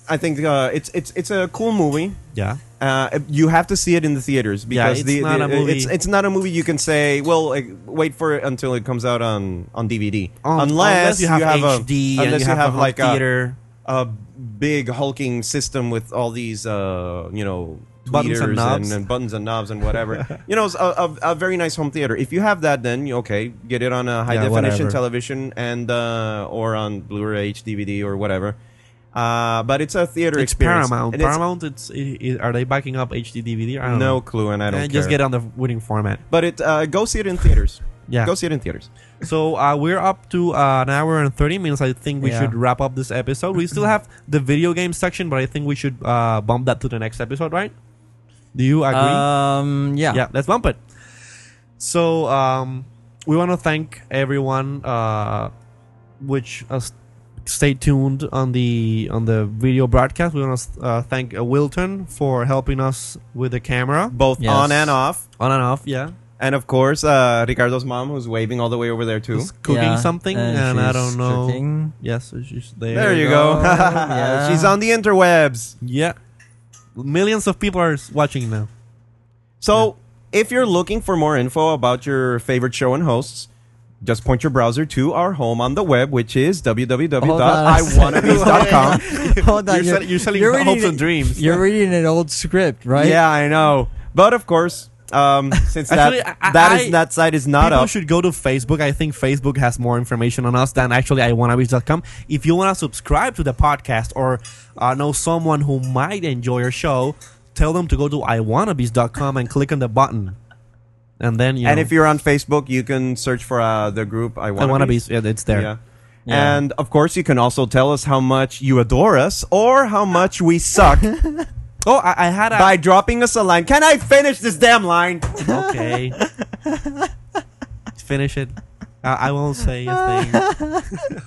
S2: I think uh, it's it's it's a cool movie.
S4: yeah,
S2: Uh, you have to see it in the theaters because
S4: it's
S2: the,
S4: not
S2: the- uh,
S4: a movie-
S2: it's it's not a movie you can say well like, wait for it until it comes out on on DVD
S4: Um,
S2: unless, you have, a-
S4: HD and
S2: unless
S4: you have, a home
S2: like a-
S4: theater.
S2: a big hulking system with all these uh, you know
S4: Buttons and
S2: tweeters
S4: knobs.
S2: and, buttons and knobs and whatever you know it's a, a, a very nice home theater if you have that then you- okay get it on a high
S4: Yeah,
S2: definition
S4: whatever.
S2: television and uh, or on blu-ray dvd or whatever uh, but it's a theater
S4: It's
S2: experience
S4: Paramount.
S2: And it's-
S4: Paramount, it's, i i are they backing up HD DVD? I don't know.
S2: no clue and i don't
S4: and just
S2: care.
S4: get on the winning format.
S2: but it uh, go see it in theaters
S4: Yeah.
S2: go see it in theaters
S4: So uh, we're up to uh, an hour and thirty minutes. I think we
S6: Yeah.
S4: should wrap up this episode. We still have the video game section, but I think we should uh, bump that to the next episode, right? Do you agree?
S3: Um, yeah.
S4: yeah, let's bump it. So um, we want to thank everyone, uh, which uh, s- stay tuned on the on the video broadcast. We want to uh, thank uh, Wilton for helping us with the camera
S2: both
S3: Yes.
S2: on and off
S4: on and off. Yeah,
S2: and of course uh, ricardo's mom who's waving all the way over there too
S4: She's cooking
S3: Yeah,
S4: something, and, I
S3: she's
S4: don't know.
S3: cooking.
S4: Yes, so she's there.
S2: there you go,
S3: yeah.
S2: she's on the interwebs
S4: Yeah. Millions of people are s- watching now.
S2: So, if you're looking for more info about your favorite show and hosts, just point your browser to our home on the web, which is
S3: Hold on a
S2: www.iwannabes.com.
S3: Hold on,
S4: You're sell- you're selling hopes
S3: reading-
S4: and dreams.
S3: You're reading an old script, right?
S2: Yeah, I know. But of course, um, since that
S4: Actually, I-
S2: that
S4: I-
S2: is that site is not
S4: people
S2: up,
S4: should go to Facebook. I think Facebook has more information on us than actually iwannabes.com. If you want to subscribe to the podcast or uh, know someone who might enjoy your show, tell them to go to iwannabes.com and click on the button. And then, you
S2: and
S4: know,
S2: if you're on Facebook, you can search for uh, the group I Wanna Be.
S4: iwannabes, yeah, it's there.
S2: Yeah. And of course, you can also tell us how much you adore us or how much we suck
S4: Oh, I, I had a.
S2: by dropping us a line. Can I finish this damn line?
S4: Okay. Finish it. I, I won't say a thing.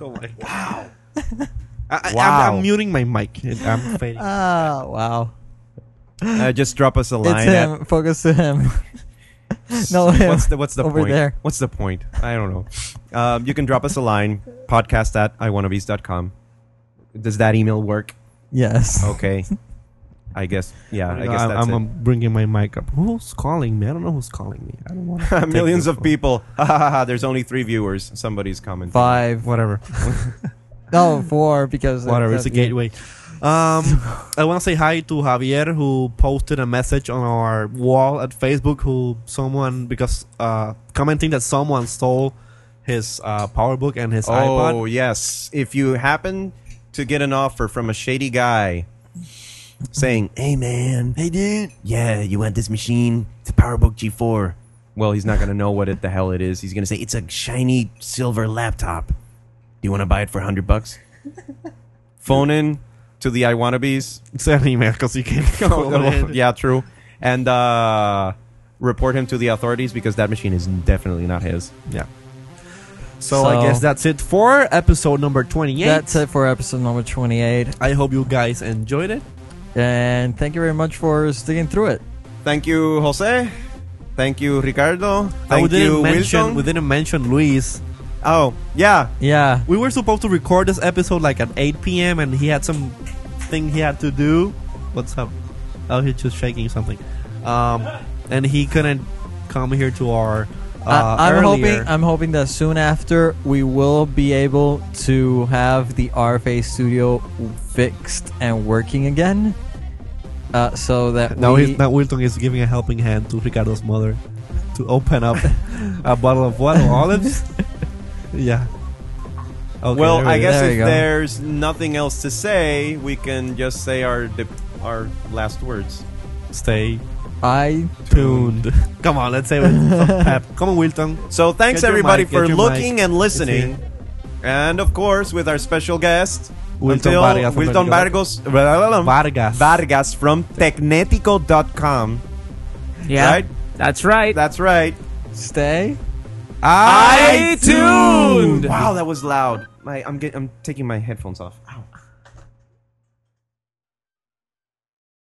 S4: oh my god. Wow. I, I, I'm,
S2: Wow.
S4: I'm muting my mic. I'm fading.
S3: Ah, wow.
S2: Uh, just drop us a
S3: It's
S2: line. at-
S3: him. Focus to him. no, him.
S2: what's the what's the
S3: over
S2: point?
S3: there.
S2: What's the point? I don't know. Um, you can drop us a line, podcast at iwannabes.com. Does that email work?
S3: Yes.
S2: Okay. I guess yeah, I guess
S4: I'm,
S2: that's
S4: I'm,
S2: it.
S4: I'm bringing my mic up. Who's calling me? I don't know who's calling me. I don't want to take
S2: Millions
S4: the
S2: of
S4: phone.
S2: people. Ha, ha, ha, ha. There's only three viewers. Somebody's commenting.
S3: Five.
S4: Whatever.
S3: No, four because
S4: Whatever. It's a gateway. Um, I want to say hi to Javier who posted a message on our wall at Facebook. Who someone because uh, commenting that someone stole his uh, PowerBook and his
S2: Oh
S4: iPod.
S2: yes. If you happen to get an offer from a shady guy saying, Hey man. Hey dude. Yeah, you want this machine? It's a PowerBook G4. Well, he's not gonna know what it the hell it is. He's gonna say it's a shiny silver laptop. Do you wanna buy it for hundred bucks? Phone in to the I wannabes. Oh,
S4: send an email because you can't go
S2: yeah, true. And uh report him to the authorities because that machine is definitely not his.
S4: Yeah. So, I
S3: So-
S4: guess that's it for episode number 28.
S3: That's it for episode number 28.
S4: I hope you guys enjoyed it.
S3: And thank you very much for sticking through it.
S2: Thank you, Jose. Thank you, Ricardo.
S4: I
S2: Thank
S4: didn't
S2: you,
S4: mention,
S2: Wilson.
S4: We didn't mention Luis.
S2: oh, yeah.
S3: Yeah.
S4: We were supposed to record this episode like at 8 p.m. and he had some thing he had to do. What's up? Oh, he's just shaking something. Um, and he couldn't come here to our. Uh,
S3: I, am
S4: earlier.
S3: hoping I'm hoping that soon after we will be able to have the RFA studio fixed and working again. Uh, so that
S4: Now,
S3: we,
S4: he's, now Wilton is giving a helping hand to Ricardo's mother to open up a bottle of what? Olives? yeah. Okay,
S2: well,
S4: there
S2: I
S4: it
S2: guess
S4: is.
S3: There
S2: if
S3: you go.
S2: there's nothing else to say, we can just say our dip- our last words.
S4: stay
S3: I
S4: tuned. Come on, let's say it with some pep. Come on, Wilton.
S2: So thanks
S4: Get your
S2: everybody
S4: mic, get
S2: for
S4: your
S2: looking
S4: mic.
S2: and listening,
S4: It's
S2: and of course with our special guest
S4: Wilton
S2: until
S4: Vargas from
S2: Wilton Vargas
S4: Vargas.
S2: Vargas from Tecnetico.com.
S5: Yeah,
S2: Right?
S5: that's right.
S2: That's right.
S3: stay.
S2: Wow, that was loud. My, I'm get, I'm taking my headphones off. Ow.